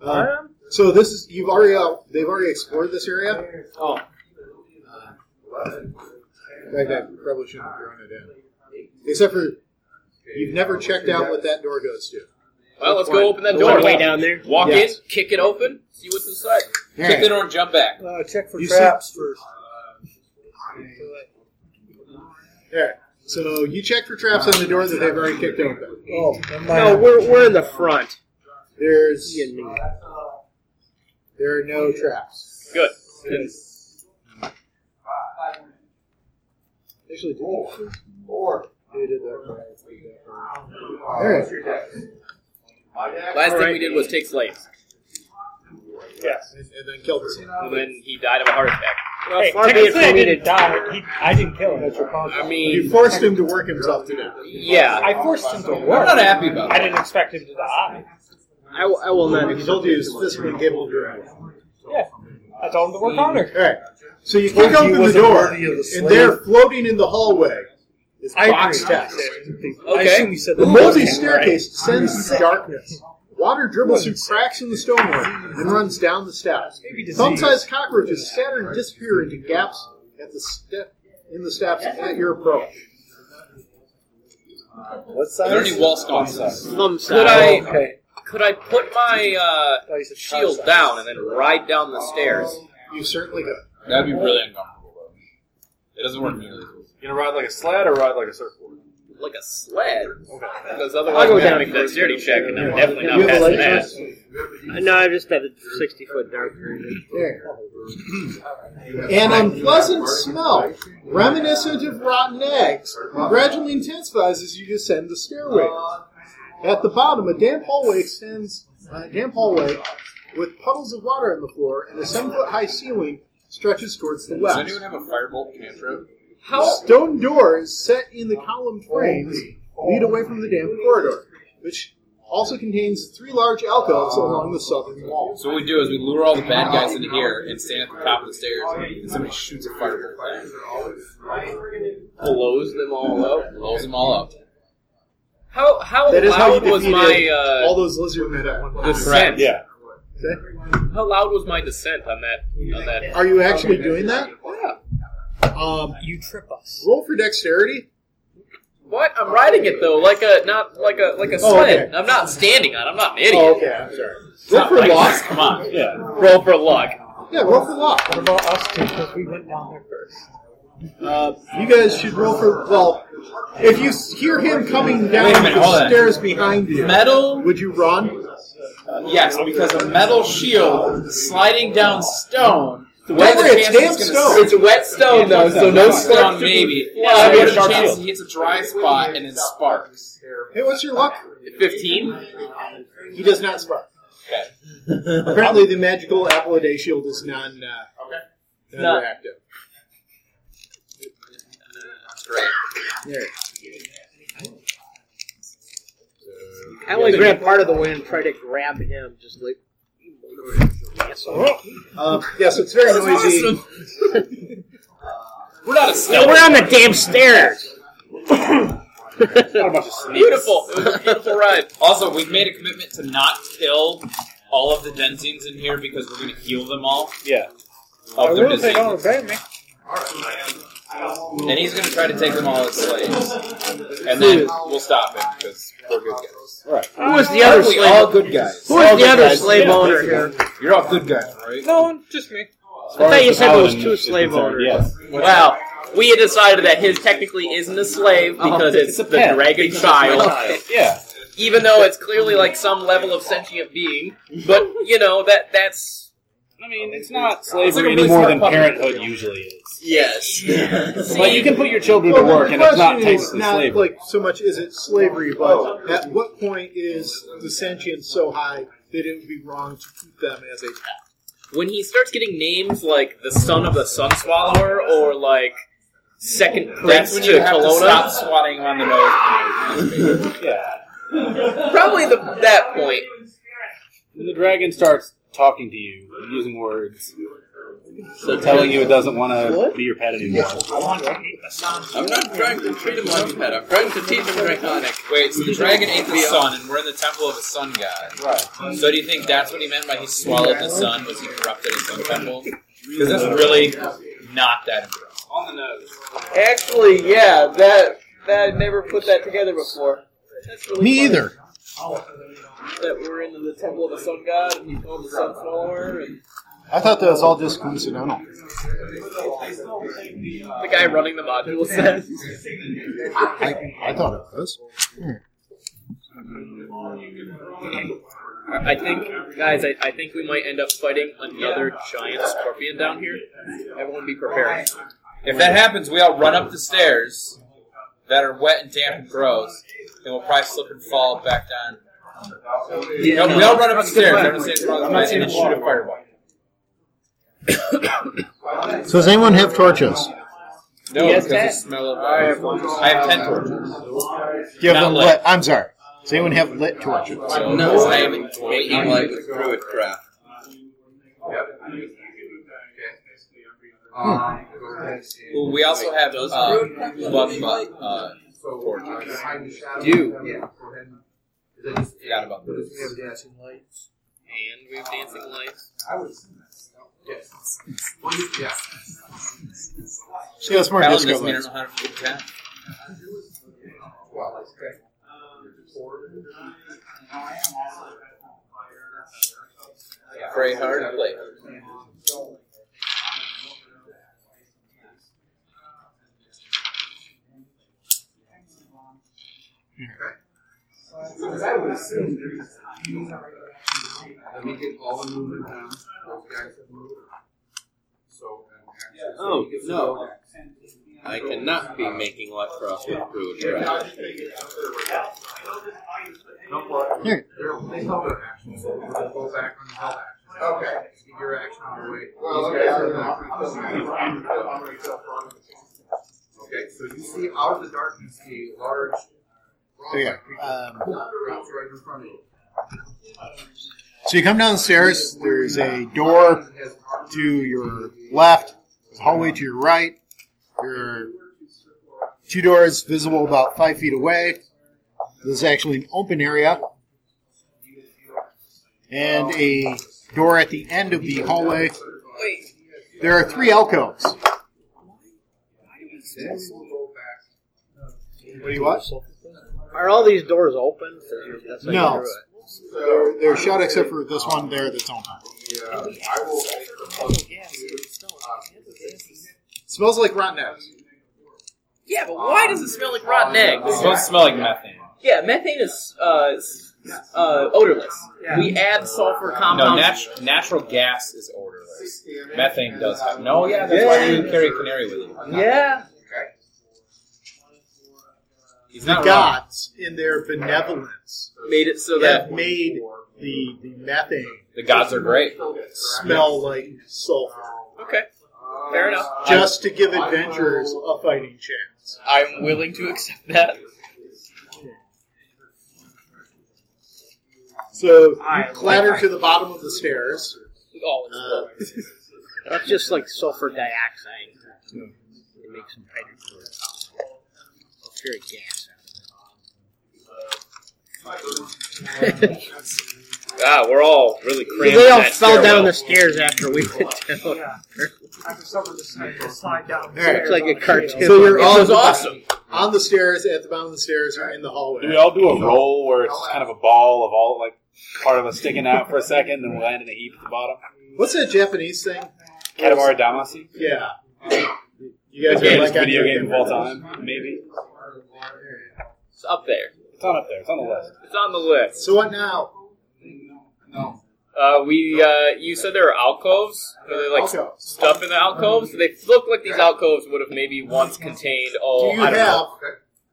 Speaker 19: or not?
Speaker 1: sure. Um, so this is you've already uh, they've already explored this area. Uh,
Speaker 2: Oh.
Speaker 1: In fact, I probably shouldn't have thrown it in. Except for you've never checked out what that door goes to.
Speaker 2: well, let's go open that
Speaker 19: The one
Speaker 2: door.
Speaker 19: way down there.
Speaker 2: Walk
Speaker 1: Yes.
Speaker 2: in, kick it open, see what's inside.
Speaker 10: Kick the door and jump back.
Speaker 17: Uh, check for
Speaker 1: You see-
Speaker 17: traps first.
Speaker 1: Alright. So you check for traps on the door that they've already kicked open.
Speaker 17: Oh, never mind.
Speaker 19: No, we're, we're in the front.
Speaker 1: There's
Speaker 19: You and me.
Speaker 1: there are no traps.
Speaker 2: Good.
Speaker 1: Actually, did you? Or you did that. Alright.
Speaker 2: Last thing we did was take slaves,
Speaker 29: Yes.
Speaker 1: And, and then killed us.
Speaker 2: and then he died of a heart attack.
Speaker 19: Well,
Speaker 29: hey,
Speaker 19: far be it
Speaker 29: technically I
Speaker 19: from me to
Speaker 29: didn't die. He, I didn't kill him.
Speaker 2: I
Speaker 1: You
Speaker 2: mean,
Speaker 1: forced him to work himself to death.
Speaker 2: yeah.
Speaker 29: I forced him to
Speaker 10: I'm
Speaker 29: work.
Speaker 10: not happy about
Speaker 29: I
Speaker 10: that.
Speaker 29: didn't expect him to die.
Speaker 19: I, will- I will not.
Speaker 1: He told you his fist would capable direct.
Speaker 29: Yeah. I told him to work harder.
Speaker 1: Alright. So you
Speaker 17: Well,
Speaker 1: kick
Speaker 17: he
Speaker 1: open the
Speaker 17: wasn't
Speaker 1: door,
Speaker 17: worthy of the
Speaker 1: and there,
Speaker 17: slave.
Speaker 1: floating in the hallway, is
Speaker 17: I
Speaker 1: box
Speaker 17: agree.
Speaker 1: text.
Speaker 17: I
Speaker 2: Okay.
Speaker 17: assume you said
Speaker 1: The
Speaker 17: that.
Speaker 1: moldy staircase descends into darkness. Water dribbles through cracks in the stonework and runs down the steps. Thumb-sized cockroaches scatter and disappear into gaps at the step in the steps at your approach.
Speaker 17: What size?
Speaker 10: Are there any wall sconces?
Speaker 2: Could I could I put my uh, shield down and then ride down the stairs?
Speaker 1: You certainly could.
Speaker 10: That'd be really uncomfortable. though. It doesn't work nearly. as well.
Speaker 7: You gonna ride like a sled or ride like a surfboard?
Speaker 2: Like a sled? Because otherwise,
Speaker 19: I'll go
Speaker 2: I'm gonna
Speaker 19: down
Speaker 2: make a dexterity check, and I'm definitely
Speaker 19: You
Speaker 2: not
Speaker 19: have a
Speaker 2: passing
Speaker 19: light
Speaker 2: that.
Speaker 19: Uh, No, I just have a 60 foot dark range.
Speaker 1: An unpleasant smell, reminiscent of rotten eggs, gradually intensifies as you descend the stairway. At the bottom, a damp hallway extends, a damp hallway with puddles of water on the floor and a seven-foot-high ceiling stretches towards the
Speaker 10: Does
Speaker 1: west.
Speaker 10: anyone have a firebolt cantrip?
Speaker 1: Stone doors set in the column frames lead away from the damp corridor, which also contains three large alcoves along the southern wall.
Speaker 10: So what we do is we lure all the bad guys into here and stand at the top of the stairs, and somebody shoots a firebolt.
Speaker 2: Blows them all up.
Speaker 10: Blows them all up.
Speaker 2: How how
Speaker 1: That is
Speaker 2: loud
Speaker 1: how you
Speaker 2: was
Speaker 1: defeated
Speaker 2: my
Speaker 1: all
Speaker 2: uh,
Speaker 1: those lizard men at one point.
Speaker 2: descent?
Speaker 7: Yeah.
Speaker 2: How loud was my descent on that on that?
Speaker 1: Are you actually doing that? Um,
Speaker 19: You trip us.
Speaker 1: roll for dexterity.
Speaker 2: What? I'm riding it though, like a not like a like a sled.
Speaker 1: Oh, okay.
Speaker 2: I'm not standing on. it. I'm not an idiot.
Speaker 1: Oh, okay, I'm sorry. Roll for luck.
Speaker 10: Come on.
Speaker 7: Yeah.
Speaker 2: Roll for luck.
Speaker 1: Yeah, roll for luck.
Speaker 14: What about us two? Because we went down there first.
Speaker 1: Uh, you guys should roll for well. If you s- hear him coming down
Speaker 10: Wait a minute, hold
Speaker 1: the
Speaker 10: on.
Speaker 1: stairs behind you,
Speaker 10: Metal?
Speaker 1: would you run?
Speaker 10: Yes, because a metal shield sliding down stone. Don't
Speaker 1: worry, it's damp stone.
Speaker 10: It's wet stone though, so no stone maybe.
Speaker 2: Yeah,
Speaker 10: I
Speaker 2: I mean,
Speaker 10: mean, a
Speaker 7: sharp
Speaker 10: chance
Speaker 7: shield.
Speaker 10: he hits a dry spot and then sparks.
Speaker 1: Hey, what's your luck?
Speaker 2: Fifteen.
Speaker 1: He does not spark.
Speaker 10: Okay.
Speaker 1: Apparently, the magical apple a day shield is non uh, non-reactive. There.
Speaker 19: I only grab part of the wind, try to grab him, just like.
Speaker 1: Uh, yeah, so it's very noisy.
Speaker 10: We're not a
Speaker 19: No,
Speaker 10: stealth.
Speaker 19: we're on the damn stairs!
Speaker 2: Beautiful. It was a beautiful ride.
Speaker 10: Also, we've made a commitment to not kill all of the dentines in here because we're going to heal them all
Speaker 7: Yeah.
Speaker 10: of their
Speaker 14: will take all
Speaker 10: diseases.
Speaker 14: the baby.
Speaker 10: And he's going to try to take them all as slaves. And then we'll stop him because we're good guys.
Speaker 7: Right.
Speaker 19: Who was the other
Speaker 10: Aren't we
Speaker 19: slave?
Speaker 10: all good guys.
Speaker 19: Who was
Speaker 7: All
Speaker 19: the
Speaker 7: good
Speaker 19: other
Speaker 7: guys.
Speaker 19: slave
Speaker 7: Yeah,
Speaker 19: owner here?
Speaker 10: You're all good guys, right?
Speaker 14: No, just me.
Speaker 7: I
Speaker 19: thought you said there was two slave owners.
Speaker 7: Yes.
Speaker 2: Well, we had decided that his technically isn't a slave because it's,
Speaker 7: a
Speaker 2: the
Speaker 7: pet.
Speaker 2: dragon child,
Speaker 7: Yeah.
Speaker 2: even though it's clearly like some level of sentient being. But you know that that's
Speaker 7: I mean, it's not slavery any more than parenthood usually is.
Speaker 2: yes.
Speaker 7: Like you can put your children to work, and
Speaker 1: the
Speaker 7: it's not
Speaker 1: question is
Speaker 7: technically
Speaker 1: not,
Speaker 7: slavery.
Speaker 1: like so much is it slavery, but at what point is the sentience so high that it would be wrong to keep them as a pet?
Speaker 2: when he starts getting names like the son of the sun swallower or like second
Speaker 10: That's
Speaker 2: prince
Speaker 10: when
Speaker 2: to
Speaker 10: you have to stop
Speaker 2: Kelowna,
Speaker 10: swatting him on the nose.
Speaker 7: Yeah.
Speaker 2: probably the, that point.
Speaker 7: When the dragon starts talking to you, using words, so telling you it doesn't want to be your pet anymore.
Speaker 6: I'm not trying to treat him like a pet. I'm trying to teach him draconic.
Speaker 10: Wait, so the dragon ate the sun, and we're in the temple of the sun god. Right. So do you think that's what he meant by he swallowed the sun? Was he corrupted his sun temple? Because that's really not that impressive. On the nose.
Speaker 6: Actually, yeah, that that I never put that together before. That's really
Speaker 17: Me
Speaker 6: funny
Speaker 17: either.
Speaker 6: That we're in the temple of the sun god and he's called the sun follower. And
Speaker 17: I thought that was all just coincidental.
Speaker 2: The guy running the module says,
Speaker 17: I, I thought it was.
Speaker 2: "I think, guys, I, I think we might end up fighting another giant scorpion down here. Everyone be prepared."
Speaker 10: If that happens, we all run up the stairs that are wet and damp and gross, and we'll probably slip and fall back down. No, we all run up the stairs. Everyone stays around the bed and then shoot a fireball.
Speaker 17: So does anyone have torches?
Speaker 10: No,
Speaker 19: Yes,
Speaker 10: because
Speaker 19: Pat.
Speaker 10: the smell of I have, I have ten torches.
Speaker 17: Do you have
Speaker 10: Not
Speaker 17: them
Speaker 10: lit.
Speaker 17: lit? I'm sorry. Does anyone have lit torches?
Speaker 6: no, I am making light with druid craft.
Speaker 3: Um, go ahead and stand.
Speaker 10: Ooh, Hmm. we also have those uh, bug bug, uh, torches.
Speaker 3: Behind the shadow.
Speaker 10: Do.
Speaker 3: Yeah. Go ahead and- is that just-
Speaker 10: Forgot about those.
Speaker 3: We have dancing lights.
Speaker 2: And we have dancing lights.
Speaker 3: I would assume that's. Yes. Well, you- yeah.
Speaker 17: Yeah, it's more
Speaker 10: Paladin
Speaker 17: disco
Speaker 10: doesn't
Speaker 17: lights.
Speaker 10: know how to do that.
Speaker 3: Well,
Speaker 35: Very hard to play.
Speaker 3: Because I would assume there's. Let me get all the movement down. Those guys have moved. So. um,
Speaker 10: Oh, no. I cannot be making lacrosse with food.
Speaker 3: Don't worry. They're- They held their action, so we'll go back on the held action. Okay. Your action on the way. These guys are not- Okay, so you see out of the darkness a large.
Speaker 1: Yeah,
Speaker 3: Um. Right in front of you.
Speaker 1: So you come downstairs. There's a door to your left, there's a hallway to your right. There are two doors visible about five feet away. There's actually an open area and a door at the end of the hallway. There are three alcoves. What do you want?
Speaker 36: Are all these doors open? That's how you
Speaker 1: No.
Speaker 36: do it.
Speaker 1: They're, they're shut except for this one there that's open. Smells like rotten eggs.
Speaker 2: Yeah, but why does it smell like rotten eggs?
Speaker 7: It doesn't smell like methane.
Speaker 2: Yeah, methane is uh, s- uh, odorless. We add sulfur
Speaker 7: No,
Speaker 2: compounds.
Speaker 7: nat- natural gas is odorless. Methane does have. No, yeah, that's why you carry a canary with you.
Speaker 2: yeah.
Speaker 7: He's
Speaker 1: The
Speaker 7: not wrong.
Speaker 1: gods, in their benevolence,
Speaker 2: Made it so
Speaker 1: have
Speaker 2: that
Speaker 1: made the, the methane
Speaker 7: The gods are great.
Speaker 1: smell like sulfur,
Speaker 2: okay, fair enough.
Speaker 1: just to give adventurers a fighting chance.
Speaker 2: I'm willing to accept that.
Speaker 1: So you clatter to the bottom of the stairs.
Speaker 2: All
Speaker 1: Uh,
Speaker 36: That's just like sulfur dioxide. It makes them tighter. Pure gas.
Speaker 2: Ah, we're all really cramped.
Speaker 36: they
Speaker 2: in
Speaker 36: all
Speaker 2: that
Speaker 36: fell down
Speaker 2: stairwell.
Speaker 36: the stairs after we went down.
Speaker 14: I just suffered the slide, the slide down.
Speaker 1: All right.
Speaker 36: It's like a cartoon.
Speaker 1: So you're
Speaker 2: It
Speaker 1: all
Speaker 2: was awesome.
Speaker 1: on the stairs, at the bottom of the stairs, or in the hallway.
Speaker 7: Do we all do a roll where it's kind of a ball of all like part of us sticking out for a second, then we'll end in a heap at the bottom?
Speaker 1: What's that Japanese thing?
Speaker 7: Katamari Damacy?
Speaker 1: Yeah. You guys are
Speaker 7: Greatest
Speaker 1: like on
Speaker 7: video
Speaker 1: your-
Speaker 7: game of all time, maybe.
Speaker 2: It's up there.
Speaker 7: It's on up there. It's on the list.
Speaker 2: It's on the list.
Speaker 1: So what now?
Speaker 2: Uh, we uh, you said there are alcoves. Are there like
Speaker 1: Alcoves.
Speaker 2: stuff in the alcoves? They look like these alcoves would have maybe once contained
Speaker 1: Do
Speaker 2: all.
Speaker 1: you
Speaker 2: I
Speaker 1: have
Speaker 2: don't know.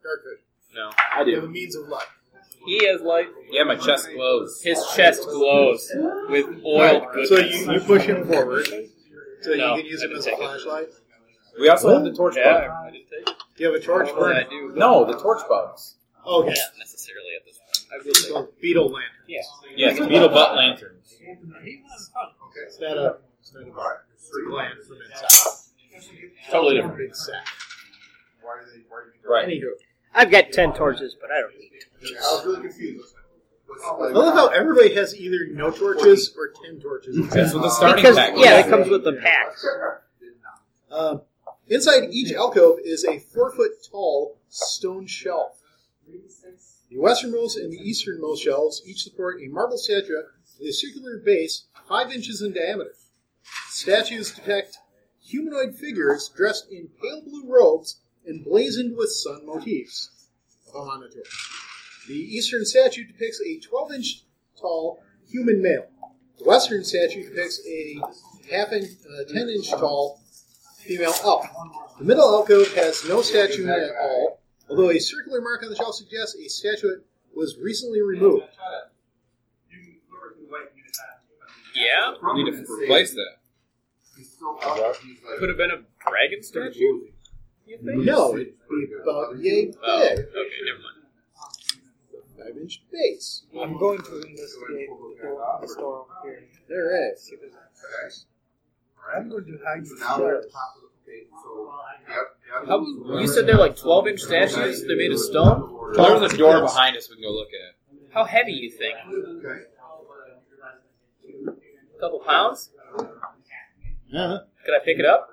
Speaker 1: dark vision?
Speaker 2: No,
Speaker 7: I
Speaker 1: Do you have
Speaker 7: do.
Speaker 1: a means of light?
Speaker 2: he has like
Speaker 7: Yeah, my chest glows.
Speaker 2: his chest glows with oiled
Speaker 1: So
Speaker 2: goodness.
Speaker 1: you, you push him forward, so
Speaker 2: No,
Speaker 1: you can use
Speaker 2: I
Speaker 1: him
Speaker 2: didn't
Speaker 1: as a
Speaker 2: take it.
Speaker 1: flashlight.
Speaker 7: We also have the torch
Speaker 2: yeah,
Speaker 7: bulb.
Speaker 2: I didn't take it.
Speaker 1: Do you have a Oh, torch
Speaker 2: But I
Speaker 1: burning?
Speaker 2: do.
Speaker 7: No, the torch bulbs.
Speaker 1: Okay.
Speaker 2: Not necessarily at this point. I will take it.
Speaker 1: So beetle lantern.
Speaker 7: Yes, beetle butt lanterns.
Speaker 1: Is that a, is that a lantern from inside?
Speaker 7: Totally different.
Speaker 1: uh, Big sack.
Speaker 7: Right.
Speaker 1: Anywho,
Speaker 36: I've got ten torches, but I don't need
Speaker 3: I was really confused.
Speaker 1: I love how everybody has either no torches or ten torches.
Speaker 7: That's what the
Speaker 36: them.
Speaker 7: starting
Speaker 36: Because,
Speaker 7: pack
Speaker 36: yeah,
Speaker 7: was.
Speaker 36: it comes with the pack.
Speaker 1: Um, inside each alcove is a four foot tall stone shelf. The westernmost and the easternmost shelves each support a marble statue with a circular base five inches in diameter. Statues depict humanoid figures dressed in pale blue robes emblazoned with sun motifs. If I'm on a tour. The eastern statue depicts a 12 inch tall human male. The western statue depicts a half inch, uh, 10 inch tall female elf. The middle alcove has no statue in it at all, although a circular mark on the shelf suggests a statuette was recently removed.
Speaker 2: Yeah,
Speaker 35: We need to replace that.
Speaker 2: could have been a dragon statue.
Speaker 1: No, it'd be about yay big,
Speaker 2: Oh, okay, never mind.
Speaker 1: five inch base.
Speaker 6: I'm going to investigate the door, the store over here.
Speaker 1: All right.
Speaker 37: I'm going to hide the
Speaker 3: Now they're at
Speaker 37: stairs.
Speaker 3: the top of the page, so. Yep, yep.
Speaker 2: How, you said they're like 12 inch statues. They're made of stone.
Speaker 35: There was a door behind us we can go look at.
Speaker 2: How heavy you think?
Speaker 3: Okay.
Speaker 2: A couple pounds?
Speaker 1: Uh-huh.
Speaker 2: Could I pick it up?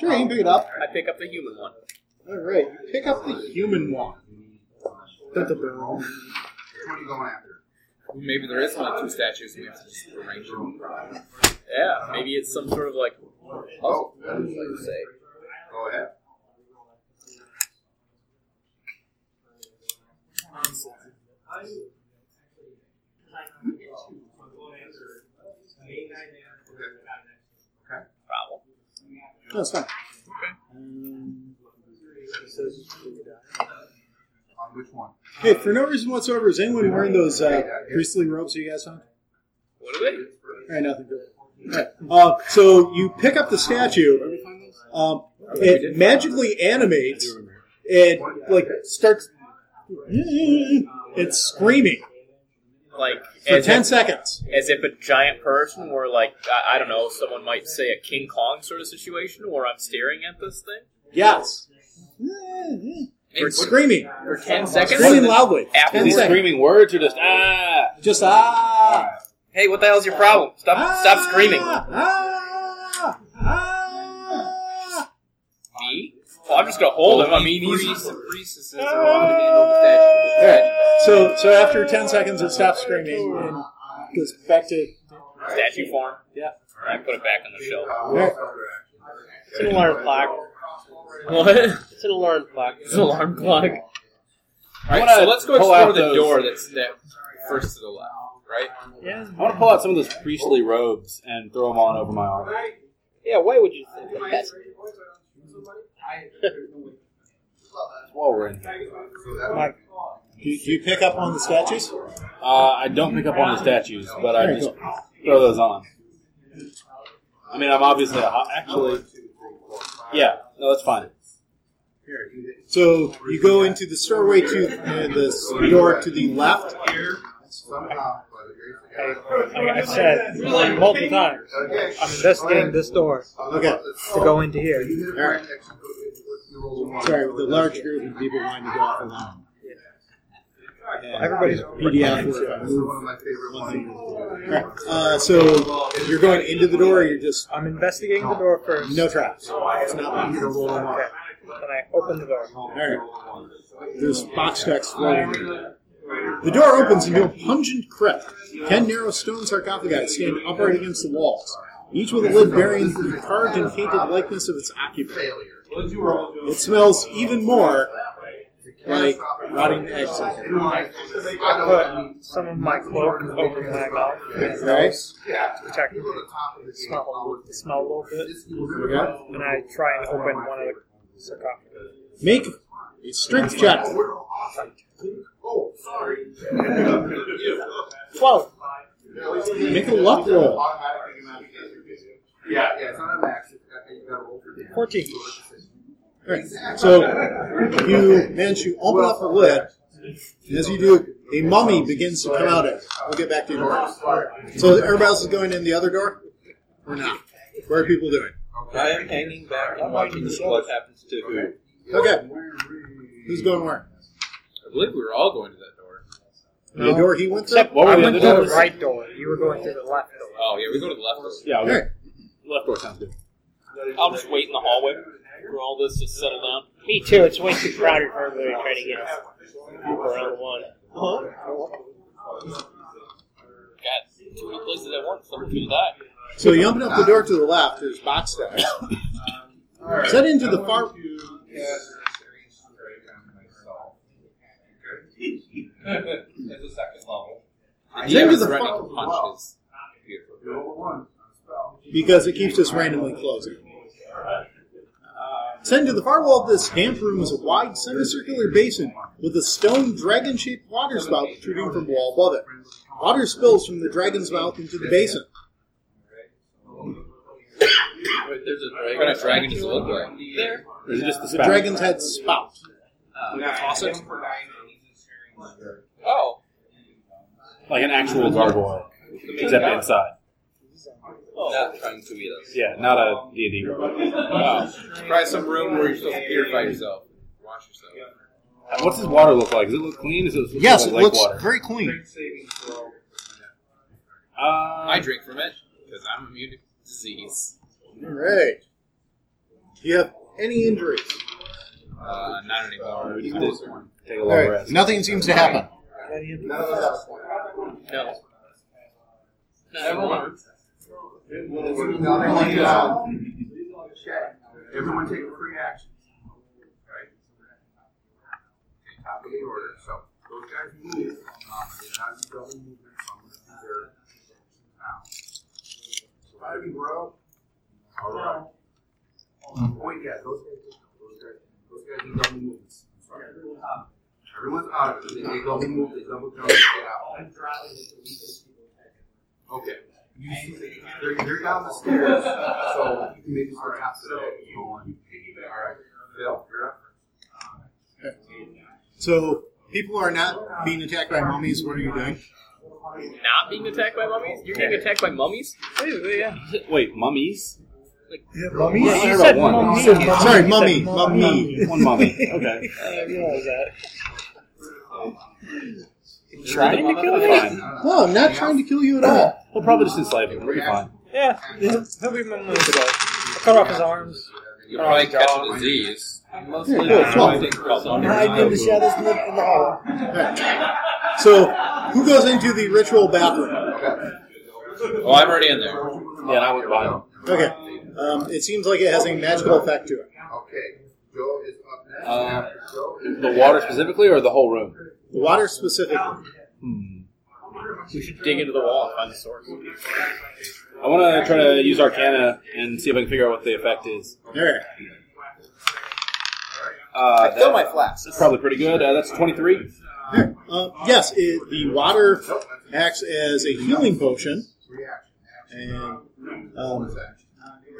Speaker 1: Sure, you can pick it up.
Speaker 2: I pick up the human one.
Speaker 1: All right, you pick up the human one.
Speaker 3: What are you going after?
Speaker 10: Maybe there is only two statues. We have to just arrange them.
Speaker 2: Yeah, maybe it's some sort of like puzzle. Oh, say.
Speaker 3: Go ahead.
Speaker 2: Problem.
Speaker 1: No, it's fine.
Speaker 3: On which one?
Speaker 1: Hey, for no reason whatsoever, is anyone wearing those uh, priestly robes you guys found?
Speaker 2: What are they?
Speaker 1: All right, nothing. Good. All right. Uh, so you pick up the statue. Um, it magically animates. It like starts. It's screaming
Speaker 2: Like
Speaker 1: for
Speaker 2: as
Speaker 1: ten
Speaker 2: if,
Speaker 1: seconds.
Speaker 2: as if a giant person were like I, I don't know, someone might say a King Kong sort of situation where I'm staring at this thing
Speaker 1: Yes,
Speaker 2: for,
Speaker 1: it's screaming,
Speaker 2: for ten seconds.
Speaker 1: screaming loudly.
Speaker 2: After
Speaker 1: Ten
Speaker 7: These
Speaker 1: seconds.
Speaker 7: screaming words are just ah.
Speaker 1: Just ah.
Speaker 2: Hey, what the hell's your problem? Stop! stop screaming.
Speaker 1: Ah, ah,
Speaker 2: Me? Well, I'm just gonna hold him.
Speaker 7: Oh,
Speaker 2: I mean, he's
Speaker 10: priests and priestesses
Speaker 2: uh,
Speaker 10: are allowed to handle the statue.
Speaker 1: All right. So, so after ten seconds, it stops screaming and goes back to
Speaker 2: statue form.
Speaker 1: yeah.
Speaker 2: I put it back on the
Speaker 3: Uh,
Speaker 2: shelf.
Speaker 1: All right.
Speaker 19: It's an alarm clock.
Speaker 2: What?
Speaker 19: It's an alarm clock.
Speaker 2: It's an alarm clock.
Speaker 10: All right,
Speaker 7: wanna
Speaker 10: so let's go
Speaker 7: pull out
Speaker 10: explore the
Speaker 7: those-
Speaker 10: door that's that first to the left, right?
Speaker 19: Yeah.
Speaker 7: I want to pull out some of those priestly robes and throw them on over my arm.
Speaker 19: Yeah, why would you think that?
Speaker 7: While we're in here,
Speaker 17: Mike,
Speaker 1: Do, do you pick up on the statues?
Speaker 7: uh, I don't pick up on the statues, but I
Speaker 1: Very
Speaker 7: just throw those on. I mean, I'm obviously a hot, actually. Yeah, no, that's fine.
Speaker 1: So you go into the stairway to uh, this door to the left.
Speaker 3: Somehow, but you're-
Speaker 17: like I said multiple times, I'm investigating this door
Speaker 1: Okay.
Speaker 17: to go into here.
Speaker 1: All right. Sorry, with a large group of people wanting to go off alone.
Speaker 17: Everybody's
Speaker 1: PDF.
Speaker 17: uh,
Speaker 1: work, I move one thing. All right. Uh, so you're going into the door. You're just
Speaker 17: I'm investigating the door first.
Speaker 1: no traps. It's not you roll them
Speaker 17: Okay.
Speaker 1: up.
Speaker 17: Then I open the door.
Speaker 1: All right. There's box stacks floating. The door opens into a pungent crypt. Ten narrow stone sarcophagi stand upright against the walls, each with a lid bearing the carved and painted likeness of its occupant. It smells even more like rotting eggs.
Speaker 17: I put some of my cloak over my mouth and
Speaker 1: Right?
Speaker 17: protect the smell, the smell a little bit.
Speaker 1: Okay.
Speaker 17: And I try and open one of the sarcophagi.
Speaker 1: Make a strength check.
Speaker 17: Twelve.
Speaker 1: Make a luck roll.
Speaker 3: Yeah, yeah, it's not a max. it's- You gotta roll for damage.
Speaker 17: Fourteen.
Speaker 1: Right. So you manage to open up the lid, and as you do, a mummy begins to come out of it. We'll get back to you tomorrow. So everybody else is going in the other door? Or not? Where are people doing?
Speaker 6: I am hanging back and watching what happens to who.
Speaker 1: Okay. Who's going where?
Speaker 10: I believe we were all going to that door.
Speaker 1: The door he went through?
Speaker 7: Except
Speaker 4: Oh,
Speaker 7: what
Speaker 17: I
Speaker 7: were the
Speaker 17: went
Speaker 7: other
Speaker 17: through the
Speaker 7: doors?
Speaker 17: right door. You were going through the left door.
Speaker 10: Oh yeah, we go to the left. door.
Speaker 7: Yeah,
Speaker 1: All
Speaker 7: we-
Speaker 1: right.
Speaker 7: left door sounds good.
Speaker 2: I'll just wait in the hallway for all this to settle down.
Speaker 19: Me too. It's way too crowded for everybody trying to get us around one.
Speaker 2: God, too many places at once. Someone's gonna die.
Speaker 1: So you open up the door to the left, there's box steps. Set into the far.
Speaker 10: There's a second level.
Speaker 1: Set
Speaker 10: Yeah,
Speaker 1: into
Speaker 10: he's
Speaker 1: the
Speaker 10: threatening
Speaker 1: far
Speaker 10: to punch his computer.
Speaker 1: because it keeps just randomly closing. Send to the far wall of this damp room is a wide semicircular basin with a stone dragon shaped water spout protruding from the wall above it. Water spills from the dragon's mouth into the basin.
Speaker 10: There's a dragon. What kind of dragon does it look like? There.
Speaker 7: Or is it just the
Speaker 1: The
Speaker 7: spout?
Speaker 1: dragon's head spout.
Speaker 6: Uh,
Speaker 10: Oh.
Speaker 7: Like an actual gargoyle, except inside.
Speaker 2: oh.
Speaker 10: Not trying to eat us.
Speaker 7: Yeah, not a D&D gargoyle.
Speaker 10: Wow. Try some room where you're supposed to purify yourself. Wash yourself.
Speaker 7: Uh, What's his water look like? Does it look clean? Does it look
Speaker 1: Yes,
Speaker 7: like
Speaker 1: it
Speaker 7: lake
Speaker 1: looks
Speaker 7: water?
Speaker 1: very clean.
Speaker 7: Uh,
Speaker 10: I drink from it because I'm immune to disease.
Speaker 1: All right. Do you have any injuries?
Speaker 10: Uh, Uh, not anymore.
Speaker 7: You did take a long
Speaker 1: Alright,
Speaker 7: rest.
Speaker 1: Nothing seems to happen.
Speaker 2: No.
Speaker 3: Everyone. Everyone take a free action. Right? Top of the order, so those guys move, um, they're not double movement, so I'm gonna do their now. So Ivy, bro. All right. Oh, yeah, those guys, those guys, those guys do double movements. I'm sorry. Everyone's out of it, they they double move, they double jump, they get out. Okay. You see, they're, they're down the stairs, so you can maybe start out today. All right, Phil, you're up.
Speaker 1: So people are not being attacked by mummies. What are you doing?
Speaker 2: Not being attacked by mummies? You're getting attacked by mummies? Basically, yeah.
Speaker 7: Wait, mummies?
Speaker 17: Yeah, mummies?
Speaker 7: Yeah, you said one.
Speaker 17: mummy.
Speaker 7: You said mummy.
Speaker 1: Sorry, mummy, mummy.
Speaker 7: One mummy. Okay.
Speaker 17: Uh,
Speaker 4: Trying to kill me?
Speaker 7: Fine.
Speaker 3: Uh,
Speaker 1: No, I'm not trying to kill you at all.
Speaker 7: We'll probably just enslave him. We'll be fine.
Speaker 14: Yeah, he'll he'll be mumbling today. Cut off his arms.
Speaker 10: You'll probably catch a disease.
Speaker 1: Yeah, do it. Fluff.
Speaker 17: Hide in the shadows and look in the hall.
Speaker 1: So who goes into the ritual bathroom?
Speaker 10: Oh, I'm already in there.
Speaker 7: Yeah, and I went by him.
Speaker 1: Okay. Um, it seems like it has a magical effect to it.
Speaker 3: Okay, Joe is up next.
Speaker 7: Uh,
Speaker 3: After Joe is
Speaker 7: The water specifically or the whole room?
Speaker 1: The water specifically.
Speaker 7: Hmm.
Speaker 2: We should dig into the wall and find the source.
Speaker 7: I want to try to use Arcana and see if I can figure out what the effect is.
Speaker 1: Okay.
Speaker 7: Uh,
Speaker 10: I fill my
Speaker 7: that-
Speaker 10: flask.
Speaker 7: That's probably pretty good. Uh, that's 23.
Speaker 1: There. Uh, yes, it, the water acts as a healing potion,
Speaker 3: reaction.
Speaker 1: and um,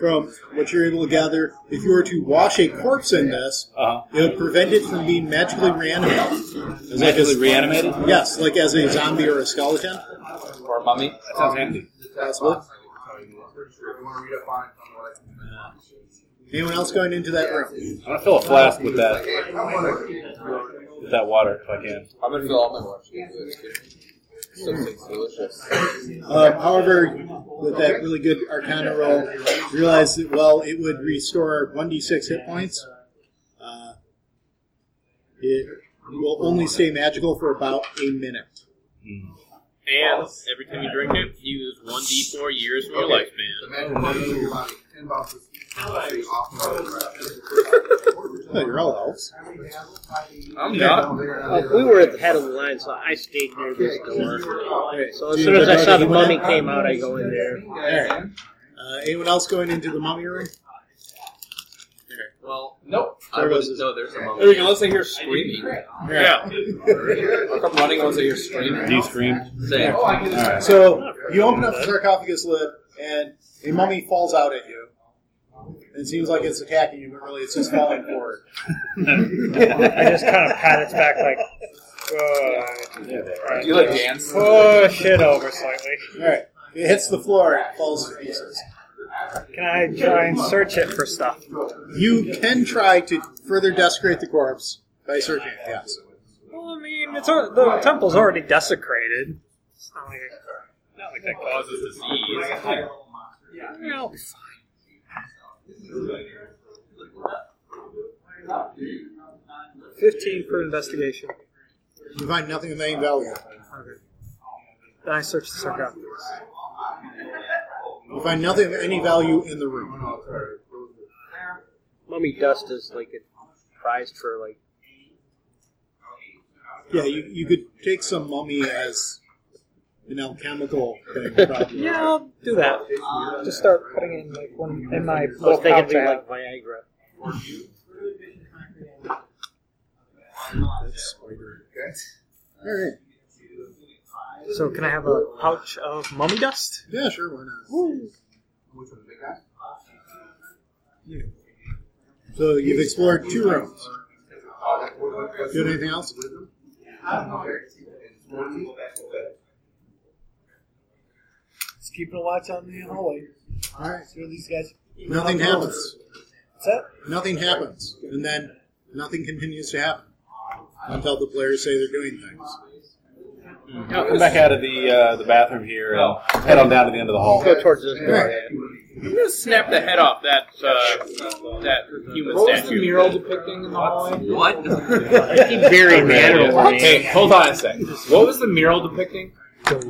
Speaker 1: from what you're able to gather, if you were to wash a corpse in this,
Speaker 7: Uh-huh.
Speaker 1: it would prevent it from being magically reanimated.
Speaker 7: Is that really reanimated?
Speaker 1: Yes, like as a zombie or a skeleton.
Speaker 10: Or a mummy.
Speaker 7: That sounds handy.
Speaker 1: Possibly.
Speaker 3: If you want to read up on it, tell me what I can do.
Speaker 1: Anyone else going into that room?
Speaker 7: I'm going to fill a flask with that
Speaker 3: Hey, come on.
Speaker 7: with that water if I can.
Speaker 10: I'm gonna fill all my water. Still tastes delicious.
Speaker 1: Um, however, with that really good Arcana roll, you realize that well, it would restore 1d6 hit points. Uh, it will only stay magical for about a minute.
Speaker 2: And every time you drink it, you lose one d4 years from your
Speaker 3: Okay.
Speaker 2: lifespan.
Speaker 3: Imagine moving your body ten bounces. Okay, off the
Speaker 1: Oh, you're all elves.
Speaker 2: I'm not.
Speaker 19: Like, we were at the head of the line, so I stayed near this door. So as soon as I saw the mummy came out, I go in there.
Speaker 1: Alright. Uh, anyone else going into the mummy room?
Speaker 10: Well, nope. I
Speaker 1: There goes
Speaker 10: was
Speaker 1: his-
Speaker 10: no. There's a mummy.
Speaker 7: There we go. Let's hear
Speaker 10: Screaming.
Speaker 2: Yeah.
Speaker 10: How come running once I hear screaming?
Speaker 7: Do you scream?
Speaker 10: Same.
Speaker 7: Alright.
Speaker 1: So you open up the sarcophagus lid, and a mummy falls out at you. It seems like it's attacking you, but really it's just falling forward.
Speaker 14: I just kind of pat its back like, good.
Speaker 10: Do you like dance?
Speaker 14: Push it Oh, over slightly.
Speaker 1: All right, it hits the floor and it falls to pieces.
Speaker 14: Can I try and search it for stuff?
Speaker 1: You can try to further desecrate the corpse by searching it. Yes.
Speaker 14: Well, I mean, it's al- the temple's already desecrated. It's not like it, not like that causes disease. Yeah, I'll be fine. Fifteen for investigation.
Speaker 1: You find nothing of any value.
Speaker 14: Then I search the sarcophagus.
Speaker 1: You find nothing of any value in the room.
Speaker 19: Mummy dust is like a prize for like
Speaker 1: Yeah, you, you could take some mummy as an alchemical thing. Probably.
Speaker 14: Yeah, I'll do that. Just start putting it in like one in my
Speaker 19: I was
Speaker 14: little
Speaker 19: thinking it'd
Speaker 14: pouch.
Speaker 19: be
Speaker 14: I have.
Speaker 19: like Viagra.
Speaker 1: All right.
Speaker 14: So can I have a pouch of mummy dust?
Speaker 1: Yeah, sure. Why not?
Speaker 3: Which one, the big guy?
Speaker 1: So you've explored two rooms.
Speaker 3: Uh, that- what- what- what's
Speaker 1: Doing anything else?
Speaker 3: Wisdom? Okay.
Speaker 17: Just keeping a watch on the hallway.
Speaker 1: All right.
Speaker 17: See what these guys.
Speaker 1: Nothing happens.
Speaker 17: What's that?
Speaker 1: Nothing happens, and then nothing continues to happen until the players say they're doing things.
Speaker 7: I'll come back out of the uh, the bathroom here and head on down to the end of the hall.
Speaker 19: Go towards this door.
Speaker 2: I'm gonna snap the head off that uh, that human
Speaker 10: What was the
Speaker 2: statue.
Speaker 10: mural depicting in the hallway?
Speaker 6: What?
Speaker 19: He buried me. I don't know why.
Speaker 7: Hey, hold on a sec.
Speaker 10: What was the mural depicting?
Speaker 1: The,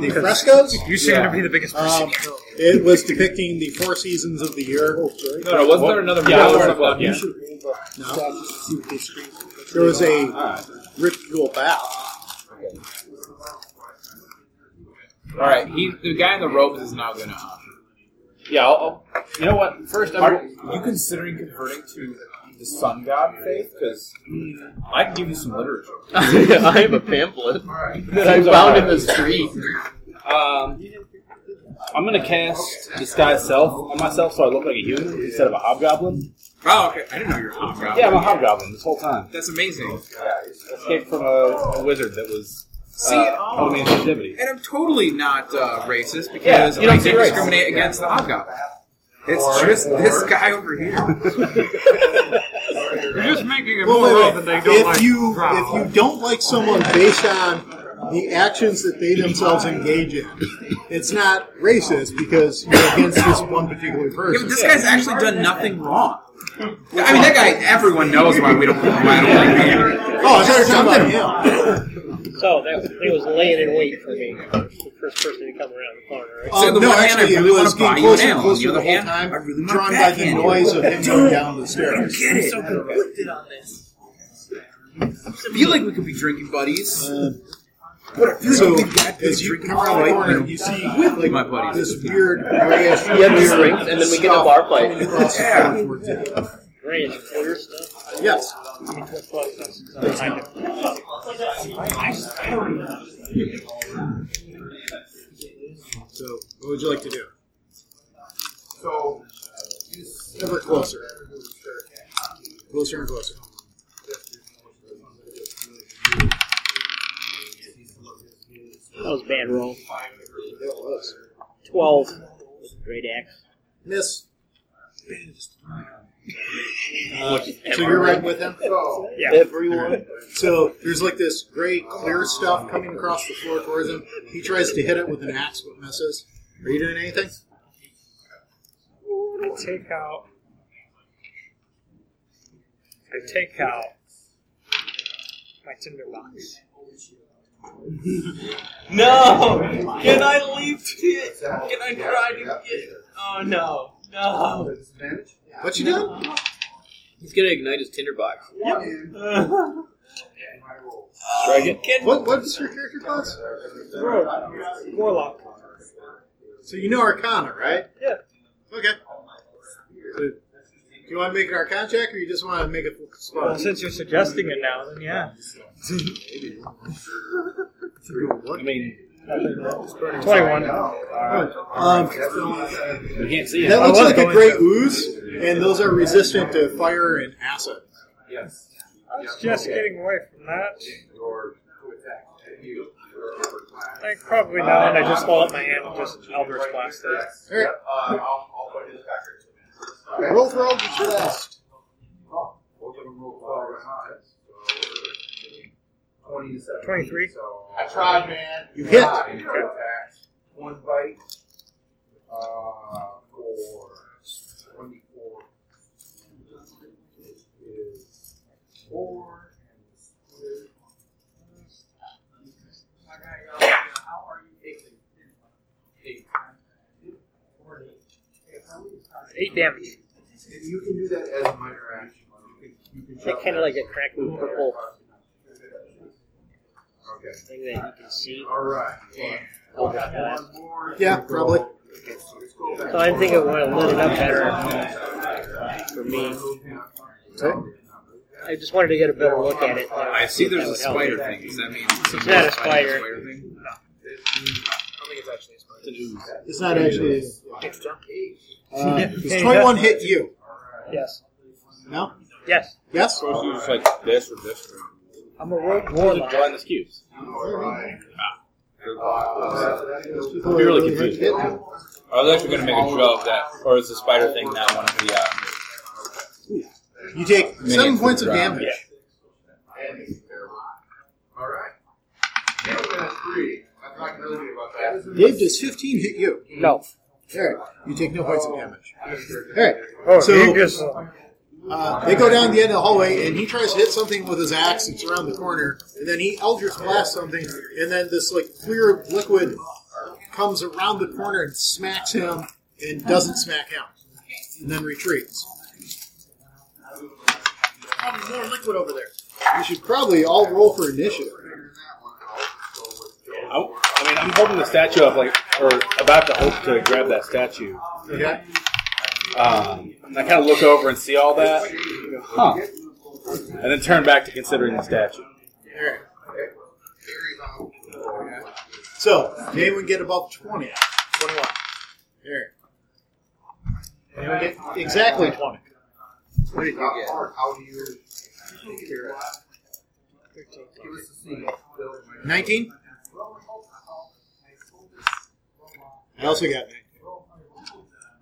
Speaker 1: the frescoes?
Speaker 29: You seem to be the biggest person.
Speaker 1: Um, it was depicting the four seasons of the year.
Speaker 10: No, no, wasn't there another
Speaker 7: Yeah,
Speaker 10: mural?
Speaker 7: I
Speaker 10: or
Speaker 7: was-
Speaker 10: something?
Speaker 7: yeah.
Speaker 1: There was a ritual bath.
Speaker 10: All right, he, the guy in the ropes is now gonna. Um,
Speaker 7: Yeah, I'll, I'll, you know what? First, I'm,
Speaker 10: Are you considering converting to the sun god faith? Because I can give you some literature.
Speaker 2: I have a pamphlet that I found in the street.
Speaker 7: um, I'm gonna cast disguise self on myself so I look like a human instead of a hobgoblin.
Speaker 10: Oh, okay. I didn't know you were a hobgoblin.
Speaker 7: Yeah, I'm a hobgoblin this whole time.
Speaker 10: That's amazing.
Speaker 7: Escaped from a, a wizard that was
Speaker 10: See,
Speaker 7: uh,
Speaker 10: oh.
Speaker 7: holding in captivity.
Speaker 10: And I'm totally not uh, racist
Speaker 7: Yeah,
Speaker 10: because
Speaker 7: you don't
Speaker 10: I
Speaker 7: see
Speaker 10: did
Speaker 7: race.
Speaker 10: discriminate against the hobgoblin. It's just this guy over here.
Speaker 29: You're just making it
Speaker 1: Well,
Speaker 29: more
Speaker 1: wait,
Speaker 29: real
Speaker 1: wait.
Speaker 29: that they don't
Speaker 1: If
Speaker 29: like
Speaker 1: you if
Speaker 29: brown.
Speaker 1: you don't like someone based on the actions that they themselves engage in, it's not racist because you're against this one particular
Speaker 10: Yeah, but
Speaker 1: person.
Speaker 10: this guy's actually done nothing wrong. I mean, that guy. Everyone knows why we don't. Why I don't like him.
Speaker 1: Oh, I thought you were talking about him.
Speaker 19: So that he was laying in wait for me. The first person to come around the corner, right?
Speaker 10: So
Speaker 1: Um,
Speaker 10: the
Speaker 1: no,
Speaker 10: one hand,
Speaker 1: actually,
Speaker 10: I really
Speaker 1: it
Speaker 10: want
Speaker 1: was
Speaker 10: to buy
Speaker 1: getting
Speaker 10: you an
Speaker 1: closer and
Speaker 10: ale. On the
Speaker 1: closer
Speaker 10: other
Speaker 1: the whole
Speaker 10: hand,
Speaker 1: time,
Speaker 10: I really want
Speaker 1: drawn by
Speaker 10: backhand
Speaker 1: the
Speaker 10: you.
Speaker 1: noise of him going down the stairs.
Speaker 10: Get it. I feel like we could be drinking buddies. What I feel
Speaker 1: So,
Speaker 10: like we've got
Speaker 1: as
Speaker 10: to
Speaker 1: you
Speaker 10: drink
Speaker 1: come around the corner, you see like,
Speaker 10: my buddies.
Speaker 1: this weird grayish
Speaker 2: Yeah, the strings, and then we get in a bar fight.
Speaker 1: across the floor towards you.
Speaker 19: Great, it's clear stuff.
Speaker 1: Yes. So, what would you like to do? So, ever closer. Closer and closer.
Speaker 19: That was a bad roll.
Speaker 1: That was.
Speaker 19: Twelve. Great axe.
Speaker 1: Miss. Uh, so you're right with him?
Speaker 19: Yeah.
Speaker 1: Everyone. So there's like this gray, clear stuff coming across the floor towards him. He tries to hit it with an axe, but misses. Are you doing anything?
Speaker 14: I take out. I take out my tinderbox.
Speaker 6: No! Can I leave it? Can I try to get it? Oh no. No.
Speaker 1: What you doing?
Speaker 2: He's gonna ignite his tinderbox.
Speaker 7: Strike it.
Speaker 6: Can
Speaker 1: What What's your character class?
Speaker 14: Warlock. Warlock.
Speaker 1: So you know Arcana, right?
Speaker 14: Yeah.
Speaker 1: Okay. So, do you want to make an Arcana check, or you just want to make it
Speaker 14: Well,
Speaker 1: spot?
Speaker 14: since you're suggesting it now, then yeah.
Speaker 7: I mean,
Speaker 14: 21.
Speaker 1: Um,
Speaker 7: you can't see it.
Speaker 1: that looks
Speaker 14: was
Speaker 1: like a
Speaker 14: going
Speaker 1: gray ooze, and those are resistant to fire and acid.
Speaker 14: I was just getting away from that. I probably
Speaker 3: Uh,
Speaker 14: not, and I just hold up my hand and just Eldritch Blast it.
Speaker 1: All right.
Speaker 3: Uh,
Speaker 1: Roll for Eldritch Blast.
Speaker 14: Twenty-three.
Speaker 3: I tried, man.
Speaker 1: You hit.
Speaker 3: One bite. Uh, for twenty-four. Is four.
Speaker 19: Eight damage.
Speaker 3: And you can do that as a minor action. You can- you can
Speaker 19: That
Speaker 3: shove
Speaker 19: kind of
Speaker 3: that.
Speaker 19: like a crackling purple
Speaker 3: Okay.
Speaker 19: thing that you can see. Oh,
Speaker 3: All right.
Speaker 19: Eldritch Blast.
Speaker 1: Yeah, probably.
Speaker 19: So I'm thinking we want to lit it up better for me. I just wanted to get a better look at it.
Speaker 10: I see there's a
Speaker 19: That would
Speaker 10: spider
Speaker 19: help.
Speaker 10: thing. Does that mean
Speaker 19: It's
Speaker 10: something
Speaker 19: not a
Speaker 10: spider?
Speaker 19: spider.
Speaker 10: thing?
Speaker 1: It's not actually. Uh, does 21 hit you?
Speaker 14: Yes.
Speaker 1: No?
Speaker 14: Yes.
Speaker 1: Yes?
Speaker 7: So it's just like this or this.
Speaker 14: I'm a rogue
Speaker 7: Or
Speaker 14: warlock.
Speaker 7: join this cubes. Ah.
Speaker 1: We're
Speaker 7: really confused. I was actually going to make a joke that, or is the spider thing not one of the? Uh,
Speaker 1: You take
Speaker 7: Minions
Speaker 1: seven points of
Speaker 7: drown.
Speaker 1: damage.
Speaker 7: Yeah.
Speaker 3: All right.
Speaker 1: Dave, does 15 hit you?
Speaker 19: No.
Speaker 1: Alright, you take no points of damage. Alright,
Speaker 14: Oh,
Speaker 1: so uh, they go down the end of the hallway, and he tries to hit something with his axe. It's around the corner, and then he Eldritch blasts something, and then this like clear liquid comes around the corner and smacks him, and doesn't smack him, and then retreats. Oh, there's more liquid over there. You should probably all roll for initiative.
Speaker 7: I, Oh, I mean, I'm holding the statue up, like, or about to hope to grab that statue.
Speaker 1: Okay.
Speaker 7: Um, and I kind of look over and see all that, huh? And then turn back to considering the statue.
Speaker 1: So, did anyone get above 20? 21. Here. Anyone get exactly 20?
Speaker 3: What did you get? How do you take care of that?
Speaker 1: 19? I also got 19.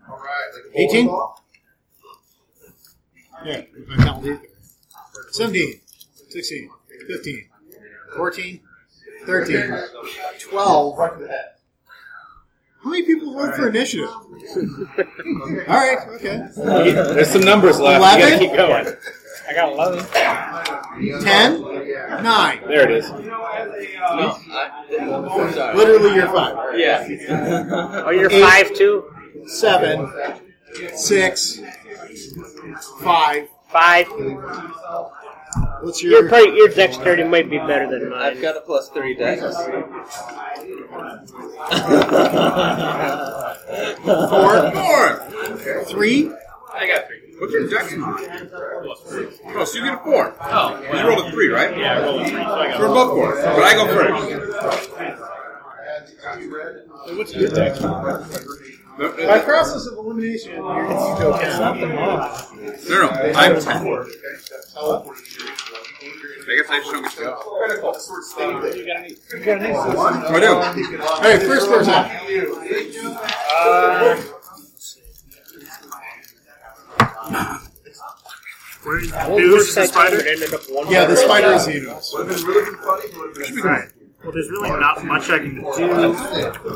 Speaker 3: All right.
Speaker 1: 18? Yeah, I can't leave. 17, 16, 15, 14, 13, 12. How many people voted for initiative? All right, okay.
Speaker 7: There's some numbers left. You gotta keep going.
Speaker 14: I got 11.
Speaker 1: 10, 9.
Speaker 7: There it is.
Speaker 6: No, I, sorry.
Speaker 1: Literally, you're 5.
Speaker 6: Yeah.
Speaker 19: Oh, you're five too.
Speaker 1: Seven, six, five.
Speaker 19: Five.
Speaker 1: What's
Speaker 19: Your
Speaker 1: your.
Speaker 19: pretty, your dexterity might be better than
Speaker 6: I've
Speaker 19: mine.
Speaker 6: got a plus three dex.
Speaker 1: Four. Four. Three.
Speaker 5: I got three.
Speaker 29: What's your dex modifier? Oh, so you get a four. Oh, you rolled a three, right?
Speaker 5: Yeah, I rolled a three, so I got
Speaker 29: We're both four, but I go first. No,
Speaker 1: By
Speaker 29: no,
Speaker 1: process of elimination, you're you go down.
Speaker 29: no, no, I'm ten. I guess I just don't get to go. I
Speaker 7: Oh,
Speaker 29: do.
Speaker 1: All right, first person.
Speaker 14: Uh,
Speaker 29: News, the
Speaker 19: Time
Speaker 29: spider.
Speaker 19: it ended up one.
Speaker 1: Yeah, the spider is Enos.
Speaker 29: Alright. Well, there's really not much I can do.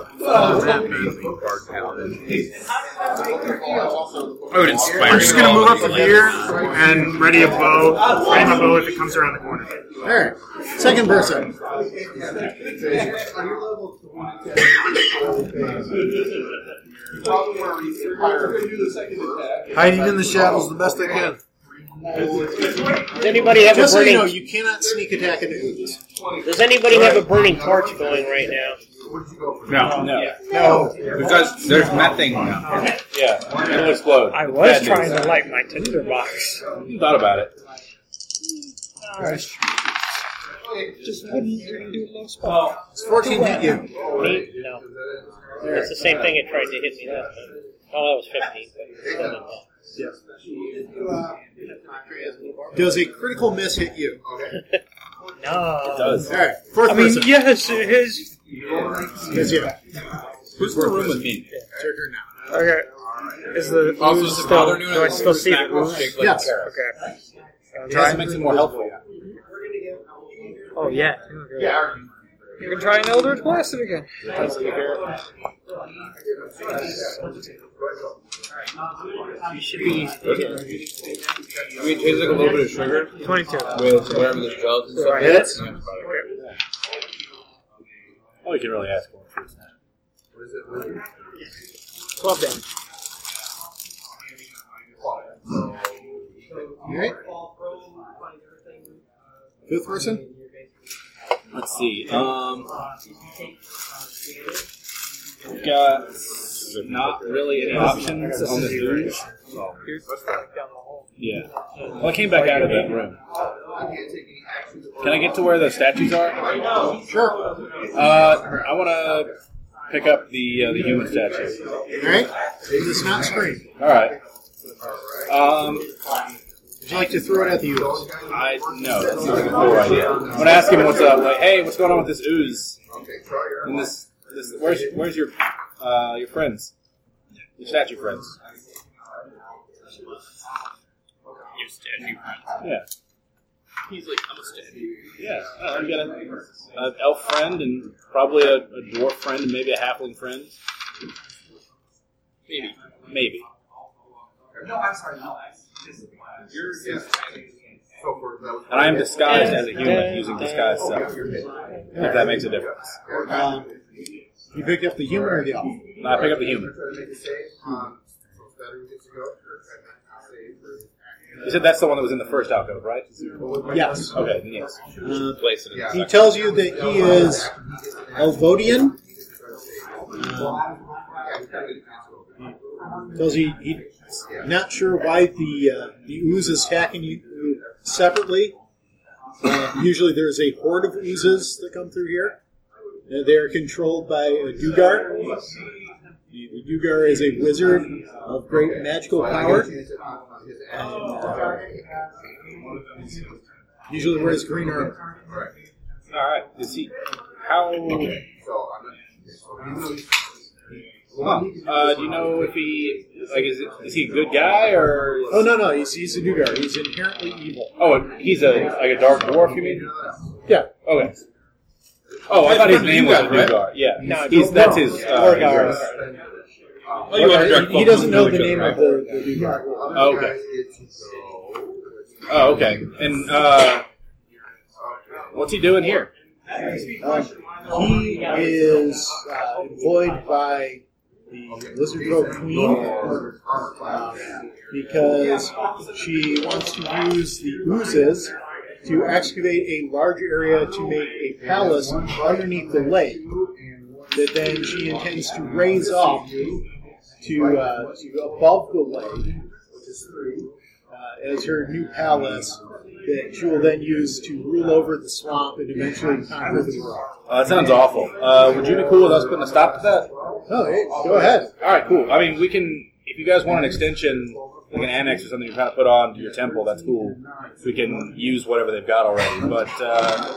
Speaker 10: I would inspire
Speaker 29: I'm just gonna
Speaker 10: you
Speaker 29: move
Speaker 10: all
Speaker 29: up
Speaker 10: to be
Speaker 29: to
Speaker 10: like-
Speaker 29: here and ready a bow. Ready my bow if it comes around the corner.
Speaker 1: All right, second person.
Speaker 17: Hiding in the shadows the best I can.
Speaker 19: Does anybody have a
Speaker 1: Just so you
Speaker 19: burning?
Speaker 1: know, you cannot sneak attack an ooze.
Speaker 19: does anybody have a burning torch going right now?
Speaker 7: No, no.
Speaker 1: No.
Speaker 10: Because there's nothing. now.
Speaker 7: Yeah, it'll explode.
Speaker 14: I was
Speaker 7: Bad
Speaker 14: trying
Speaker 7: news.
Speaker 14: to light my tinder box.
Speaker 7: Thought about it.
Speaker 1: It's 14 hit you.
Speaker 19: Me? No. It's the same thing it tried to hit me last time. Oh, that was 15. but still not bad.
Speaker 1: Does a critical miss hit you?
Speaker 14: No.
Speaker 1: All right, fourth
Speaker 14: I mean,
Speaker 1: person.
Speaker 14: yes, it is.
Speaker 1: It's you.
Speaker 10: Who's in the room with me?
Speaker 1: It's your turn now.
Speaker 14: Okay. Is the
Speaker 10: Also,
Speaker 14: ooze
Speaker 10: does it
Speaker 14: still,
Speaker 10: bother anyone?
Speaker 14: do I still see the
Speaker 10: Snack was
Speaker 14: ooze?
Speaker 10: shaped like
Speaker 1: Yes.
Speaker 10: a carrot.
Speaker 14: Okay.
Speaker 7: Try makes it more helpful.
Speaker 14: Oh, yeah.
Speaker 3: Yeah.
Speaker 14: You can try an Eldritch Blast it again.
Speaker 19: You should be.
Speaker 10: I mean, it tastes like a little bit of sugar
Speaker 14: 22.
Speaker 10: with whatever the gelatin
Speaker 14: Do I
Speaker 10: stuff.
Speaker 14: hit?
Speaker 7: Oh, you can really ask for it.
Speaker 19: Club damage.
Speaker 1: All right. Fifth person.
Speaker 7: Let's see. Um, got not really any options on the ooze. Yeah. Well, I came back out of that room. Can I get to where the statues are?
Speaker 1: Sure.
Speaker 7: Uh, I want to pick up the uh, the human statue.
Speaker 1: All right. It does not scream.
Speaker 7: All right. Um,
Speaker 1: Would you like to throw it at the ooze?
Speaker 7: I no, that seems like a poor idea. I'm gonna ask him what's up. Like, hey, what's going on with this ooze? And this, this where's where's your uh, your friends? Your statue friends.
Speaker 5: Your statue.
Speaker 7: Yeah.
Speaker 5: He's like, I'm a stab.
Speaker 7: Yeah, uh, I've got a, an elf friend and probably a, a dwarf friend and maybe a halfling friend.
Speaker 5: Maybe.
Speaker 7: Maybe.
Speaker 3: No, I'm sorry. No, you're yeah. So for that was-
Speaker 7: And I am disguised as a human using disguise self. If that makes a difference.
Speaker 1: Um, you picked up the human or the elf?
Speaker 7: No, I pick up the human.
Speaker 1: hmm.
Speaker 3: Um,
Speaker 7: You said that's the one that was in the first alcove, right?
Speaker 1: Yes.
Speaker 7: Okay, then yes.
Speaker 1: Uh,
Speaker 7: Place it in the
Speaker 1: He
Speaker 7: second.
Speaker 1: tells you that he is Elvodian. Um, tells you he, not sure why the uh, the ooze is attacking you separately. Uh, usually there is a horde of oozes that come through here. Uh, they are controlled by a Dugar. The, the Dugar is a wizard of great magical power.
Speaker 3: um, Oh,
Speaker 1: Usually wears green armor.
Speaker 7: All right. Is he? How? uh, Huh. Uh, do you know if he like is, it, is he a good guy or?
Speaker 1: Oh no no, he's he's a Dugar. He's inherently evil.
Speaker 7: Oh, he's a like a dark dwarf. You mean?
Speaker 1: Yeah.
Speaker 7: Okay. Oh, I thought his name was
Speaker 10: Dugar, right?
Speaker 7: Dugar. Yeah.
Speaker 1: No,
Speaker 7: he's
Speaker 1: Dugar.
Speaker 7: that's his. Uh, Oh,
Speaker 1: Dugar.
Speaker 7: his-
Speaker 3: Oh,
Speaker 10: Well, you want to
Speaker 1: he, he doesn't know the name of the, the Dugar.
Speaker 7: Oh, okay. Oh, okay. And uh, what's he doing here?
Speaker 1: Um, he is uh, employed by the Lizard Girl Queen um, because she wants to use the oozes to excavate a large area to make a palace underneath the lake that then she intends to raise up to, uh, to above the lake uh, as her new palace that she will then use to rule over the swamp and eventually conquer the world.
Speaker 7: Uh, that sounds awful. Uh, would you be cool with us putting a stop to that?
Speaker 1: Oh, hey, go ahead.
Speaker 7: All right, cool. I mean, we can. If you guys want an extension, like an annex or something, you're trying to put on to your temple. That's cool. We can use whatever they've got already. But uh,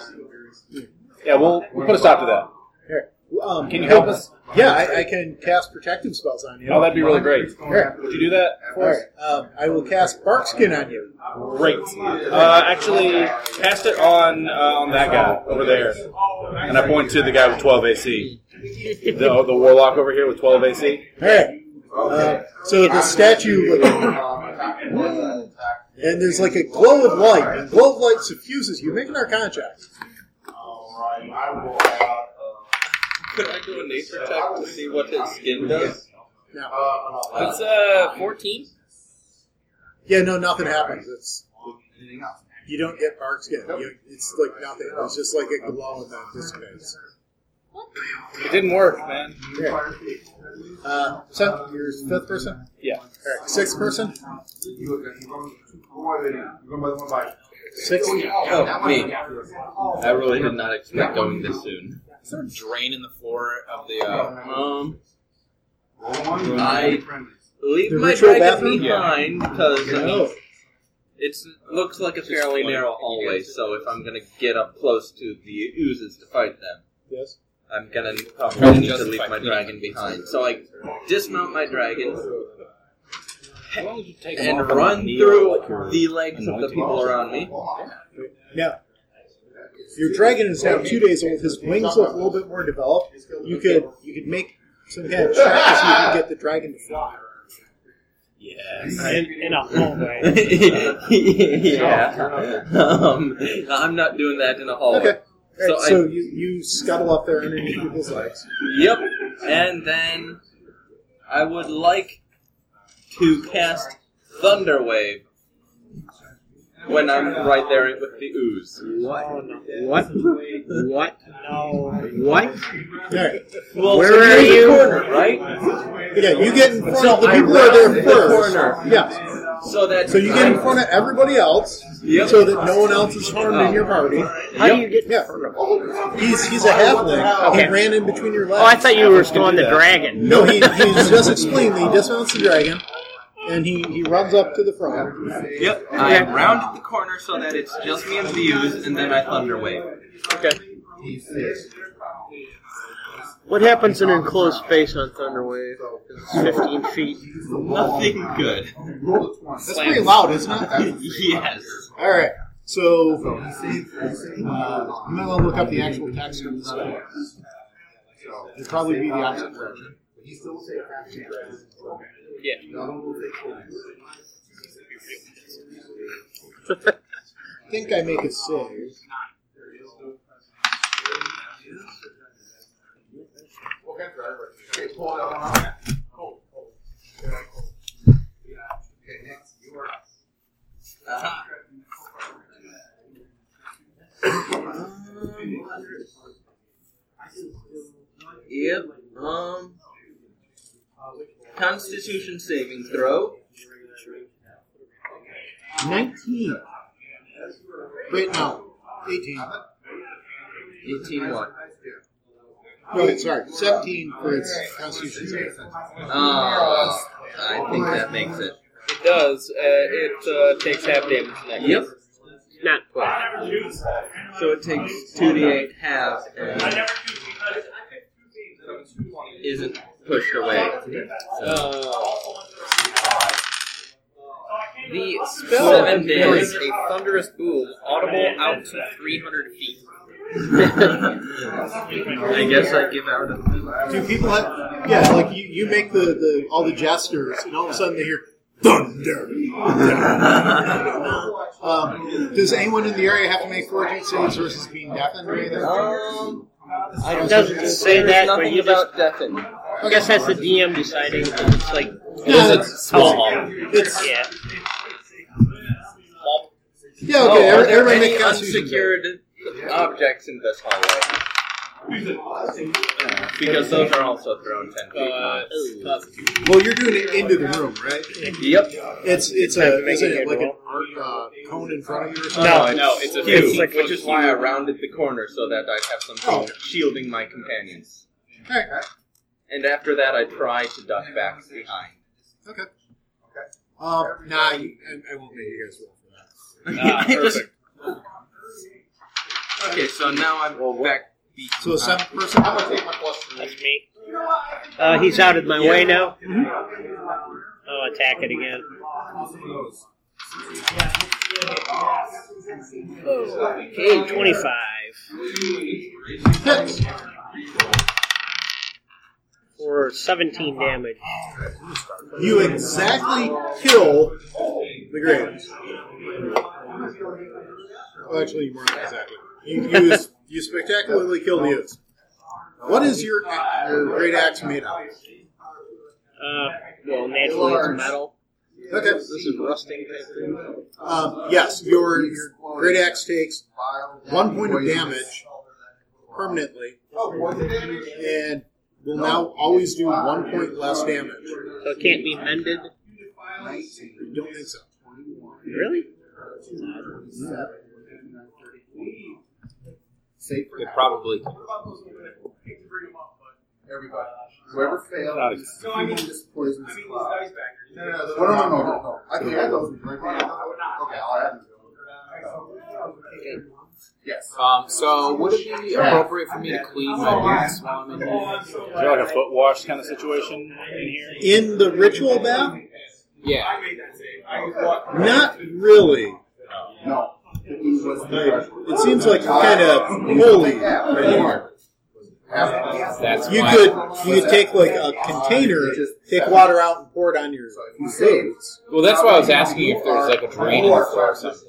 Speaker 7: yeah, we'll, we'll put a stop to that.
Speaker 1: Here. Um,
Speaker 7: Can you help us?
Speaker 1: Yeah, I, I can cast protective spells on you.
Speaker 7: Oh, that'd be really great.
Speaker 1: Here.
Speaker 7: Would you do that?
Speaker 1: All right. Um, I will cast Barkskin on you.
Speaker 7: Great. Uh, actually, cast it on uh, on that guy over there, and I point to the guy with 12 AC, the the warlock over here with 12 AC.
Speaker 1: All right. Uh, so the statue, and there's like a glow of light. And glow of light suffuses you. Make an arcana check.
Speaker 6: Could I do a nature check to see what his skin does?
Speaker 5: It's uh, 14?
Speaker 1: Yeah, no, nothing happens. It's
Speaker 6: Oh,
Speaker 1: you don't get Barkskin. You, it's like nothing. It's just like a glow and then dissipates.
Speaker 7: It didn't work, man.
Speaker 1: Here. Uh, so you're fifth person.
Speaker 7: Yeah.
Speaker 1: All right, sixth person. Sixth.
Speaker 6: Oh, me. I really did not expect going this soon.
Speaker 10: Is there a drain in the floor of the? Uh,
Speaker 6: Um, I leave
Speaker 1: The
Speaker 6: my
Speaker 1: ritual
Speaker 6: dragon
Speaker 1: bathroom?
Speaker 6: behind because
Speaker 1: Oh.
Speaker 6: it looks like a fairly narrow hallway. So if I'm gonna get up close to the oozes to fight them,
Speaker 1: Yes.
Speaker 6: I'm gonna probably need to
Speaker 10: Justify
Speaker 6: leave my
Speaker 10: it.
Speaker 6: dragon behind. So I dismount my dragon
Speaker 7: How long did you take
Speaker 6: and run through the legs of the people around me.
Speaker 1: Now, your dragon is now two days old. His wings look a little bit more developed. You could you could make some kind of check to see if you can get the dragon to fly.
Speaker 14: in, in a hallway.
Speaker 6: yeah. Um, I'm not doing that in a hallway.
Speaker 1: Okay. All right,
Speaker 6: Oh. So I-
Speaker 1: so you, you scuttle up there underneath people's legs.
Speaker 6: Yep. And then I would like to cast Thunder Wave when I'm right there with the ooze.
Speaker 19: What? What?
Speaker 14: No.
Speaker 19: What?
Speaker 6: Well,
Speaker 19: Where
Speaker 6: so
Speaker 19: are
Speaker 6: you're the
Speaker 19: you?
Speaker 6: corner, right?
Speaker 1: Yeah, you get in front
Speaker 6: So
Speaker 1: of the
Speaker 6: I
Speaker 1: people that are
Speaker 6: round
Speaker 1: there
Speaker 6: the
Speaker 1: first.
Speaker 6: corner.
Speaker 1: Yeah.
Speaker 6: So that
Speaker 1: So you get in
Speaker 6: I'm-
Speaker 1: front of everybody else
Speaker 6: Yep.
Speaker 1: so that no one else is harmed in your party.
Speaker 19: How do you get?
Speaker 1: Yeah. He's, he's a halfling.
Speaker 19: Okay.
Speaker 1: He ran in between your legs.
Speaker 19: Oh, I thought you were still on the dragon.
Speaker 1: No, he, he just explained that he dismounts the dragon, and he, he runs up to the front.
Speaker 6: Yep. I rounded the corner so that it's just me and the ooze, and then I Thunder Wave.
Speaker 19: What happens in an enclosed space on Thunderwave? It's 15 feet.
Speaker 6: Nothing good.
Speaker 1: That's pretty loud, isn't it?
Speaker 6: Yes.
Speaker 1: All right. So, uh, I'm going to look up the actual text of this one. It'd probably be the opposite direction.
Speaker 2: Yeah.
Speaker 1: I think I make a save.
Speaker 6: Um, Yep. Um. Constitution saving throw.
Speaker 1: Nineteen. Wait, no. Eighteen.
Speaker 6: 18 what?
Speaker 1: No, wait, sorry. Seventeen for its constitution save.
Speaker 6: Uh, I think that makes it.
Speaker 2: It does. Uh, it uh, takes half damage next.
Speaker 6: Yep.
Speaker 2: Not quite.
Speaker 6: So it takes 2d8 half and isn't pushed away.
Speaker 2: Uh, The spell
Speaker 6: Seven
Speaker 2: employs
Speaker 6: days.
Speaker 2: a thunderous boom, audible out to 300 feet.
Speaker 6: I guess I give out a.
Speaker 1: Do people have? Yeah, like you, you make the, the all the gestures, and all of a sudden they hear thunder. um, does anyone in the area have to make fortitude saves versus being deafened or anything?
Speaker 6: Um, I
Speaker 19: It doesn't say
Speaker 6: there's
Speaker 19: that,
Speaker 6: nothing
Speaker 19: but you just.
Speaker 6: about deafen.
Speaker 19: I guess that's the DM deciding. It's like,
Speaker 1: Yeah,
Speaker 10: It's small.
Speaker 1: it's-
Speaker 19: yeah.
Speaker 1: yeah, okay.
Speaker 6: oh, are there
Speaker 1: everybody
Speaker 6: any
Speaker 1: make constitution save.
Speaker 6: unsecured objects in this hallway? Because those are also thrown ten feet.
Speaker 2: Uh,
Speaker 1: Well, you're doing it into the room, right?
Speaker 6: yep.
Speaker 1: It's it's a
Speaker 14: make
Speaker 1: is
Speaker 14: it
Speaker 1: it like an
Speaker 14: roll.
Speaker 1: arc uh, cone in front of you or something.
Speaker 6: No,
Speaker 2: no, it's a
Speaker 6: huge,
Speaker 2: huge-
Speaker 6: like, which is why I rounded the corner so that I have something
Speaker 1: Oh.
Speaker 6: shielding my companions.
Speaker 1: Alright.
Speaker 6: And after that, I try to duck back behind.
Speaker 1: Okay. Um, nah, you, I, I won't make you guys roll for that.
Speaker 2: Ah,
Speaker 6: Just- okay, so now I'm back.
Speaker 1: So a seventh person.
Speaker 19: That's me. Uh, he's out of my
Speaker 6: Yeah.
Speaker 19: way now. I'll attack it again. Okay, 25.
Speaker 1: Hits.
Speaker 19: Or 17 damage.
Speaker 1: You exactly kill the grave. Well, actually, you weren't exactly. You, you, s- you spectacularly killed the ooze. What is your, your great axe made of?
Speaker 19: Uh, well, naturally it's metal.
Speaker 1: Okay.
Speaker 6: This is rusting.
Speaker 1: Um, yes, your, your great axe takes one point of damage permanently
Speaker 3: Oh,
Speaker 1: and will now always do one point less damage.
Speaker 19: So it can't be mended.
Speaker 1: I don't think so.
Speaker 19: Really?
Speaker 10: It probably.
Speaker 3: Everybody. Whoever failed,
Speaker 7: Not
Speaker 3: just just poisons the cloud. No, no, no, no, no, no. I can add those. Okay, I'll add them. Yes.
Speaker 10: Um, so would it be appropriate for me to clean my boots while I'm in here?
Speaker 7: Is there like a foot wash kind of situation in here?
Speaker 1: In the ritual bath?
Speaker 10: Yeah.
Speaker 1: Not really.
Speaker 3: No.
Speaker 1: It seems like you're kind of holy right now.
Speaker 10: That's
Speaker 1: You
Speaker 10: why-
Speaker 1: could you could take like a container, take water out and pour it on your clothes.
Speaker 10: Well, that's why I was asking if there's like a drain in the floor or something.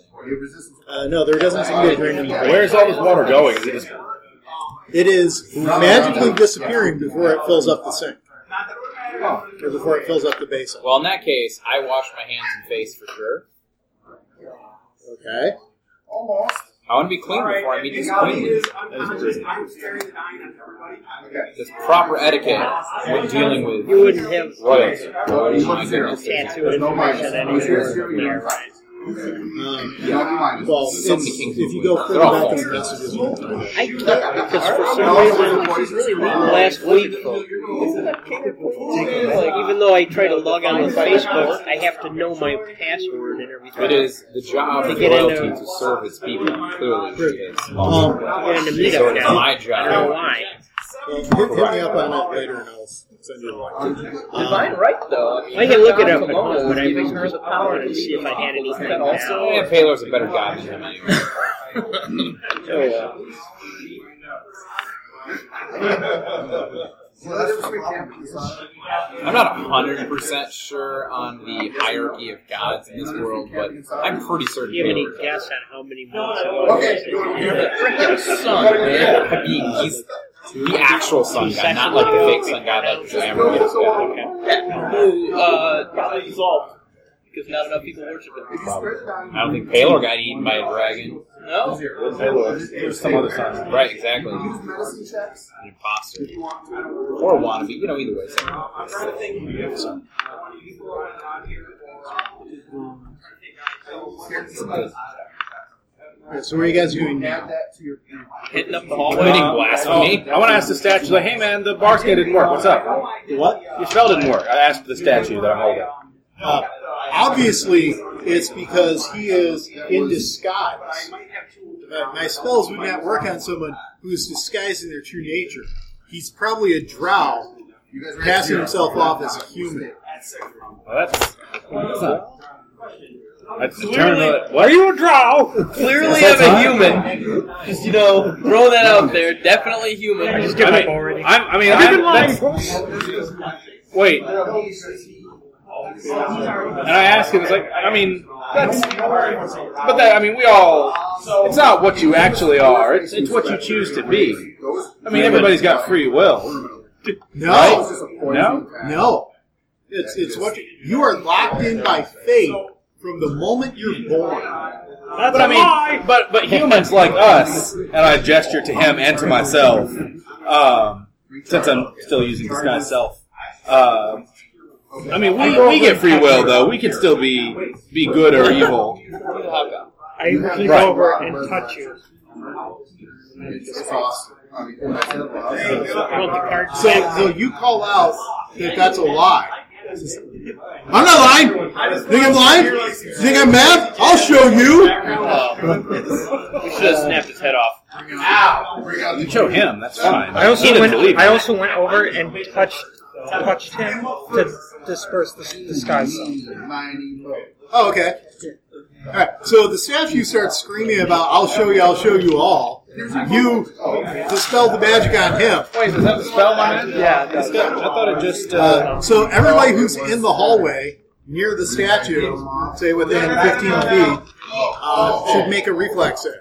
Speaker 1: Uh, no, there doesn't seem to be a drain in the
Speaker 7: Where is all this water going? Is it just
Speaker 1: It is magically disappearing before it fills up the sink. Or before it fills up the basin.
Speaker 10: Well, in that case, I wash my hands and face for sure.
Speaker 1: Okay.
Speaker 3: Almost.
Speaker 10: I want to be clean before I meet this queen.
Speaker 3: Okay.
Speaker 10: There's proper etiquette when dealing
Speaker 19: You
Speaker 10: with
Speaker 19: wouldn't have
Speaker 10: royalty. My
Speaker 19: a
Speaker 10: goodness.
Speaker 19: tattoo information anywhere.
Speaker 1: Um,
Speaker 3: Yeah.
Speaker 1: well,
Speaker 10: Some
Speaker 1: it's,
Speaker 10: kings
Speaker 1: if you
Speaker 10: would.
Speaker 1: go further
Speaker 10: They're all
Speaker 1: back in
Speaker 10: false
Speaker 1: the messages, you'll find it.
Speaker 19: I took because for some reason this is really late last week. Like, even though I try to log on with Facebook, I have to know my password and everything.
Speaker 10: It is the job
Speaker 19: To
Speaker 10: of
Speaker 19: get
Speaker 10: royalty
Speaker 19: into-
Speaker 10: to serve its people. Clearly, she is.
Speaker 1: Um,
Speaker 19: We're in the
Speaker 10: So
Speaker 19: meetup
Speaker 10: it's
Speaker 19: now.
Speaker 10: my
Speaker 19: I don't know
Speaker 10: job.
Speaker 19: why.
Speaker 1: Well, hit, hit me up on that later, and I'll um, send you one.
Speaker 2: Divine right, though. I, mean,
Speaker 19: I can look it
Speaker 2: Dom
Speaker 19: up, but
Speaker 2: Colonna
Speaker 19: no,
Speaker 2: is
Speaker 19: but I
Speaker 2: giving
Speaker 19: was
Speaker 2: her the power to
Speaker 19: to see if I had
Speaker 2: lead.
Speaker 19: anything
Speaker 2: That also,
Speaker 19: now.
Speaker 10: Yeah, Paylor's a better guy than him anyway.
Speaker 2: Oh,
Speaker 10: I'm not 100% sure on the hierarchy of gods in this world, but I'm pretty certain.
Speaker 19: You have any
Speaker 10: Paylor's a-
Speaker 19: guess on how many months? it
Speaker 3: Okay, you wanna hear it?
Speaker 10: Freaking sun, man. I mean, he's the actual sun guy, not like the fake sun guy that Glamour is.
Speaker 2: Who uh, probably dissolved because not enough people worship it.
Speaker 10: I don't think Paylor got eaten by a dragon.
Speaker 2: No,
Speaker 7: There's some other sign.
Speaker 10: Right, exactly. An imposter. Or a wannabe, you know, either way. it's like-
Speaker 1: Alright, so where are you guys going now?
Speaker 2: hitting up the
Speaker 10: Including
Speaker 2: hallway.
Speaker 10: blasphemy.
Speaker 7: I want to ask the statue, like, hey man, the bar skate didn't work. What's up? What? Your spell didn't work. I asked the statue that I'm holding.
Speaker 1: Uh, obviously, it's because he is in disguise. Uh, my spells would not work on someone who's disguising their true nature. He's probably a drow passing himself off as a human.
Speaker 7: Well, that's. That's not. That's
Speaker 2: Clearly-
Speaker 7: What are you a drow?
Speaker 2: Clearly, I'm a human. Just you know, throw that out there. Definitely human. I just
Speaker 7: I mean, I'm, I mean, I'm, that's- Wait. And I asked him, it's like, I mean, that's. But that, I mean, we all. It's not what you actually are, it's, it's what you choose to be. I mean, everybody's got free will.
Speaker 1: No,
Speaker 7: No?
Speaker 1: no. It's it's what you, you are locked in by fate from the moment you're born.
Speaker 7: but I mean, but but humans like us, and I gesture to him and to myself, um, since I'm still using disguise self. Um, I mean, we, we get free will though. We can still be be good or evil.
Speaker 14: I leap
Speaker 7: Right.
Speaker 14: over and touch you.
Speaker 1: So, so you call out that that's a lie. I'm not lying. Think I'm lying? You think I'm mad? I'll show you.
Speaker 2: We should
Speaker 10: Uh,
Speaker 2: have snapped his head off.
Speaker 7: You show him. That's fine.
Speaker 14: I
Speaker 7: He
Speaker 14: also
Speaker 7: didn't
Speaker 14: went.
Speaker 7: believe
Speaker 14: I
Speaker 7: it.
Speaker 14: also went over and touched touched him to disperse the disguise.
Speaker 1: Oh, okay. All right. So the statue starts screaming about "I'll show you, I'll show you all." You dispel the magic on him.
Speaker 7: Wait, does that the spell on it? Yeah, I thought it just.
Speaker 1: Uh, so everybody who's in the hallway near the statue, say within 15 feet, uh, should make a reflex save.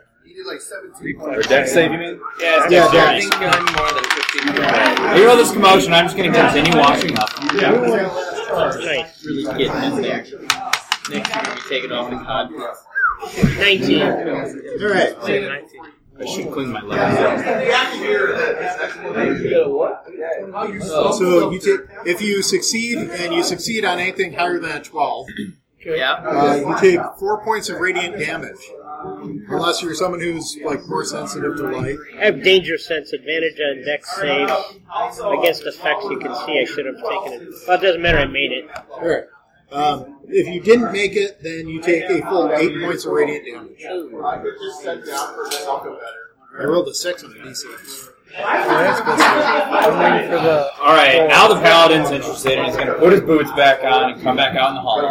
Speaker 7: Or deck save, you mean?
Speaker 2: Yeah, it's
Speaker 1: Yeah, yeah.
Speaker 2: different. I think I'm more than 15 years old.
Speaker 10: Hear all this commotion, I'm just going to continue watching up.
Speaker 2: Really getting in there. Next, you're gonna be taking off the cod.
Speaker 19: Nineteen.
Speaker 1: All right.
Speaker 10: I should clean my legs.
Speaker 1: So you take if you succeed and you succeed on anything higher than a 12,
Speaker 2: Yeah.
Speaker 1: uh, you take four points of radiant damage. Unless you're someone who's like more sensitive to light.
Speaker 19: I have danger sense advantage on dex save against effects. You can see I should have taken it. Well, it doesn't matter. I made it.
Speaker 1: All right. Um, if you didn't make it, then you take a full eight points of radiant damage. I rolled a six on the d6.
Speaker 14: I'm waiting for the.
Speaker 10: All right, now the paladin's interested, and he's going to put his boots back on and come back out in the hall.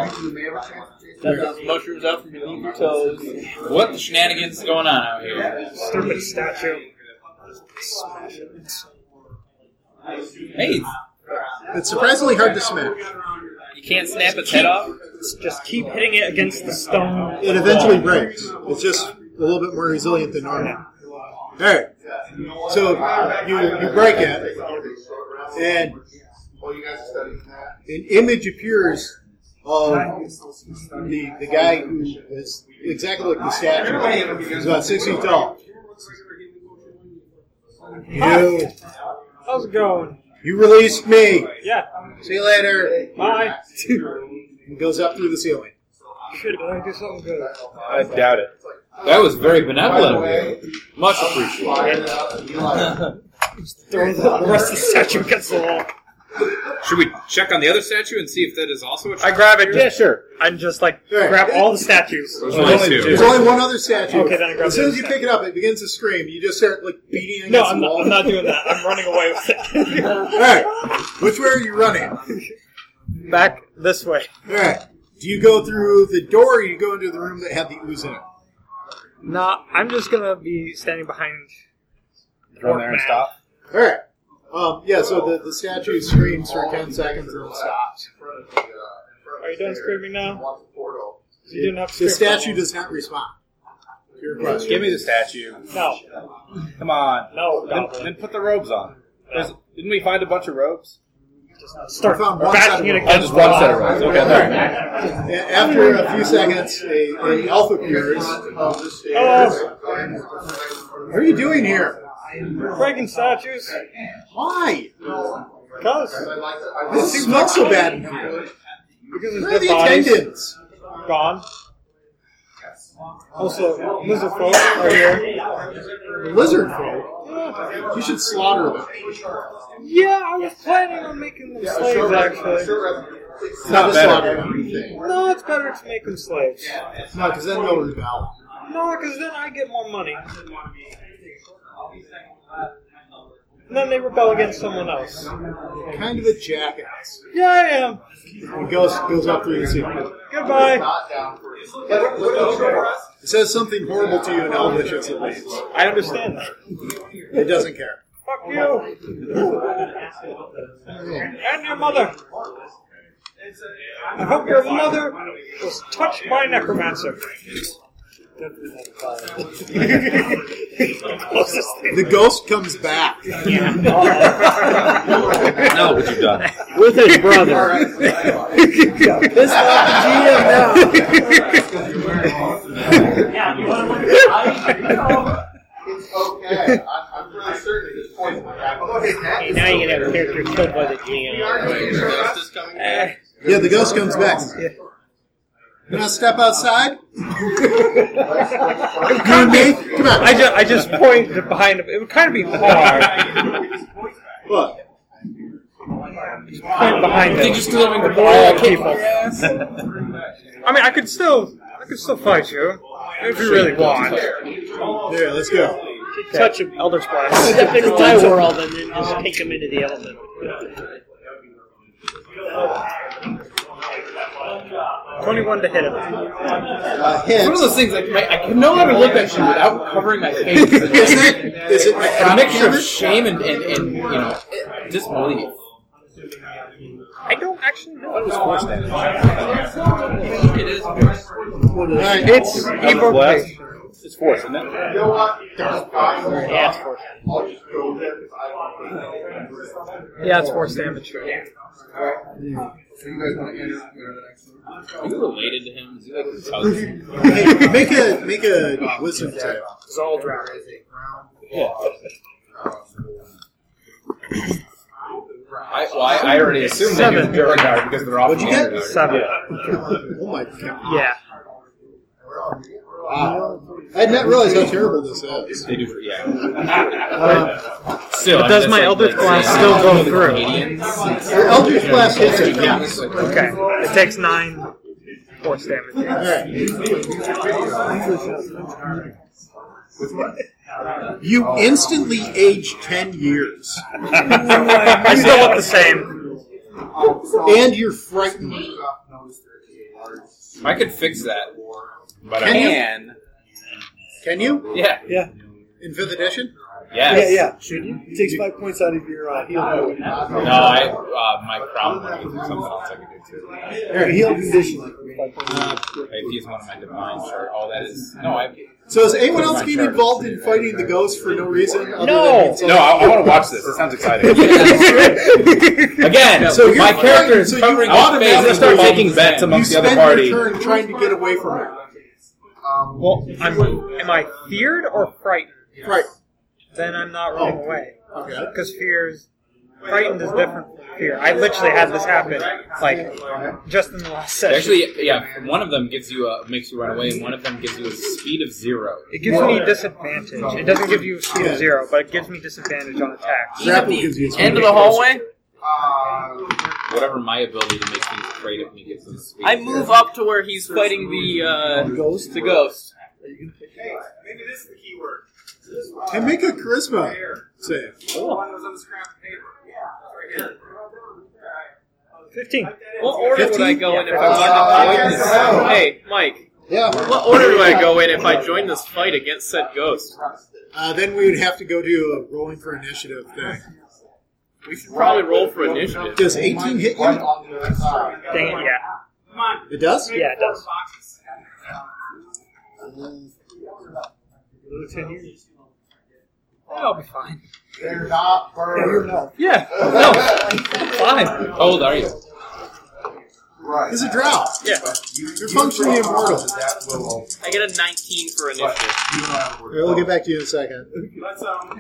Speaker 2: Mushrooms out from beneath your toes.
Speaker 10: What the shenanigans is going on out here?
Speaker 14: Stupid statue.
Speaker 10: Hey,
Speaker 1: It's surprisingly hard to smash.
Speaker 2: You can't snap its head off.
Speaker 14: Just keep hitting it against the stone.
Speaker 1: It eventually breaks. It's just a little bit more resilient than normal. All right. So you, you break it, and an image appears of the, the guy who is exactly like the statue. He's about six feet tall. You,
Speaker 14: How's it going?
Speaker 1: you released me.
Speaker 14: Yeah.
Speaker 1: See you later.
Speaker 14: Bye.
Speaker 1: And goes up through the ceiling.
Speaker 14: Shit, did I do something good?
Speaker 7: I doubt it.
Speaker 10: that was very benevolent of you. Much appreciated.
Speaker 14: Throw the the rest of the statue against the wall.
Speaker 10: Should we check on the other statue and see if that is also a
Speaker 29: I grab it.
Speaker 10: Yeah,
Speaker 29: sure. I'm just like
Speaker 1: All right.
Speaker 29: grab all the statues.
Speaker 10: There's only two.
Speaker 1: There's only one other statue.
Speaker 29: Okay, then I grab
Speaker 1: As soon
Speaker 29: the
Speaker 1: as you
Speaker 29: other
Speaker 1: pick it up, it begins to scream. You just start like beating against
Speaker 29: No,
Speaker 1: the
Speaker 29: I'm not,
Speaker 1: wall.
Speaker 29: I'm not doing that. I'm running away with it.
Speaker 1: All right. Which way are you running?
Speaker 29: Back this way.
Speaker 1: All right. Do you go through the door or you go into the room that had the ooze in it?
Speaker 14: No, I'm just gonna be standing behind.
Speaker 7: Throw there and stop.
Speaker 1: All right. Um, yeah, so the, the statue screams for 10 seconds and stops.
Speaker 14: Are you done screaming now? You didn't have to
Speaker 1: The
Speaker 14: scream for
Speaker 1: statue does not respond. to Your question.
Speaker 7: Give me the statue.
Speaker 14: No,
Speaker 7: Come on.
Speaker 14: no,
Speaker 7: Then,
Speaker 14: goblin.
Speaker 7: then put the robes on. There's- didn't we find a bunch of robes?
Speaker 1: I found one
Speaker 14: bashing
Speaker 1: set of
Speaker 14: it against
Speaker 7: Oh, just one set of robes. Okay, all right.
Speaker 1: A- After a few seconds, a, a elf appears.
Speaker 14: Hello,
Speaker 1: What are you doing here?
Speaker 14: breaking statues.
Speaker 1: Why?
Speaker 14: Cause
Speaker 1: This smells so bad in here.
Speaker 14: because
Speaker 1: Where are
Speaker 14: there's dead
Speaker 1: the
Speaker 14: bodies
Speaker 1: attendants?
Speaker 14: gone. Also, lizard folk are here.
Speaker 1: Lizard folk? You should slaughter them.
Speaker 14: Yeah, I was planning on making them slaves actually.
Speaker 1: It's not slaughter them.
Speaker 14: No, it's better to make them slaves.
Speaker 1: No, because then they'll rebel.
Speaker 14: No, because then I get more money. And then they rebel against someone else.
Speaker 1: Kind of a jackass.
Speaker 14: Yeah, I am.
Speaker 1: The ghost goes up through the ceiling.
Speaker 14: Goodbye.
Speaker 1: It says something horrible to you in Elvish as it leaves.
Speaker 14: I understand that.
Speaker 1: It doesn't care.
Speaker 14: Fuck you. And your mother. I hope your mother was touched by a necromancer. Closest thing.
Speaker 1: The ghost comes back.
Speaker 7: No, what you've done.
Speaker 19: With his
Speaker 14: Oh.
Speaker 19: brother.
Speaker 17: This off the GM now.
Speaker 3: It's okay. I'm, I'm really certain at this point. Hey,
Speaker 19: now you can have characters killed by the GM.
Speaker 1: Yeah, the ghost comes back. You want to step outside? you and me? Come on.
Speaker 14: I just, I just point to behind him. It would kind of be hard.
Speaker 1: Look.
Speaker 14: Point behind him.
Speaker 10: doing the
Speaker 14: all people. I mean, I could still, I could still fight you if you really want.
Speaker 1: There, let's go.
Speaker 14: Touch of Elder Splash.
Speaker 19: Step into my world and then just take them into the element.
Speaker 14: Twenty-one to hit him.
Speaker 1: Uh, hit.
Speaker 10: One of those things, like, my, I can no longer look at you without covering my face.
Speaker 1: Is it, is it
Speaker 10: a
Speaker 1: necrotic
Speaker 10: mixture of
Speaker 1: damage?
Speaker 10: shame and, and, and you know, disbelief.
Speaker 14: I don't actually know.
Speaker 10: It is.
Speaker 1: Alright,
Speaker 14: It's he broke
Speaker 7: Left.
Speaker 14: me.
Speaker 7: It's force, isn't it?
Speaker 3: You know what? Yeah,
Speaker 19: it's force.
Speaker 3: I'll just go there because I want to.
Speaker 14: Yeah, it's force damage.
Speaker 3: So you guys want to enter enter the next room?
Speaker 10: Are you related to him? Is he like his cousin?
Speaker 1: Hey, make a make a wisdom check.
Speaker 3: There is a ground law.
Speaker 10: I, well, I, I already assumed that you were Duragard because they're off
Speaker 1: What'd you get?
Speaker 10: Mandargar.
Speaker 14: Seven.
Speaker 1: Oh my god!
Speaker 14: Yeah.
Speaker 1: Wow. I did not realize how terrible this is.
Speaker 10: They do, yeah.
Speaker 1: Uh,
Speaker 10: Still,
Speaker 14: But does my Eldritch Blast still go through?
Speaker 1: your Eldritch Blast hits it. Yes. All
Speaker 14: Okay. It takes nine force damage.
Speaker 1: right. You instantly age ten years,
Speaker 14: I still look the same.
Speaker 1: and you're frightened.
Speaker 10: I could fix that. But I
Speaker 1: Can you?
Speaker 10: can.
Speaker 1: Can you?
Speaker 10: Yeah.
Speaker 17: Yeah,
Speaker 1: In fifth edition?
Speaker 17: yeah,
Speaker 10: Yes.
Speaker 17: yeah. Should you? It takes five points out of your uh, heal.
Speaker 10: No, I, uh, my crown would be something else I could do too. I
Speaker 17: Your heal condition.
Speaker 1: Uh,
Speaker 10: use one of my divine for all that is. No, I.
Speaker 1: So is anyone else getting involved in fighting the ghost for no reason? Other no. Than
Speaker 7: No, I, I want to watch this. It sounds exciting. Again,
Speaker 1: So
Speaker 7: my
Speaker 1: you're-
Speaker 7: character is
Speaker 1: so you
Speaker 7: covering up face. I'm
Speaker 1: automatically
Speaker 7: going to start making bets
Speaker 1: you
Speaker 7: amongst the
Speaker 1: spend
Speaker 7: other party.
Speaker 1: your turn trying to get away from it.
Speaker 3: Um,
Speaker 14: Well, I'm, am I feared or frightened?
Speaker 1: Right.
Speaker 14: Then I'm not running away.
Speaker 1: Okay.
Speaker 14: Because fears, frightened is different from fear. I literally had this happen, like, just in the last session.
Speaker 10: Actually, yeah, one of them gives you a, makes you run away, and one of them gives you a speed of zero.
Speaker 14: it gives me disadvantage. It doesn't give you speed of zero, but it gives me disadvantage on attacks.
Speaker 1: Grapple gives you
Speaker 5: End of the hallway?
Speaker 3: uh,
Speaker 10: Whatever my ability to make things creative me gives them a speed.
Speaker 2: I move up to where he's fighting the uh, ghost. The ghost.
Speaker 29: Hey, maybe this is the key word.
Speaker 1: And make a charisma save.
Speaker 29: The one that was on the scrap of paper. Yeah, right here.
Speaker 14: 15.
Speaker 2: What order would I go in if I
Speaker 1: Uh,
Speaker 2: wanted to join this?
Speaker 1: yeah.
Speaker 2: Hey, Mike.
Speaker 1: Yeah.
Speaker 2: What order do I go in if I join this fight against said ghost?
Speaker 1: Uh, then we would have to go do a rolling for initiative thing.
Speaker 2: We should probably roll for initiative.
Speaker 1: Does 18 hit you?
Speaker 14: Dang it, yeah.
Speaker 29: Come on.
Speaker 1: It does?
Speaker 14: Yeah, it does.
Speaker 29: Boxes.
Speaker 14: Lieutenant. I'll be fine.
Speaker 3: They're not burned.
Speaker 2: Yeah. No.
Speaker 10: Fine. How old are you?
Speaker 3: Right.
Speaker 1: It's a drought.
Speaker 2: Yeah.
Speaker 1: You're functionally immortal.
Speaker 3: That will.
Speaker 2: I get a 19 for initiative.
Speaker 3: You don't have to worry
Speaker 1: Here, we'll
Speaker 3: about
Speaker 1: get back to you in a second.
Speaker 29: Let's, um,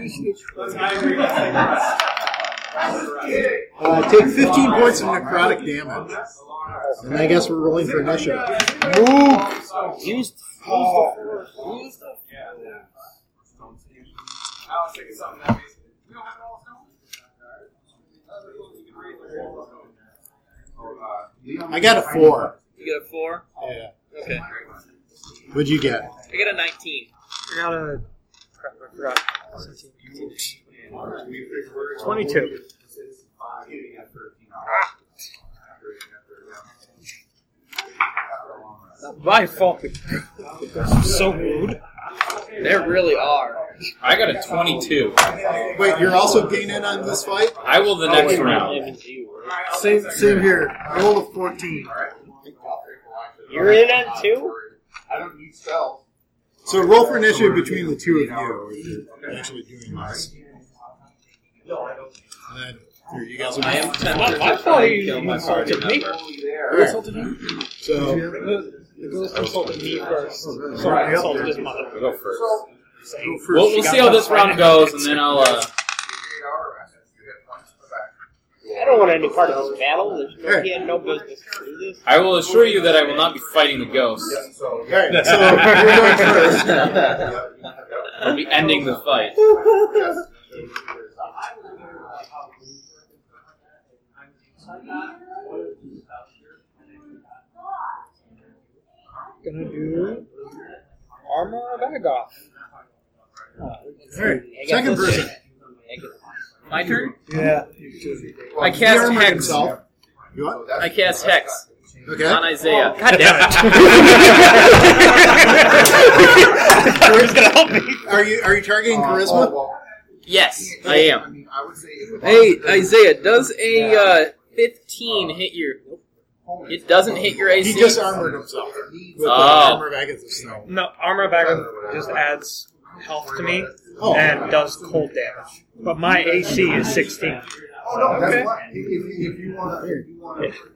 Speaker 29: let's not agree with that.
Speaker 1: Uh, take 15 points of necrotic damage. And I guess we're rolling for initiative.
Speaker 29: Use I was thinking something that basically. We don't have it all
Speaker 1: I got a 4.
Speaker 2: You get a four.
Speaker 1: Yeah.
Speaker 2: Okay.
Speaker 1: What'd you get?
Speaker 2: I get a 19.
Speaker 14: Forgot a. Crap, I forgot. 17, 18. 22. My fault. so rude.
Speaker 2: There really are.
Speaker 10: I got a 22.
Speaker 1: Wait, you're also getting in on this fight?
Speaker 10: I will the next round.
Speaker 17: Same, same here. I rolled a 14.
Speaker 19: You're in on two?
Speaker 3: I don't need spells.
Speaker 1: So roll for initiative between the two of you. You're Actually doing this. And then, here, you guys will
Speaker 10: I am
Speaker 1: be-
Speaker 10: tempted
Speaker 14: I
Speaker 10: to
Speaker 14: thought
Speaker 10: try and
Speaker 14: you
Speaker 10: kill my party
Speaker 14: insulted me.
Speaker 10: member.
Speaker 1: So,
Speaker 14: The ghost insulted me first. So I insulted his mother.
Speaker 10: I'll go first.
Speaker 14: Saying-
Speaker 10: We'll, we'll see how this round goes, and then I'll. Uh,
Speaker 19: I don't want any part of this battle. There's
Speaker 1: Sure.
Speaker 19: no, he had no business to do this.
Speaker 10: I will assure you that I will not be fighting the ghost.
Speaker 3: So,
Speaker 1: alright, so you're going first.
Speaker 10: I'll be ending the fight.
Speaker 14: Gonna do armor of Agagoth.
Speaker 1: Alright, second person.
Speaker 2: My turn.
Speaker 17: Yeah.
Speaker 2: I
Speaker 1: He
Speaker 2: cast
Speaker 1: armored
Speaker 2: hex.
Speaker 1: himself. You what?
Speaker 2: I cast hex
Speaker 1: Okay.
Speaker 2: on
Speaker 19: Oh,
Speaker 2: Isaiah.
Speaker 14: God damn it.
Speaker 1: Who's
Speaker 14: gonna help me?
Speaker 1: Are you are you targeting charisma?
Speaker 2: Yes, I am.
Speaker 3: mean, I would say it would
Speaker 2: Hey, Isaiah, does a uh, 15 hit your. It doesn't hit your
Speaker 1: He
Speaker 2: AC?
Speaker 1: just armored himself with the
Speaker 2: Oh.
Speaker 1: armor of Agathis. No.
Speaker 14: No, armor of Agagoth just adds health to me
Speaker 1: Oh.
Speaker 14: and does cold damage. But my AC is 16.
Speaker 3: Oh, no, that's okay. fine. If, if, if you want to. If you want to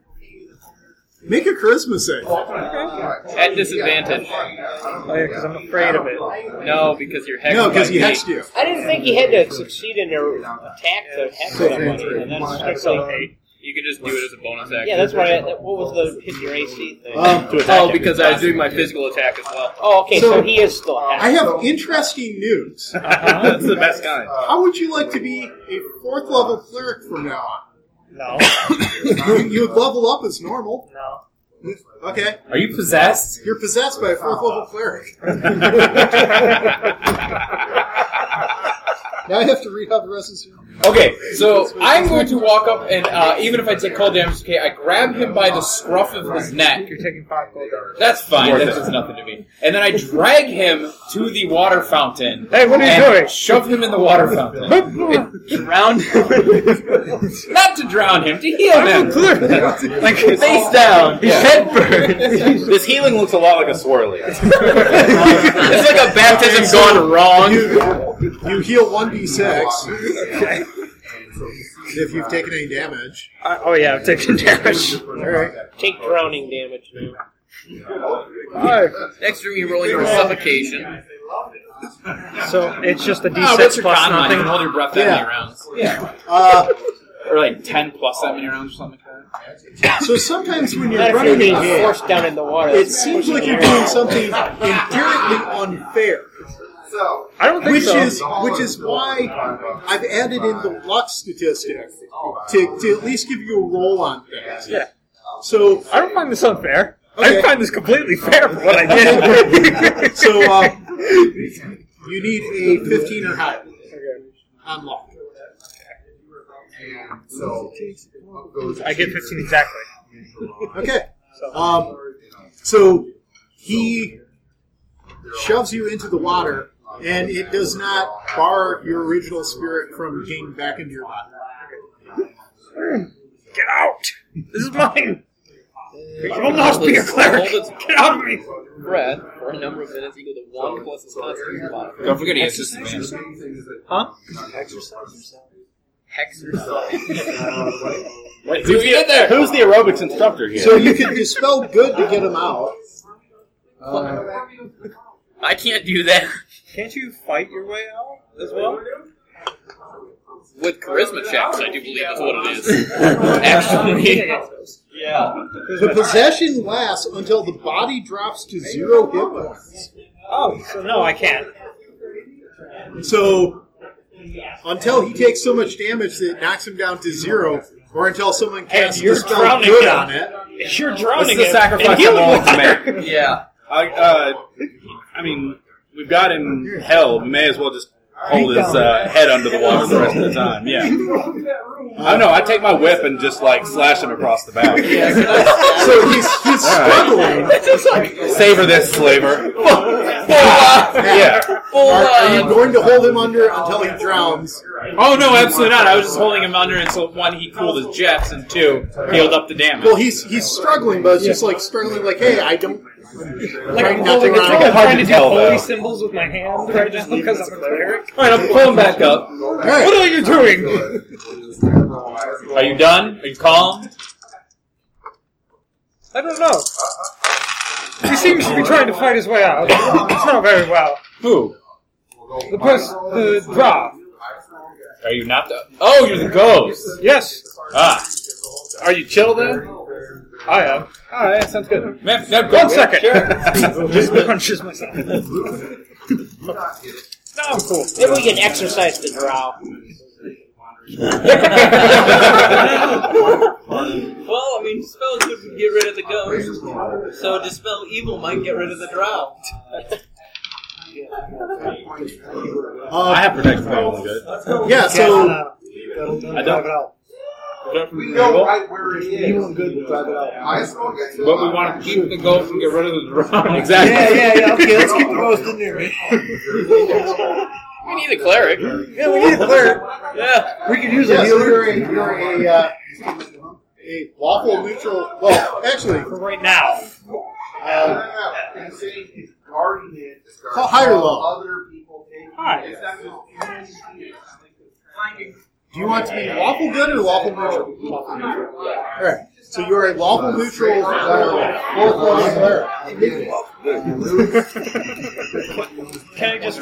Speaker 1: Make a charisma save.
Speaker 2: At disadvantage.
Speaker 14: Oh, yeah, because I'm afraid of it.
Speaker 2: No, because you're hexed.
Speaker 1: No,
Speaker 2: because
Speaker 1: because he hexed you.
Speaker 19: I didn't think he had to succeed in their attack to hex somebody. And that's
Speaker 14: So,
Speaker 19: actually,
Speaker 2: You can just do it as a bonus action.
Speaker 19: yeah, that's what I, that- what was the hit your AC thing?
Speaker 1: Um,
Speaker 2: Oh, because I was doing my physical attack as well.
Speaker 19: oh, okay, so,
Speaker 1: so-
Speaker 19: he is still
Speaker 14: Um,
Speaker 19: hexed.
Speaker 1: I have interesting news.
Speaker 2: That's the best kind.
Speaker 1: How would you like to be a fourth level cleric from now
Speaker 14: no.
Speaker 1: on? You, you would level up as normal.
Speaker 14: No.
Speaker 1: Okay,
Speaker 10: Are you possessed?
Speaker 1: you're possessed by a fourth level cleric. Now I have to read out the rest of the
Speaker 10: Okay, so I'm going to walk up and uh, even if I take cold damage, okay, I grab him by the scruff of his neck.
Speaker 14: You're taking five gold damage.
Speaker 10: That's fine. That does nothing to me. And then I drag him to the water fountain.
Speaker 14: Hey, what are you
Speaker 10: and
Speaker 14: doing?
Speaker 10: Shove him in the water fountain.
Speaker 2: Drowned.
Speaker 10: Not to drown him, to heal him.
Speaker 2: like face down.
Speaker 10: Yeah.
Speaker 5: this healing looks a lot like a swirly.
Speaker 2: It's like a baptism gone wrong.
Speaker 1: You heal one d six if you've taken any damage.
Speaker 14: I, oh, yeah, I'm taking damage.
Speaker 19: Take drowning damage now.
Speaker 2: Next room, you're rolling for suffocation.
Speaker 14: So it's just a
Speaker 10: Oh,
Speaker 14: d6
Speaker 10: your
Speaker 14: plus
Speaker 10: con line? You can
Speaker 14: nothing.
Speaker 10: hold your breath that
Speaker 1: Yeah.
Speaker 10: many rounds.
Speaker 1: Uh,
Speaker 10: Or like 10 plus that many rounds or something like that.
Speaker 1: so sometimes when
Speaker 19: Not
Speaker 1: you're
Speaker 19: if you're
Speaker 1: running a
Speaker 19: being
Speaker 1: game,
Speaker 19: forced down in the water.
Speaker 1: it seems like you're doing something inherently unfair. I don't think which so. Is, which is why I've added in the luck statistic to, to at least give you a roll on things.
Speaker 38: Yeah.
Speaker 1: So
Speaker 38: I don't find this unfair. Okay. I find this completely fair for what I did.
Speaker 1: so um, you need a 15 or higher on luck.
Speaker 3: And so goes
Speaker 38: I get 15 exactly.
Speaker 1: Okay. Um, so he shoves you into the water, and it does not bar your original spirit from getting back into your body.
Speaker 38: Get out! This is mine! I will not be a cleric! Get out of me!
Speaker 2: Breath for a number of minutes equal to one plus his constitution modifier.
Speaker 10: Don't forget he has disadvantage.
Speaker 38: Huh?
Speaker 3: Exercise
Speaker 2: Hexercise.
Speaker 7: Wait, who's, the, who's the aerobics instructor here?
Speaker 1: So you can dispel good to get him out.
Speaker 2: Uh, I can't do that.
Speaker 6: Can't you fight your way out as well?
Speaker 2: With charisma checks, I do believe that's what it is. Actually.
Speaker 6: Yeah.
Speaker 1: The possession lasts until the body drops to zero hit points.
Speaker 6: Oh, so no, I can't.
Speaker 1: So until he takes so much damage that it knocks him down to zero, or until someone casts
Speaker 38: you're
Speaker 1: the spell
Speaker 38: drowning
Speaker 1: good
Speaker 38: him.
Speaker 1: on it.
Speaker 38: If You're
Speaker 7: This is
Speaker 38: drowning
Speaker 7: the
Speaker 38: him,
Speaker 7: sacrifice
Speaker 38: and
Speaker 7: I'm
Speaker 38: healing
Speaker 7: willing to
Speaker 38: water.
Speaker 7: make.
Speaker 2: Yeah.
Speaker 7: I, uh, I mean, we've got him held. We may as well just hold his uh, head under the water the rest of the time. Yeah. I don't know. I take my whip and just like slash him across the back.
Speaker 1: So he's, he's
Speaker 7: All right.
Speaker 1: struggling.
Speaker 7: Savor this flavor.
Speaker 38: Oh,
Speaker 2: Oh,
Speaker 7: yeah.
Speaker 1: Are, are you going to hold him under until he drowns?
Speaker 38: Oh no, absolutely not. I was just holding him under until one, he cooled his jets, and two, healed up the damage.
Speaker 1: Well, he's he's struggling, but it's just like struggling. Like, hey, I don't. I'm
Speaker 14: Like,
Speaker 1: trying
Speaker 14: I'm
Speaker 1: not to
Speaker 14: holding, it's
Speaker 1: drown.
Speaker 14: like I'm
Speaker 7: Hard
Speaker 14: trying
Speaker 7: to
Speaker 14: to do
Speaker 7: tell,
Speaker 14: holy
Speaker 7: though.
Speaker 14: symbols with my hand right now because I'm a cleric.
Speaker 38: All right, I'm pulling back up.
Speaker 1: All right.
Speaker 38: What are you doing?
Speaker 7: Are you done? Are you calm?
Speaker 14: I don't know. He seems to be trying to fight his way out. It's not very well.
Speaker 7: Who?
Speaker 14: The person, the draw.
Speaker 7: Are you not the? Oh, you're the ghost.
Speaker 14: Yes,
Speaker 7: Ah. Are you chill then?
Speaker 14: I am.
Speaker 6: Ah,
Speaker 7: All right, sounds good. Man, no,
Speaker 14: One second.
Speaker 38: Just punches myself.
Speaker 14: No, I'm cool.
Speaker 19: Maybe we can exercise the drow.
Speaker 6: Well, I mean, dispel good would get rid of the ghost, so dispel evil might get rid of the drought.
Speaker 7: I have protection spell. Good.
Speaker 1: Uh, Yeah. So
Speaker 7: I don't-
Speaker 3: We know right where it is. Evil and good will drive it out.
Speaker 10: But we want to keep the ghost and get rid of the drone.
Speaker 7: Exactly.
Speaker 17: yeah, yeah. Okay, let's keep the ghost in there.
Speaker 2: We need a cleric.
Speaker 17: Yeah, we need a cleric.
Speaker 2: Yeah.
Speaker 17: We could use
Speaker 1: yeah,
Speaker 17: a
Speaker 1: so
Speaker 17: healer.
Speaker 1: you're a you're a, uh, a lawful neutral. Well, actually,
Speaker 38: For right now.
Speaker 1: uh,
Speaker 3: How
Speaker 1: high or low?
Speaker 3: Other people take
Speaker 38: High.
Speaker 3: It's not just-
Speaker 1: do you want to be lawful good or lawful neutral? All right. So you're a lawful neutral uh, fourth level cleric.
Speaker 14: Can I just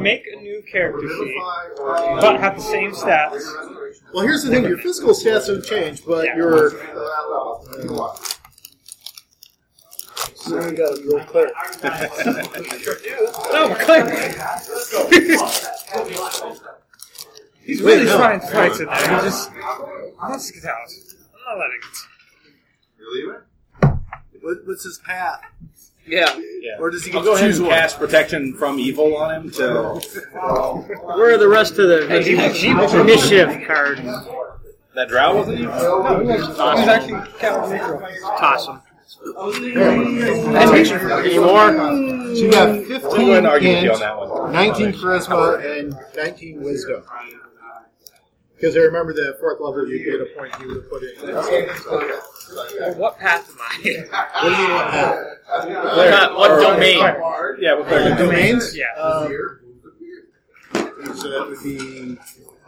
Speaker 14: make a new character sheet, but have the same stats?
Speaker 1: Well, here's the thing: your physical stats don't change, but your
Speaker 17: So we got a real cleric.
Speaker 14: No, I'm a cleric. He's
Speaker 1: Wait,
Speaker 14: really
Speaker 1: no.
Speaker 14: trying to fight in there. He just wants to get out. I'm not letting him.
Speaker 1: what- what's his path?
Speaker 2: Yeah.
Speaker 1: Or does he get
Speaker 7: I'll
Speaker 1: to
Speaker 7: go ahead
Speaker 1: choose
Speaker 7: and
Speaker 1: one?
Speaker 7: cast protection from evil on him to
Speaker 19: Where are the rest of the the initiative cards?
Speaker 7: that drow wasn't he?
Speaker 14: He's actually counter neutral.
Speaker 19: Toss them.
Speaker 1: Anymore? So you have
Speaker 7: We'll go ahead
Speaker 1: 15
Speaker 7: and argue with you on
Speaker 1: and
Speaker 7: that one.
Speaker 1: 19 charisma and 19 wisdom. Because I remember the fourth level, you get a point you would put in. What
Speaker 14: Well, what path am I?
Speaker 1: do you want now?
Speaker 7: Cleric.
Speaker 2: Not one
Speaker 7: Or-
Speaker 2: domain.
Speaker 7: Yeah, we'll clear it.
Speaker 1: Domains?
Speaker 14: Yeah.
Speaker 1: Uh, so that would be.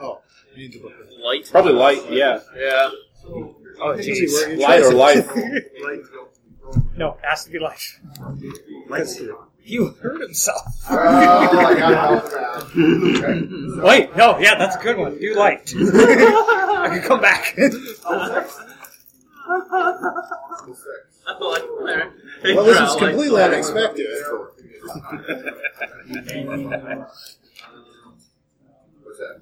Speaker 1: Oh, I need to look. at it.
Speaker 2: Light.
Speaker 7: Probably light. Yeah,
Speaker 2: Yeah.
Speaker 14: Oh,
Speaker 1: See
Speaker 14: jeez.
Speaker 1: where you
Speaker 7: light or
Speaker 1: choose it.
Speaker 7: life.
Speaker 14: No, it has to be life. He hurt himself.
Speaker 3: Oh, I got it.
Speaker 14: Wait, no, yeah, that's a good one. Do light. I can come back.
Speaker 6: I'm like,
Speaker 1: Well, this was completely unexpected.
Speaker 3: What's that?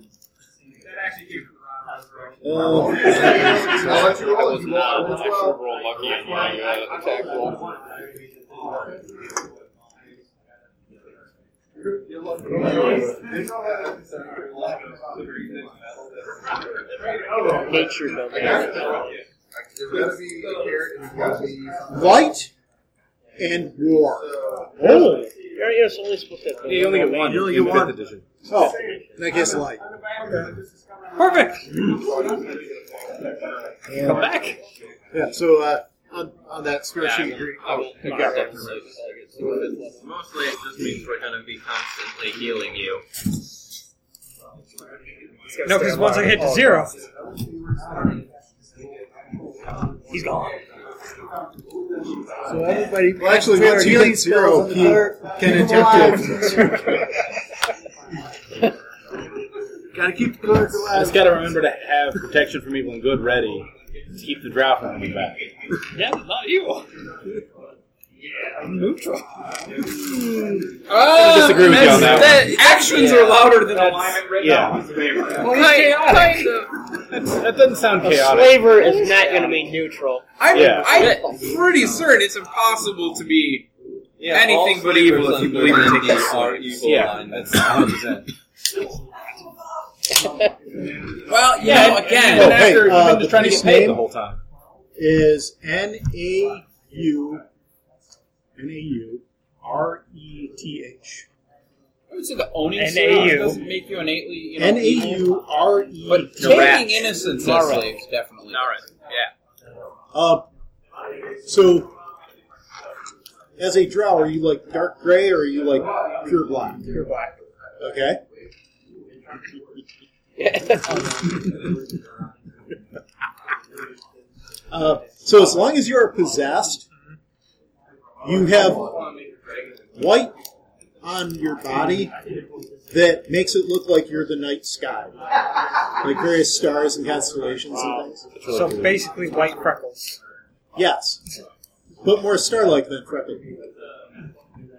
Speaker 1: Uh,
Speaker 3: I'll let you roll.
Speaker 2: was
Speaker 3: You
Speaker 2: not
Speaker 3: roll
Speaker 2: I should have rolled lucky on my uh, attack roll.
Speaker 3: Nature There's gonna be a carrot and there's gonna be
Speaker 1: light and war.
Speaker 19: Oh, yeah, yeah, it's only supposed to. Have
Speaker 7: You only get one.
Speaker 17: You only
Speaker 7: in
Speaker 17: get
Speaker 7: fifth
Speaker 17: one.
Speaker 7: edition.
Speaker 1: Oh, that gets light.
Speaker 38: Perfect.
Speaker 1: And-
Speaker 38: Come back.
Speaker 1: Yeah. So uh, on, on that square sheet, you're- you got that.
Speaker 6: Mostly it just means we're going to be constantly healing you.
Speaker 38: No, because once I hit to zero, he's gone.
Speaker 17: So everybody,
Speaker 1: Well, actually,
Speaker 17: prepare
Speaker 1: once you
Speaker 17: healing
Speaker 1: hit zero,
Speaker 17: spells on the
Speaker 1: he
Speaker 17: cleric.
Speaker 1: can
Speaker 17: Keep
Speaker 1: attempt
Speaker 17: him
Speaker 1: to.
Speaker 17: Gotta keep the cleric
Speaker 7: I
Speaker 17: alive.
Speaker 7: just gotta remember to have protection from evil and good ready to keep the drought from coming back.
Speaker 38: Yeah, not evil. I'm neutral.
Speaker 17: Uh,
Speaker 7: I disagree with you on that one.
Speaker 10: actions are louder than alignment right
Speaker 7: Yeah,
Speaker 38: Well, he's chaotic.
Speaker 7: that doesn't sound
Speaker 19: A
Speaker 7: chaotic.
Speaker 19: slaver is not going to be neutral.
Speaker 10: I'm,
Speaker 7: Yeah.
Speaker 10: I'm pretty certain it's impossible to be anything but evil if you believe in taking
Speaker 6: are
Speaker 10: slaves.
Speaker 6: evil
Speaker 7: Yeah,
Speaker 6: alignment.
Speaker 10: Well, you
Speaker 7: Yeah,
Speaker 10: know,
Speaker 7: and-
Speaker 10: again,
Speaker 1: Oh,
Speaker 7: Even
Speaker 1: hey,
Speaker 7: after
Speaker 1: uh,
Speaker 7: you've been
Speaker 1: the
Speaker 7: just trying to
Speaker 1: police
Speaker 7: get paid the
Speaker 1: name
Speaker 7: whole time.
Speaker 1: Is N A U N A U R E T H
Speaker 10: I would say the owning
Speaker 38: NAU.
Speaker 10: slaves doesn't make you innately, you know,
Speaker 1: N A
Speaker 10: evil.
Speaker 1: U R E
Speaker 10: But
Speaker 1: T
Speaker 10: taking
Speaker 1: H.
Speaker 10: innocence
Speaker 1: All
Speaker 10: as
Speaker 1: right.
Speaker 10: slaves definitely. All right.
Speaker 1: Uh, so, as a drow, are you like dark gray or are you like pure black? Pure black. Okay. uh, so, as long as you are possessed, you have white on your body that makes it look like you're the night sky, like various stars and constellations and things.
Speaker 38: So basically, white freckles.
Speaker 1: Yes. But more star-like than freckled.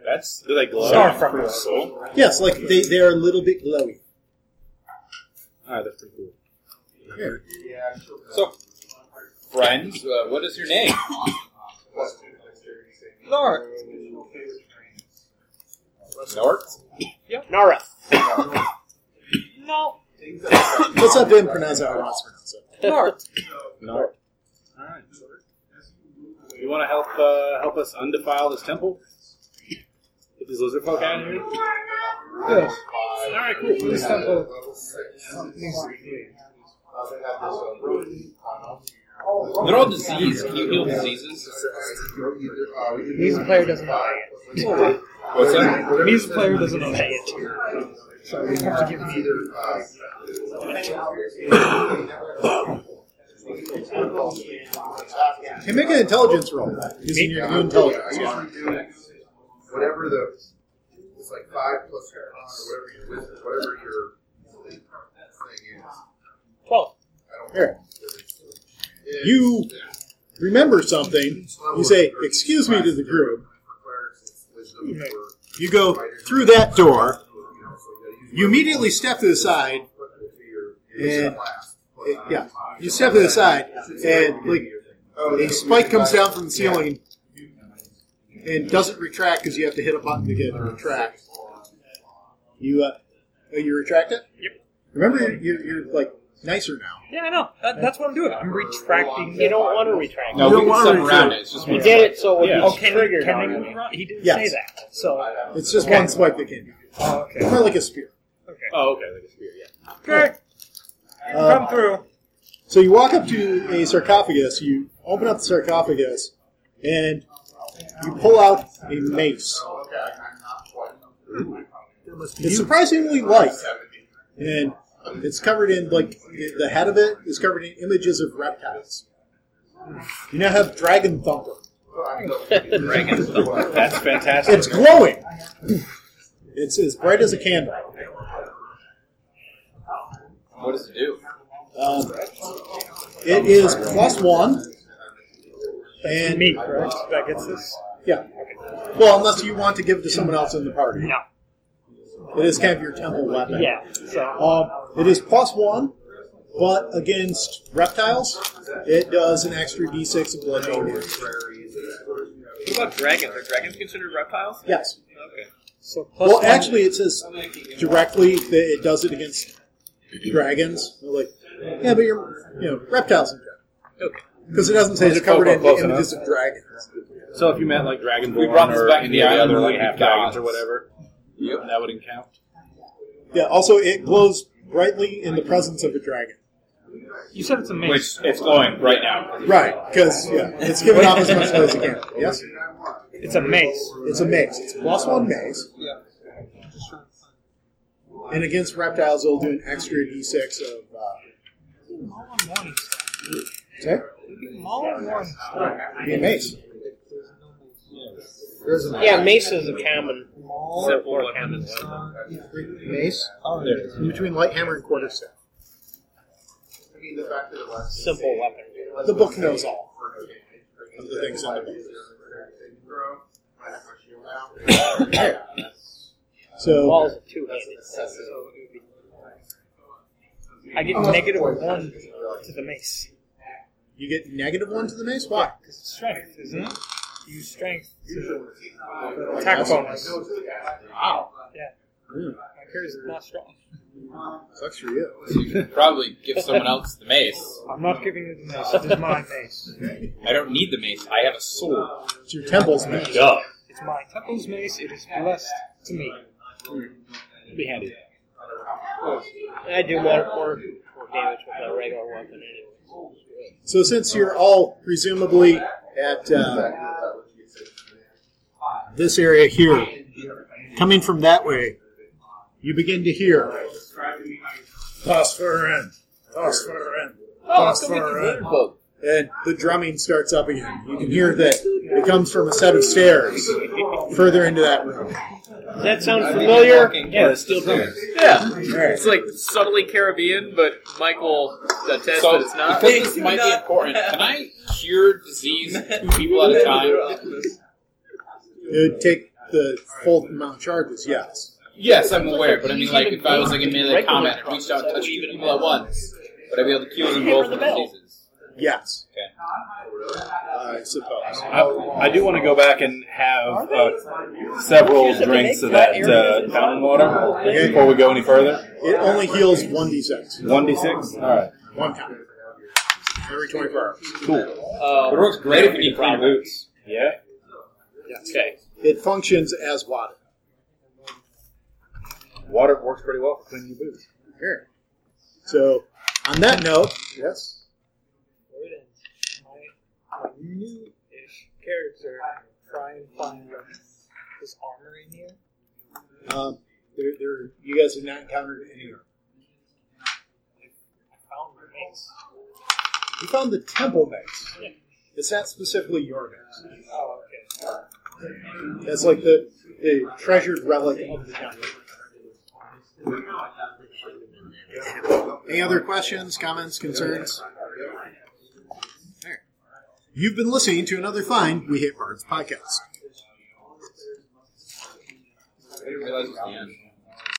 Speaker 7: That's do they glow?
Speaker 38: Star freckles.
Speaker 1: Yes, like they, they are a little bit glowy.
Speaker 7: Alright, that's pretty cool.
Speaker 10: So,
Speaker 7: Friends,
Speaker 10: uh, what is your name?
Speaker 38: Nor.
Speaker 7: North.
Speaker 19: Nora.
Speaker 38: No.
Speaker 1: Let's have them pronounce it how I want to pronounce it.
Speaker 38: Nor.
Speaker 7: North. Alright. You want to help uh, help us undefile this temple? Get these lizard folk out of here.
Speaker 14: Alright, cool. This temple needs to be cleaned.
Speaker 10: They're all diseased. Can you heal diseases?
Speaker 14: He's a player who doesn't buy it.
Speaker 10: What's that?
Speaker 14: He's a player who doesn't buy it. So you have to give me uh,
Speaker 1: Hey, make an intelligence roll. Using your new intelligence.
Speaker 3: I usually do whatever the it's like five plus your con or whatever your wisdom, whatever your thing is.
Speaker 19: Twelve.
Speaker 3: I don't
Speaker 1: Here. You remember something, you say, excuse me to the group. You go through that door. You immediately step to the side. And, yeah,
Speaker 3: uh,
Speaker 1: you step to the side, and like
Speaker 3: Oh,
Speaker 1: a spike comes down from the ceiling and doesn't retract because you have to hit a button to get it to retract. You, uh, oh, you retract it? Yep. Remember, you're, you're, you're like nicer now.
Speaker 38: Yeah, I know. That, that's what I'm doing. I'm retracting.
Speaker 19: You don't want to retract.
Speaker 7: No,
Speaker 1: You
Speaker 7: we
Speaker 1: don't
Speaker 7: can
Speaker 1: wanna
Speaker 7: step
Speaker 1: return.
Speaker 7: around it. It's just
Speaker 19: We
Speaker 7: one.
Speaker 19: did it so it
Speaker 7: Yeah.
Speaker 19: would
Speaker 38: Oh,
Speaker 19: be
Speaker 38: can,
Speaker 19: triggered
Speaker 38: can
Speaker 19: on Oh,
Speaker 38: I
Speaker 19: you.
Speaker 38: run? He didn't
Speaker 1: Yes.
Speaker 38: say that. So,
Speaker 1: It's just
Speaker 38: Okay.
Speaker 1: one spike that came down.
Speaker 38: oh, okay.
Speaker 1: More like a spear.
Speaker 7: Oh, okay, like a spear. Yeah.
Speaker 38: Okay,
Speaker 1: Uh,
Speaker 38: come through.
Speaker 1: So you walk up to a sarcophagus, you open up the sarcophagus, and you pull out a mace. It's surprisingly light, and it's covered in, like, the head of it is covered in images of reptiles. You now have Dragon Thumper.
Speaker 7: That's fantastic.
Speaker 1: It's glowing! It's as bright as a candle.
Speaker 10: What does it do?
Speaker 1: Um, it is plus one, and
Speaker 14: me, correct? That gets this?
Speaker 1: Yeah. Well, unless you want to give it to someone else in the party.
Speaker 14: No.
Speaker 1: It is kind of your temple weapon.
Speaker 14: Yeah. So
Speaker 1: Um, it is plus one, but against reptiles, it does an extra d6 of bludgeoning damage.
Speaker 5: What about dragons? Are dragons considered reptiles?
Speaker 1: Yes.
Speaker 5: Okay.
Speaker 14: So plus
Speaker 1: Well,
Speaker 14: one-
Speaker 1: actually, it says directly that it does it against dragons. They're like, yeah, but you're, you know, reptiles in general.
Speaker 5: Okay.
Speaker 1: Because it doesn't say
Speaker 7: Well,
Speaker 1: they're
Speaker 7: it's close-
Speaker 1: covered in
Speaker 7: close
Speaker 1: images of dragons.
Speaker 7: So if you meant like
Speaker 10: We
Speaker 7: Dragonborn
Speaker 10: brought this
Speaker 7: or
Speaker 10: back to
Speaker 7: any
Speaker 10: the
Speaker 7: of the
Speaker 10: island
Speaker 7: other
Speaker 10: of
Speaker 7: like
Speaker 10: the
Speaker 7: half
Speaker 10: gods.
Speaker 7: dragons or whatever, that wouldn't count.
Speaker 1: Yeah, also, it glows brightly in the presence of a dragon.
Speaker 14: you said it's a mix.
Speaker 7: Which it's glowing right now.
Speaker 1: Right, because, yeah, it's giving off as much light as it can. Yes?
Speaker 14: It's a mace.
Speaker 1: It's a maze. It's plus one maze. And against reptiles, it'll do an extra d6 of. Uh, okay. Be a mace.
Speaker 19: Yeah, mace is a common.
Speaker 5: Simple weapons.
Speaker 1: Mace. Oh, In between light hammer and quarter staff.
Speaker 19: Simple weapon.
Speaker 1: The book knows all of the things in the book. So
Speaker 19: Ball's a two-handed, so it would be-
Speaker 14: I get negative one to the mace.
Speaker 1: you get negative one to the mace. Why?
Speaker 14: Because it's strength, isn't it? You use strength to attack bonus.
Speaker 1: Wow.
Speaker 14: Yeah.
Speaker 1: Mm,
Speaker 14: My character's not strong.
Speaker 1: sucks for you.
Speaker 10: Probably give someone else the mace.
Speaker 14: I'm not giving you the mace. It is my mace.
Speaker 10: I don't need the mace. I have a sword.
Speaker 1: It's your temple's mace.
Speaker 10: Duh.
Speaker 14: It's my temple's mace. It is blessed to me.
Speaker 7: Be handy.
Speaker 19: I do more, more, more damage with my regular weapon anyway.
Speaker 1: So since you're all presumably at uh, this area here, coming from that way, you begin to hear.
Speaker 29: Phosphor in. Phosphor in.
Speaker 5: Oh, let's
Speaker 29: Phosphor
Speaker 5: go get these
Speaker 29: in.
Speaker 5: leather cloak.
Speaker 1: And the drumming starts up again. You can hear that it comes from a set of stairs further into that room.
Speaker 19: Does that sound familiar?
Speaker 7: Yeah, it's still coming.
Speaker 5: Yeah. It's like subtly Caribbean, but Michael attests
Speaker 10: So
Speaker 5: that it's not.
Speaker 10: because this might be important, can I cure disease two people at a time?
Speaker 1: It would take the full amount of charges, yes.
Speaker 10: Yes, I'm aware, but I mean, like, if I was like a melee combat and reached out and touched two people at once, would I be able to cure them both with diseases?
Speaker 1: Yes,
Speaker 10: Okay.
Speaker 1: I suppose.
Speaker 7: I, I do want to go back and have uh, several drinks of that uh, fountain water
Speaker 1: Okay.
Speaker 7: before we go any further.
Speaker 1: It only heals 1d6.
Speaker 7: One d six. All right.
Speaker 1: One time. Every 24 hours.
Speaker 7: Cool.
Speaker 5: Uh,
Speaker 10: It works great if you need clean boots.
Speaker 7: Yeah.
Speaker 5: okay.
Speaker 1: It functions as water.
Speaker 7: Water works pretty well for cleaning your boots.
Speaker 1: Here. So, on that note, yes.
Speaker 14: My new-ish character try and find this armor in here.
Speaker 1: Um, there, there, you guys have not encountered any armor.
Speaker 14: I found my mace.
Speaker 1: You found the temple mace. It's not specifically your mace.
Speaker 14: Oh, okay.
Speaker 1: That's like the, the treasured relic of the temple. Any other questions, comments, concerns? There. You've been listening to another fine We Hate Bards podcast.
Speaker 10: I didn't realize it was the end.